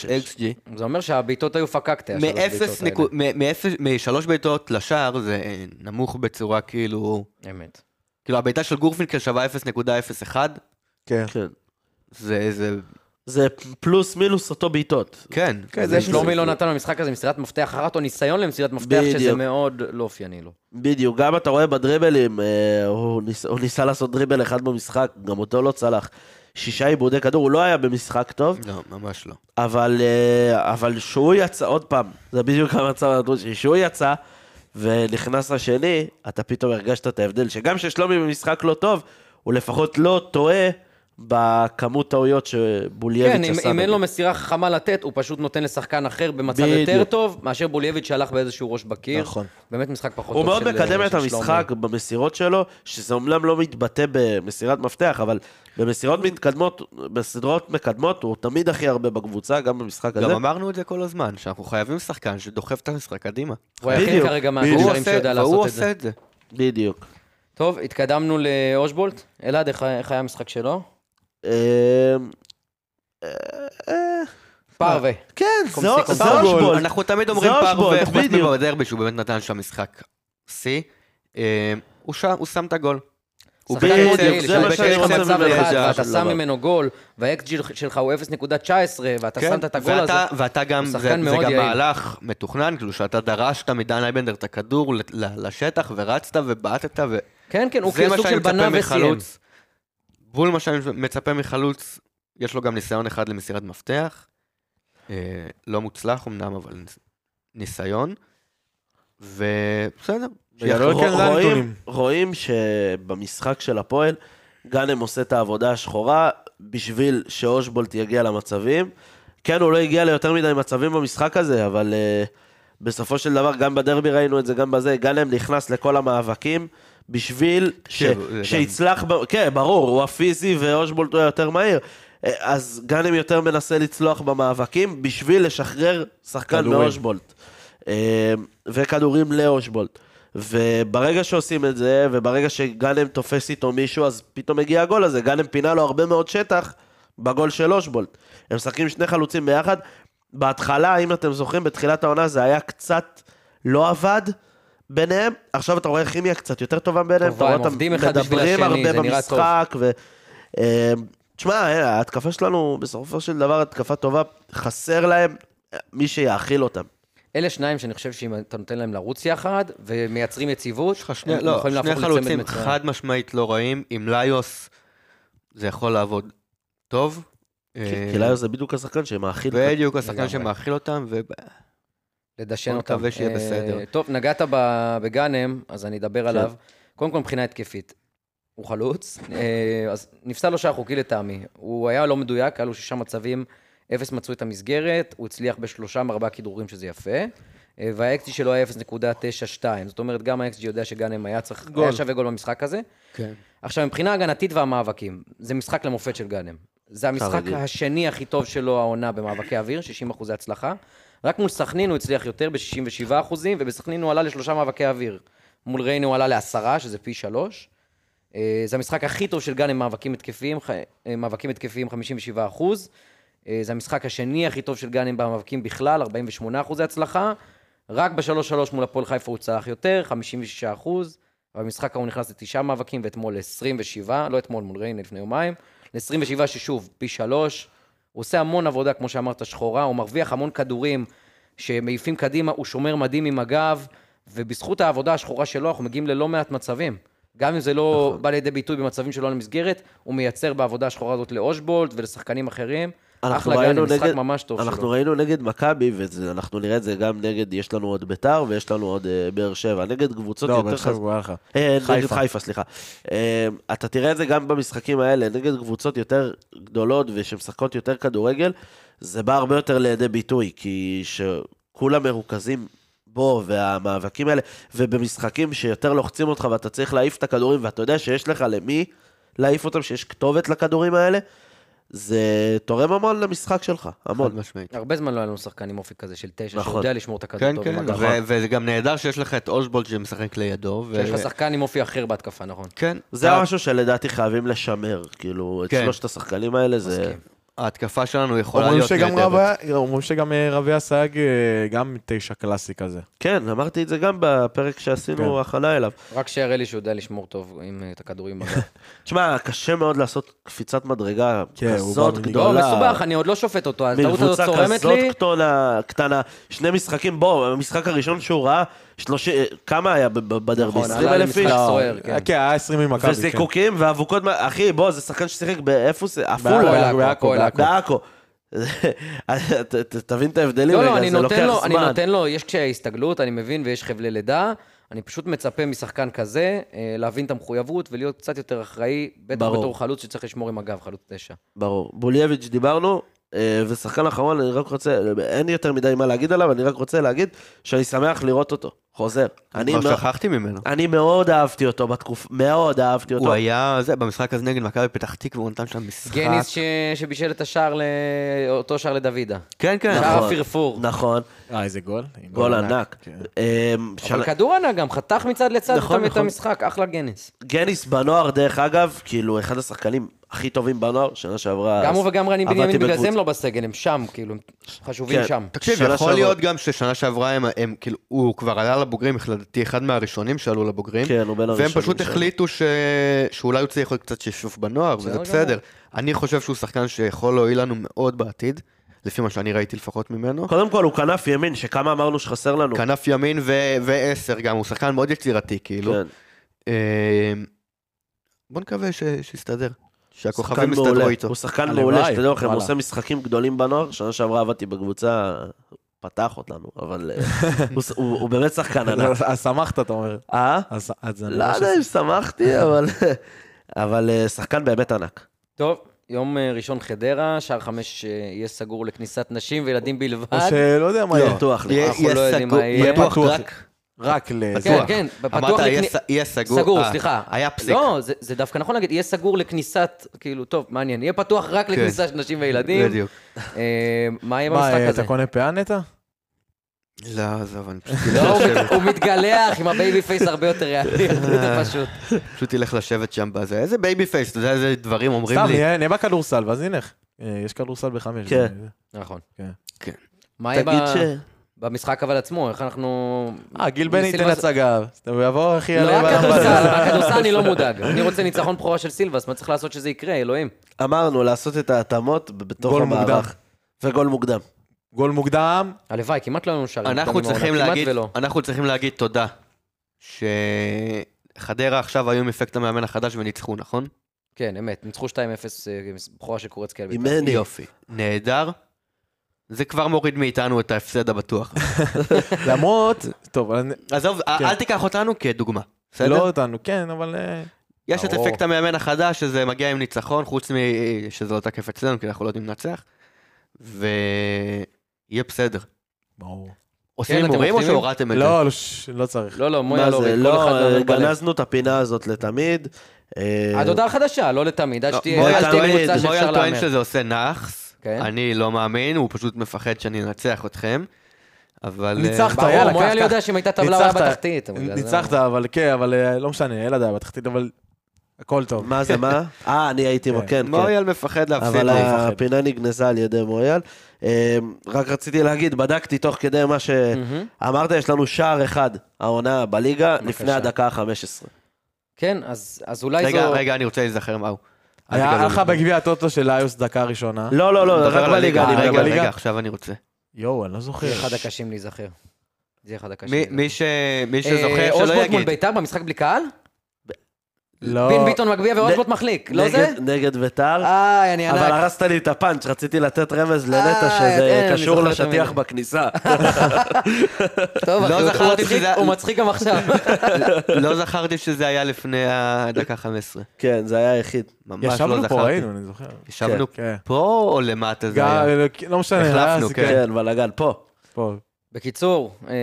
E: XG,
A: זה אומר שהבעיטות היו פקקטה, השלוש בעיטות האלה.
E: משלוש בעיטות לשער זה אה, נמוך בצורה כאילו,
A: אמת.
E: כאילו הבעיטה של גורפינקל שווה 0.01,
D: כן.
C: כן.
E: זה, זה,
C: זה פלוס מינוס אותו בעיטות.
E: כן.
D: כן, זה
A: זה
D: יש לזה.
A: שלומי לא נתן במשחק הזה מסירת מפתח אחת או ניסיון למסירת מפתח, שזה
C: בדיוק.
A: מאוד לא אופייני לו.
C: בדיוק, גם אתה רואה בדריבלים, אה, הוא ניס- הוא ניסה לעשות דריבל אחד במשחק, גם אותו לא צלח. שישה עיבודי כדור, הוא לא היה במשחק טוב,
E: לא, ממש לא.
C: אבל, אה, אבל שהוא יצא, עוד פעם, זה בדיוק המצב הנתון שלי, שהוא יצא ונכנס השני, אתה פתאום הרגשת את ההבדל, שגם כששלומי במשחק לא טוב, הוא לפחות לא טועה בכמות טעויות
A: כן,
C: שבולייביץ'
A: אם-
C: עשה.
A: אם אין
C: נגיד.
A: לו מסירה חכמה לתת, הוא פשוט נותן לשחקן אחר במצב
C: בדיוק.
A: יותר טוב, מאשר בולייביץ' שהלך באיזשהו ראש בקיר.
D: נכון.
A: באמת משחק פחות
C: הוא
A: טוב
C: מאוד
A: של- אה,
C: מקדם את
A: של שלומי.
C: המשחק במסירות שלו, שזה אומנם לא מתבטא במסירת מפתח, אבל במסירות מתקדמות, בסדרות מקדמות, הוא תמיד הכי הרבה בקבוצה, גם במשחק
E: גם
C: הזה.
E: אמרנו את זה כל הזמן, שאנחנו חייבים שחקן שדוחף את המשחק קדימה.
A: הוא היחיד
C: בדיוק,
A: כרגע
E: הוא
A: מהקשרים
E: עושה-
A: שיודע לעשות
E: והוא
A: את זה.
E: עושה את זה.
C: בדיוק.
A: טוב, התקדמנו לאושבולט. אלעד, איך איך היה המשחק שלו?
C: אמ, אה, אה,
A: פרווה.
C: כן,
A: קומסי,
C: זה-
A: קומסי.
C: זה אושבולט.
E: אנחנו תמיד אומרים
C: זה
E: פרווה,
C: אושבולט,
E: איך חוץ
C: בדיוק.
E: מבדרבי שהוא באמת נתן שם משחק שיא. אה, הוא שם- הוא שם את הגול. הוא
A: שחקן
E: בקצב,
A: מאוד יעיל,
E: הוא
C: זה מה
A: שהוא
C: שאני
A: בקצב
E: בקצב
C: רוצה
A: מצב
C: ממנו,
A: אחד,
E: זה
A: ואתה
C: של
A: שם
C: דבר.
A: ממנו גול, וה-XG שלך הוא 0.19, ואתה
E: כן,
A: שמת את הגול הזה.
E: ואתה- ואתה גם,
A: הוא
E: זה
A: שחקן
E: זה
A: מאוד
E: גם
A: יעיל.
E: מהלך מתוכנן, כאילו שאתה דרשת מדן אייבנדר את הכדור ל- ל- לשטח, ורצת ובעטת, ו...
A: כן, כן, הוא
E: זה מה
A: כאילו סוג
E: שאני
A: של
E: מצפה
A: בנה וסיים.
E: מחלוץ. בול מה שאני מצפה מחלוץ, יש לו גם ניסיון אחד למסירת מפתח. אה, לא מוצלח אמנם, אבל ניס- ניסיון. ובסדר.
C: לא
D: בגדול כן, זה
C: רוא- רואים-
D: הנתונים.
C: רואים שבמשחק של הפועל, גאנם עושה את העבודה השחורה בשביל שאושבולט יגיע למצבים. כן, הוא לא הגיע ליותר מדי מצבים במשחק הזה, אבל uh, בסופו של דבר, גם בדרבי ראינו את זה, גם בזה, גאנם נכנס לכל המאבקים בשביל ש...
E: כן, זה גם-
C: שיצלח, ב... כן, ברור, הוא הפיזי ואושבולט הוא היותר מהיר. אה, אז גאנם יותר מנסה לצלוח במאבקים בשביל לשחרר שחקן
D: כדורים.
C: מאושבולט. אה, וכדורים לאושבולט. וברגע שעושים את זה, וברגע שגאנם תופס איתו מישהו, אז פתאום מגיע הגול הזה. גאנם פינה לו הרבה מאוד שטח בגול של אושבולט. הם משחקים שני חלוצים ביחד. בהתחלה, אם אתם זוכרים, בתחילת העונה זה היה קצת לא עבד ביניהם. עכשיו אתה רואה כימיה קצת יותר טובה ביניהם.
A: טובה,
C: אתה
A: הם
C: רואה
A: עובדים אחד בשביל השני,
C: מדברים הרבה
A: זה נראה טוב.
C: במשחק. ו... אה, תשמע, אה, ההתקפה שלנו, בסופו של דבר, התקפה טובה. חסר להם אה, מי שיאכיל אותם.
A: אלה שניים שאני חושב שאם אתה נותן להם לרוץ יחד, ומייצרים יציבות,
E: יש לך שני,
A: הם
E: לא,
A: יכולים
E: שני
A: להפוך לצמד
E: חלוצים
A: מצוין.
E: חד משמעית לא רעים, עם ליוס זה יכול לעבוד טוב. אה,
C: כי ליו זה בדיוק השחקן שמאכיל אותם.
E: בדיוק השחקן
A: לגמרי.
E: שמאכיל אותם, ו...
A: לדשן
E: בוא
A: אותם.
E: נקווה שיהיה
A: אה,
E: בסדר. כן.
A: טוב, נגעת ב- בגאנם, אז אני אדבר עליו. קודם כל, מבחינה התקפית, הוא חלוץ, אה, אז נפסל לו שער חוקי לטעמי. הוא היה לא מדויק, היה לו שישה מצבים, אפס מצאו את המסגרת, הוא הצליח בשלושה מארבעה כידורים, שזה יפה. אה, והאקסג'י שלו היה 0.92, זאת אומרת, גם האקסג'י יודע שגאנם היה צריך, היה שווה גול במשחק הזה.
E: כן.
A: עכשיו, מבחינה הגנתית והמאבקים, זה משחק למופת של גאנם. זה המשחק
C: כרגיל.
A: השני הכי טוב שלו העונה במאבקי אוויר, 60 אחוזי הצלחה. רק מול סכנין הוא הצליח יותר ב-67 אחוזים, ובסכנין הוא עלה לשלושה מאבקי אוויר. מול ריינה הוא עלה לעשרה, שזה פי שלוש. אה, זה המשחק הכי טוב של גאנם, מאבקים התקפיים, ח- אה, מאבקים התקפיים 57 אחוז. אה, זה המשחק השני הכי טוב של גאנם במאבקים בכלל, 48 אחוזי הצלחה. רק ב-3-3 מול הפועל חיפה הוא צלח יותר, 56 אחוז. במשחק ההוא נכנס לתשעה מאבקים, ואתמול ל-27, לא אתמול מול ריינה לפני יומיים, ל-27 ששוב, פי שלוש. הוא עושה המון עבודה, כמו שאמרת, שחורה, הוא מרוויח המון כדורים שמעיפים קדימה, הוא שומר מדהים עם הגב, ובזכות העבודה השחורה שלו, אנחנו מגיעים ללא מעט מצבים. גם אם זה לא נכון. בא לידי ביטוי במצבים שלא על המסגרת, הוא מייצר בעבודה השחורה הזאת לאושבולט ולשחקנים אחרים.
C: אנחנו
A: אחלה גן,
C: ראינו
A: משחק
C: נגד-
A: ממש טוב
C: אנחנו
A: שלו.
C: ראינו נגד מכבי, ואנחנו נראה את זה גם נגד, יש לנו עוד ביתר ויש לנו עוד אה, באר שבע. נגד קבוצות
D: לא,
C: יותר
D: אבל עכשיו
C: חזקות.
D: הוא היה לך.
C: אה, נגד
D: חיפה.
C: חיפה, סליחה. אה, אתה תראה את זה גם במשחקים האלה, נגד קבוצות יותר גדולות ושמשחקות יותר כדורגל, זה בא הרבה יותר לידי ביטוי, כי שכולם מרוכזים בו, והמאבקים האלה, ובמשחקים שיותר לוחצים אותך ואתה צריך להעיף את הכדורים, ואתה יודע שיש לך למי להעיף אותם, שיש כתובת לכדורים האלה, זה תורם המון למשחק שלך,
E: חד
C: המון.
E: משמעית.
A: הרבה זמן לא היה לנו שחקן עם אופי כזה של תשע,
C: נכון.
A: שיודע לשמור את הכדור
E: כן,
A: טוב.
E: כן,
A: במגע.
E: ו- וזה גם נהדר שיש לך את אושבולד שמשחק לידו. ו-
A: שיש לך שחקן עם אופי אחר בהתקפה, נכון.
E: כן,
C: זה
E: ה-
C: משהו שלדעתי חייבים לשמר, כאילו, את
E: כן.
C: שלושת השחקנים האלה, זה...
A: מסכים.
E: ההתקפה שלנו יכולה
D: אומרים
E: להיות
D: שגם
E: נהדרת.
D: רב- אומרים שגם אה, רבי אסייג אה, גם תשע קלאסי כזה.
C: כן, אמרתי את זה גם בפרק שעשינו
D: כן.
C: הכנה אליו.
A: רק שיראה לי שהוא יודע לשמור טוב עם אה, את הכדורים
C: *laughs*
A: במגע.
C: תשמע, קשה מאוד לעשות קפיצת מדרגה
D: כן, הוא
C: כזאת
D: בא מליגה.
A: לא,
C: גדולה.
A: מסובך, אני עוד לא שופט אותו, הטעות הזאת
C: מקבוצה
A: צורמת
C: כזאת
A: לי.
C: קטנה, קטנה, שני משחקים, בוא, המשחק הראשון שהוא ראה, שלושים, אה, כמה היה ב- ב- בדרבי?
A: נכון,
C: 20
A: עלה
C: אלף
A: למשחק
C: איש?
A: לא. סוער, כן.
D: כן, היה 20 ממכבי. כן.
C: וזיקוקים ואבוקות, מה- אחי, בוא, זה שחקן ששיחק באיפה זה?
A: הפועל
C: עפולה,
A: עכו, הפועל עכו.
C: בעכו. *laughs* ת- ת- תבין את ההבדלים,
A: לא, לא,
C: רגע,
A: אני
C: זה לוקח
A: נותן לו, אני
C: זמן.
A: נותן לו, יש קשיי הסתגלות, אני מבין, ויש חבלי לידה. אני פשוט מצפה משחקן כזה אה, להבין את המחויבות ולהיות קצת יותר אחראי, בטח
C: ברור.
A: בתור חלוץ שצריך לשמור עם הגב, חלוץ תשע.
C: ברור. בולייביץ' דיברנו, אה, ושחקן אחרון, אני רק רוצה, אין לי יותר מדי מה להגיד עליו, אני רק רוצה להגיד שאני שמח לראות אותו, חוזר. אני
E: כבר
C: מאוד-
E: לא שכחתי ממנו.
C: אני מאוד אהבתי אותו בתקופה, מאוד אהבתי אותו.
E: הוא היה, זה, במשחק הזה נגד מכבי פתח תקווה, הוא נתן שם משחק.
A: גניס ש... שבישל את השער, ל... אותו שער לדוידה.
E: כן, כן.
C: נכון.
A: שער הפרפור.
C: נכון,
D: אה, איזה גול?
C: גול ענק.
E: כן.
C: אמ,
A: אבל
C: שנה-
A: כדור ענק גם, חתך מצד לצד,
C: נכון,
A: נכון, את
C: נכון.
A: המשחק, אחלה גניס.
C: גניס בנוער, דרך אגב, כאילו, אחד השחקנים הכי טובים בנוער, שנה שעברה...
A: גם הוא וגם רני
C: עבדתי
A: בנימין, בגלל זה
C: בקבוצ-
A: הם לא בסגל, הם שם, כאילו, הם חשובים
C: כן.
A: שם.
E: תקשיב,
C: שנה
E: יכול
C: שעברה-
E: להיות גם ששנה שעברה הם, הם, כאילו, הוא כבר עלה לבוגרים, לדעתי אחד מהראשונים שעלו לבוגרים.
C: כן, הוא בין
E: והם
C: הראשונים.
E: פשוט
C: שם.
E: החליטו ש... שאולי הוא צריך להיות קצת שפשוף בנוער, וזה
A: בסדר
E: בסדר. אני חושב שהוא שחקן שיכול להועיל לנו מאוד בעתיד, לפי מה שאני ראיתי לפחות ממנו.
C: קודם כל, הוא כנף ימין, שכמה אמרנו שחסר לנו.
E: כנף ימין ו- ועשר גם, הוא שחקן מאוד יצירתי, כאילו.
C: כן.
E: אה, בוא נקווה ש... שיסתדר,
C: שחקן
E: שהכוכבים
C: מעולה.
E: יסתדרו איתו.
C: הוא שחקן
D: הלוואי,
C: מעולה, שתדעו לכם, הוא
D: וואלה.
C: עושה משחקים גדולים בנוער. שנה שעברה עבדתי בקבוצה, פתח אותנו, אבל אה, הוא ש- הוא הוא באמת שחקן
D: *laughs*
C: ענק.
D: לא, אז שמחת, אתה אומר.
C: אה?
D: אז אז אני
C: לא יודע אם שמחתי, אבל... *laughs* אבל אה, שחקן באמת ענק.
A: טוב, יום אה, ראשון חדרה, שער חמש אה, יהיה סגור לכניסת נשים וילדים בלבד.
D: או שלא יודע מה לא. יהיה.
C: בטוח לי.
E: יהיה-
A: אנחנו
E: יהיה
A: לא יודעים
E: סגור-
A: מה יהיה.
E: יהיה פתוח
D: פתוח.
E: רק,
D: רק ל...
E: בטוח.
A: כן, כן,
E: אמרת
A: פתוח
E: יהיה
A: לכניסה.
E: ס- יהיה סגור,
A: סגור,
E: אה,
A: סליחה.
E: היה פסיק.
A: לא, זה, זה דווקא נכון להגיד, יהיה סגור לכניסת, כאילו, טוב, מעניין, יהיה פתוח רק לכניסה של נשים וילדים.
E: בדיוק.
A: אה, מה יהיה
D: מה,
A: במשחק
D: אה,
A: הזה?
D: אתה קונה פאה נטע?
E: לא, עזוב, אני פשוט
A: לא,
E: אלך *laughs*
A: הוא
E: לשבת.
A: מת- הוא מתגלח עם הבייבי פייס הרבה יותר ריאלי, *laughs* זה פשוט.
E: פשוט אלך לשבת שם בזה. איזה בייבי פייס, אתה יודע איזה דברים אומרים
D: סתם,
E: לי.
D: נהיה נהיה בכדורסל, ואז נלך. אה, יש כדורסל בחמש.
C: כן.
D: זה-
A: נכון.
D: כן.
E: כן.
A: מה יהיה
C: תגיד
A: ב-
C: ש...
A: במשחק אבל עצמו, איך אנחנו...
D: אה, גיל בני ייתן
A: סילבס-
D: הצגה. הוא יעבור הכי
A: לא,
D: עליהם
A: רק
D: על
A: הכדורסל,
D: הבלם.
A: הכדורסל אני לא מודאג. אני רוצה ניצחון בכורה של סילבס, מה צריך לעשות שזה יקרה, אלוהים?
C: אמרנו, לעשות את ההתאמות ב- בתוך
D: גול
C: המערך. וגול מוקדם.
D: גול מוקדם.
A: הלוואי, כמעט לא היו לנו שערים.
E: אנחנו
A: מוקדמים
E: צריכים
A: העונה,
E: להגיד,
A: כמעט ולא.
E: אנחנו צריכים להגיד תודה. שחדרה עכשיו היו עם אפקט המאמן החדש וניצחו, נכון?
A: כן, אמת, ניצחו 2-0, אה, בכורה של קורצקי על בית"ר.
C: אימני.
E: יופי. נהדר. זה כבר מוריד מאיתנו את ההפסד הבטוח.
D: למרות... טוב, אבל אני-
E: עזוב,
D: כן.
E: אל תיקח אותנו כדוגמה. בסדר?
D: לא אותנו, כן, אבל... אה,
E: יש את
A: ברור.
E: אפקט המאמן החדש, שזה מגיע עם ניצחון, חוץ משזה לא תקף אצלנו, כי אנחנו לא יודעים לנצח. ויהיה בסדר.
D: ברור.
E: עושים
A: אתם
E: הימורים או
A: אופטימיים?
E: שהורדתם את זה?
D: לא, לא, ש- לא צריך.
A: לא, לא, מויה
C: מה
A: לא
C: זה,
A: הוריד, כל אחד
C: לא, אה,
A: לא בלב.
C: גנזנו את הפינה הזאת לתמיד. אה,
A: עד הודעה חדשה, לא לתמיד, עד
E: לא,
A: שתהיה
E: מויאל
A: עד שתהיה
C: תמיד,
A: קבוצה שאפשר
E: מויאל טוען
A: להמר.
E: שזה עושה נאחס,
A: כן.
E: אני לא מאמין, הוא פשוט מפחד שאני אנצח אתכם, אבל...
D: ניצחת,
E: אה,
A: ברור,
D: יאללה,
A: מויאל
D: לקחת.
A: יודע שאם הייתה טבלה הוא היה
D: ניצחת.
A: בתחתית. אבל זה-
D: ניצחת, אבל כן, אבל אה, לא משנה, אין לדעת בתחתית, אבל הכל טוב.
C: מה זה, מה? אה, אני הייתי,
D: כן.
C: כן, כן.
E: מויאל מפחד להפסיד.
C: אבל
E: לי.
C: הפינה נגנזה על ידי מויאל. אה, רק רציתי להגיד, בדקתי תוך כדי מה
A: מהמם.
C: שאמרת, יש לנו שער אחד, העונה בליגה, לפני
A: בבקשה.
C: הדקה ה-15.
A: כן, אז אז אולי
E: רגע,
A: זו...
E: רגע, אני רוצה להיזכר מהו. אל
D: היה
E: תיגעו
D: לך
E: בזה.
D: בגביע הטוטו של איוס דקה ראשונה.
C: לא, לא, לא,
E: דבר
C: רק
E: על
C: בליגה.
E: הליגה,
C: אני מדבר
E: רגע,
C: על
E: רגע,
C: הליגה.
E: עכשיו אני רוצה.
D: יואו, אני לא זוכר.
A: זה אחד הקשים להיזכר. זה יהיה אחד הקשים.
E: מי-
A: להיזכר.
E: מי ש- מי
A: אה,
E: שזוכר, שלא
A: אושבולט מול
E: יגיד.
A: ביתר במשחק בלי קהל?
D: לא.
A: פין ביטון מגביה ואושבולט מחליק, לא זה?
C: נגד- נגד ביתר.
A: איי, אני
C: אבל
A: ענק.
C: הרסת לי את הפאנץ', רציתי לתת רמז לנטע
A: אה,
C: שזה
A: כן, אני
C: קשור
A: זוכר את
C: לשטיח
A: המילים.
C: בכניסה. *laughs*
A: טוב,
E: לא
A: אחי, הוא
E: זכרתי
A: מצחיק-
E: שזה-
A: הוא מצחיק גם עכשיו.
E: *laughs* לא זכרתי שזה היה לפני הדקה ה-15.
C: כן, זה היה היחיד.
E: ממש לא זכרתי.
D: ישבנו פה, ראינו, אני זוכר.
E: ישבנו
D: כן.
E: פה או למטה זה
D: גם-
E: היה?
D: לא משנה, היה
E: החלפנו,
D: סיכוי.
E: כן.
C: כן, בלאגן, פה.
D: פה.
A: בקיצור, אה,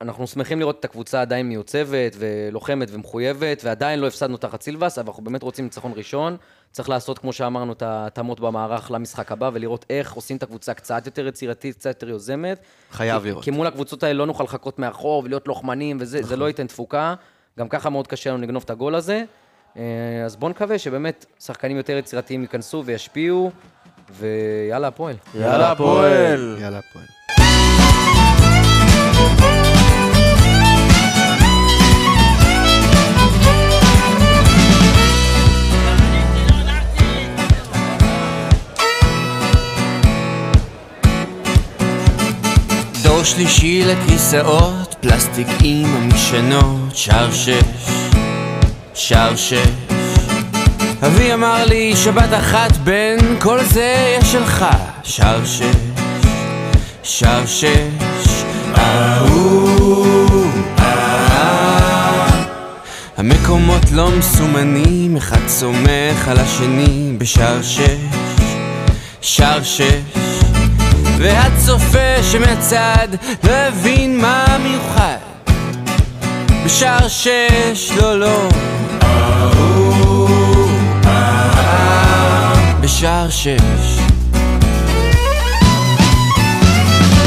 A: אנחנו שמחים לראות את הקבוצה עדיין מיוצבת ולוחמת ומחויבת, ועדיין לא הפסדנו תחת סילבס, אבל אנחנו באמת רוצים ניצחון ראשון. צריך לעשות, כמו שאמרנו, את ההתאמות במערך למשחק הבא, ולראות איך עושים את הקבוצה קצת יותר יצירתית, קצת יותר יוזמת.
E: חייב
A: כי-
E: לראות. נכון.
A: כי מול הקבוצות האלה לא נוכל לחכות מאחור ולהיות לוחמנים וזה, זה לא ייתן תפוקה. גם ככה מאוד קשה לנו לגנוב את הגול הזה. אה, אז בואו נקווה שבאמת שחקנים יותר יצירתיים ייכנסו וישפיעו, ויאללה, הפועל.
D: יאללה, הפועל!
E: יאללה, הפועל.
B: דור שלישי לכיסאות, פלסטיק עם המשענות, שער שש, שער שש. אבי אמר לי שבת אחת בין כל זה יש שלך, שער שש, שער שש. אהוב, אה. המקומות לא מסומנים, אחד סומך על השני בשער שש, שער שש. והצופה שמהצד לא הבין מה מיוחד בשער שש, לא לא אהוב, אהוב, בשער שש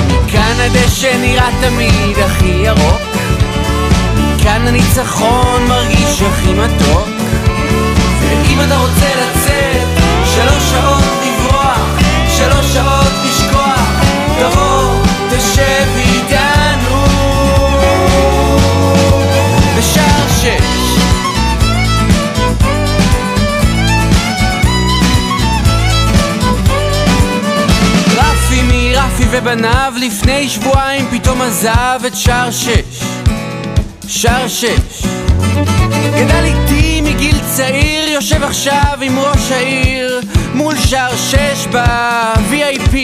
B: מכאן הדשא נראה תמיד הכי ירוק מכאן הניצחון מרגיש הכי מתוק ואם אתה רוצה לצאת, שלוש שעות לברוח, שלוש שעות לשכוח, תבוא, תשב איתנו. בשער שש. רפי מרפי ובניו לפני שבועיים פתאום עזב את שער שש. שער שש. גדל איתי מגיל צעיר, יושב עכשיו עם ראש העיר מול שער שש ב-VIP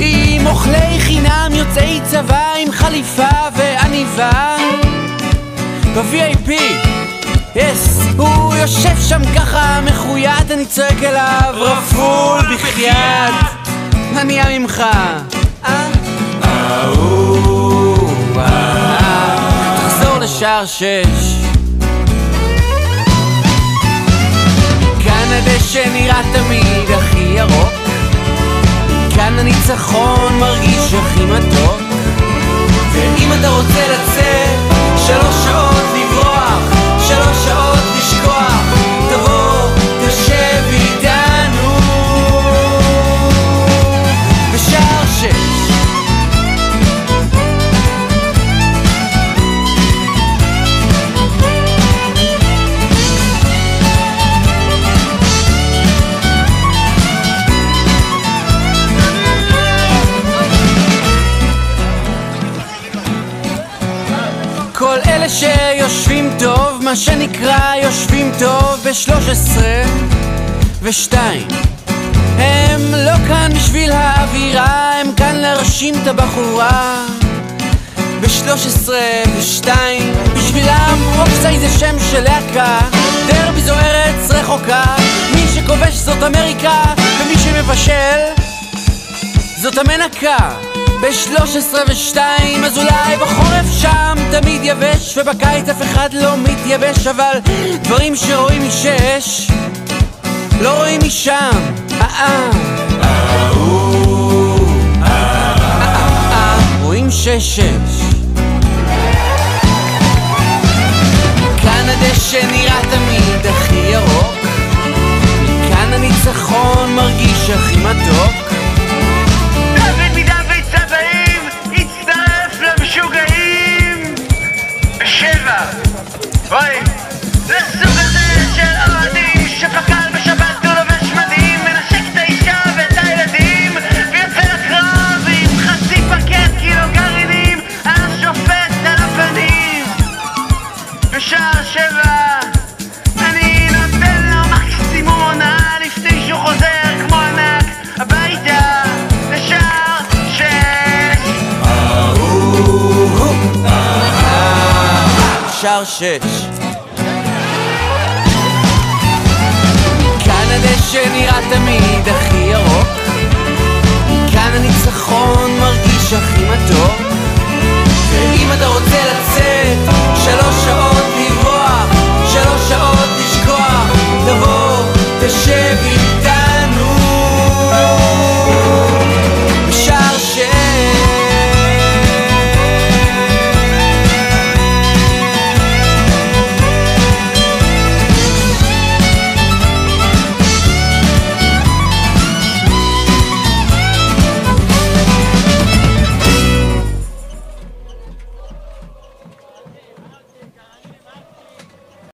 B: עם אוכלי חינם, יוצאי צבא, עם חליפה ועניבה ב-VIP יס, הוא יושב שם ככה מחויית, אני צועק אליו רפול בחייאת מה נהיה ממך? אה? אהוב, אה, תחזור לשער שש כאן הדשא נראה תמיד הכי ירוק כאן הניצחון מרגיש הכי מתוק ואם אתה רוצה לצאת שלוש שעות לברוח שלוש שעות לשכוח תבוא, תשב איתנו בשער שש כל אלה שיושבים טוב, מה שנקרא יושבים טוב ב-13 ו-2 הם לא כאן בשביל האווירה, הם כאן להרשים את הבחורה ב-13 ו-2 בשבילם רוקסאי זה שם של להקה, דרבי זו ארץ רחוקה מי שכובש זאת אמריקה, ומי שמבשל זאת המנקה ב-13 ו-2 אז אולי בחורף שם תמיד יבש ובקיץ אף אחד לא מתייבש אבל דברים שרואים משש לא רואים משם אה אה אה, רואים שש שש כאן הדשא נראה תמיד הכי ירוק מכאן הניצחון מרגיש הכי מתוק
F: דוד מדוד צבעים הצטרף למשוגעים בשבע. אוי, לסוג הזה של אוהדים שפקל בשבת הוא לובש מדים מנשק את האישה ואת הילדים ויוצא לקרב עם חצי פקט קילו גרעינים על השופט על הפנים בשער שבע אני נותן לו מקסימום הונאה לפני שהוא חוזר כמו ענק הביתה לשער שש
B: שער שש. מכאן הדשא נראה תמיד הכי ירוק, מכאן הניצחון מרגיש הכי מתוק,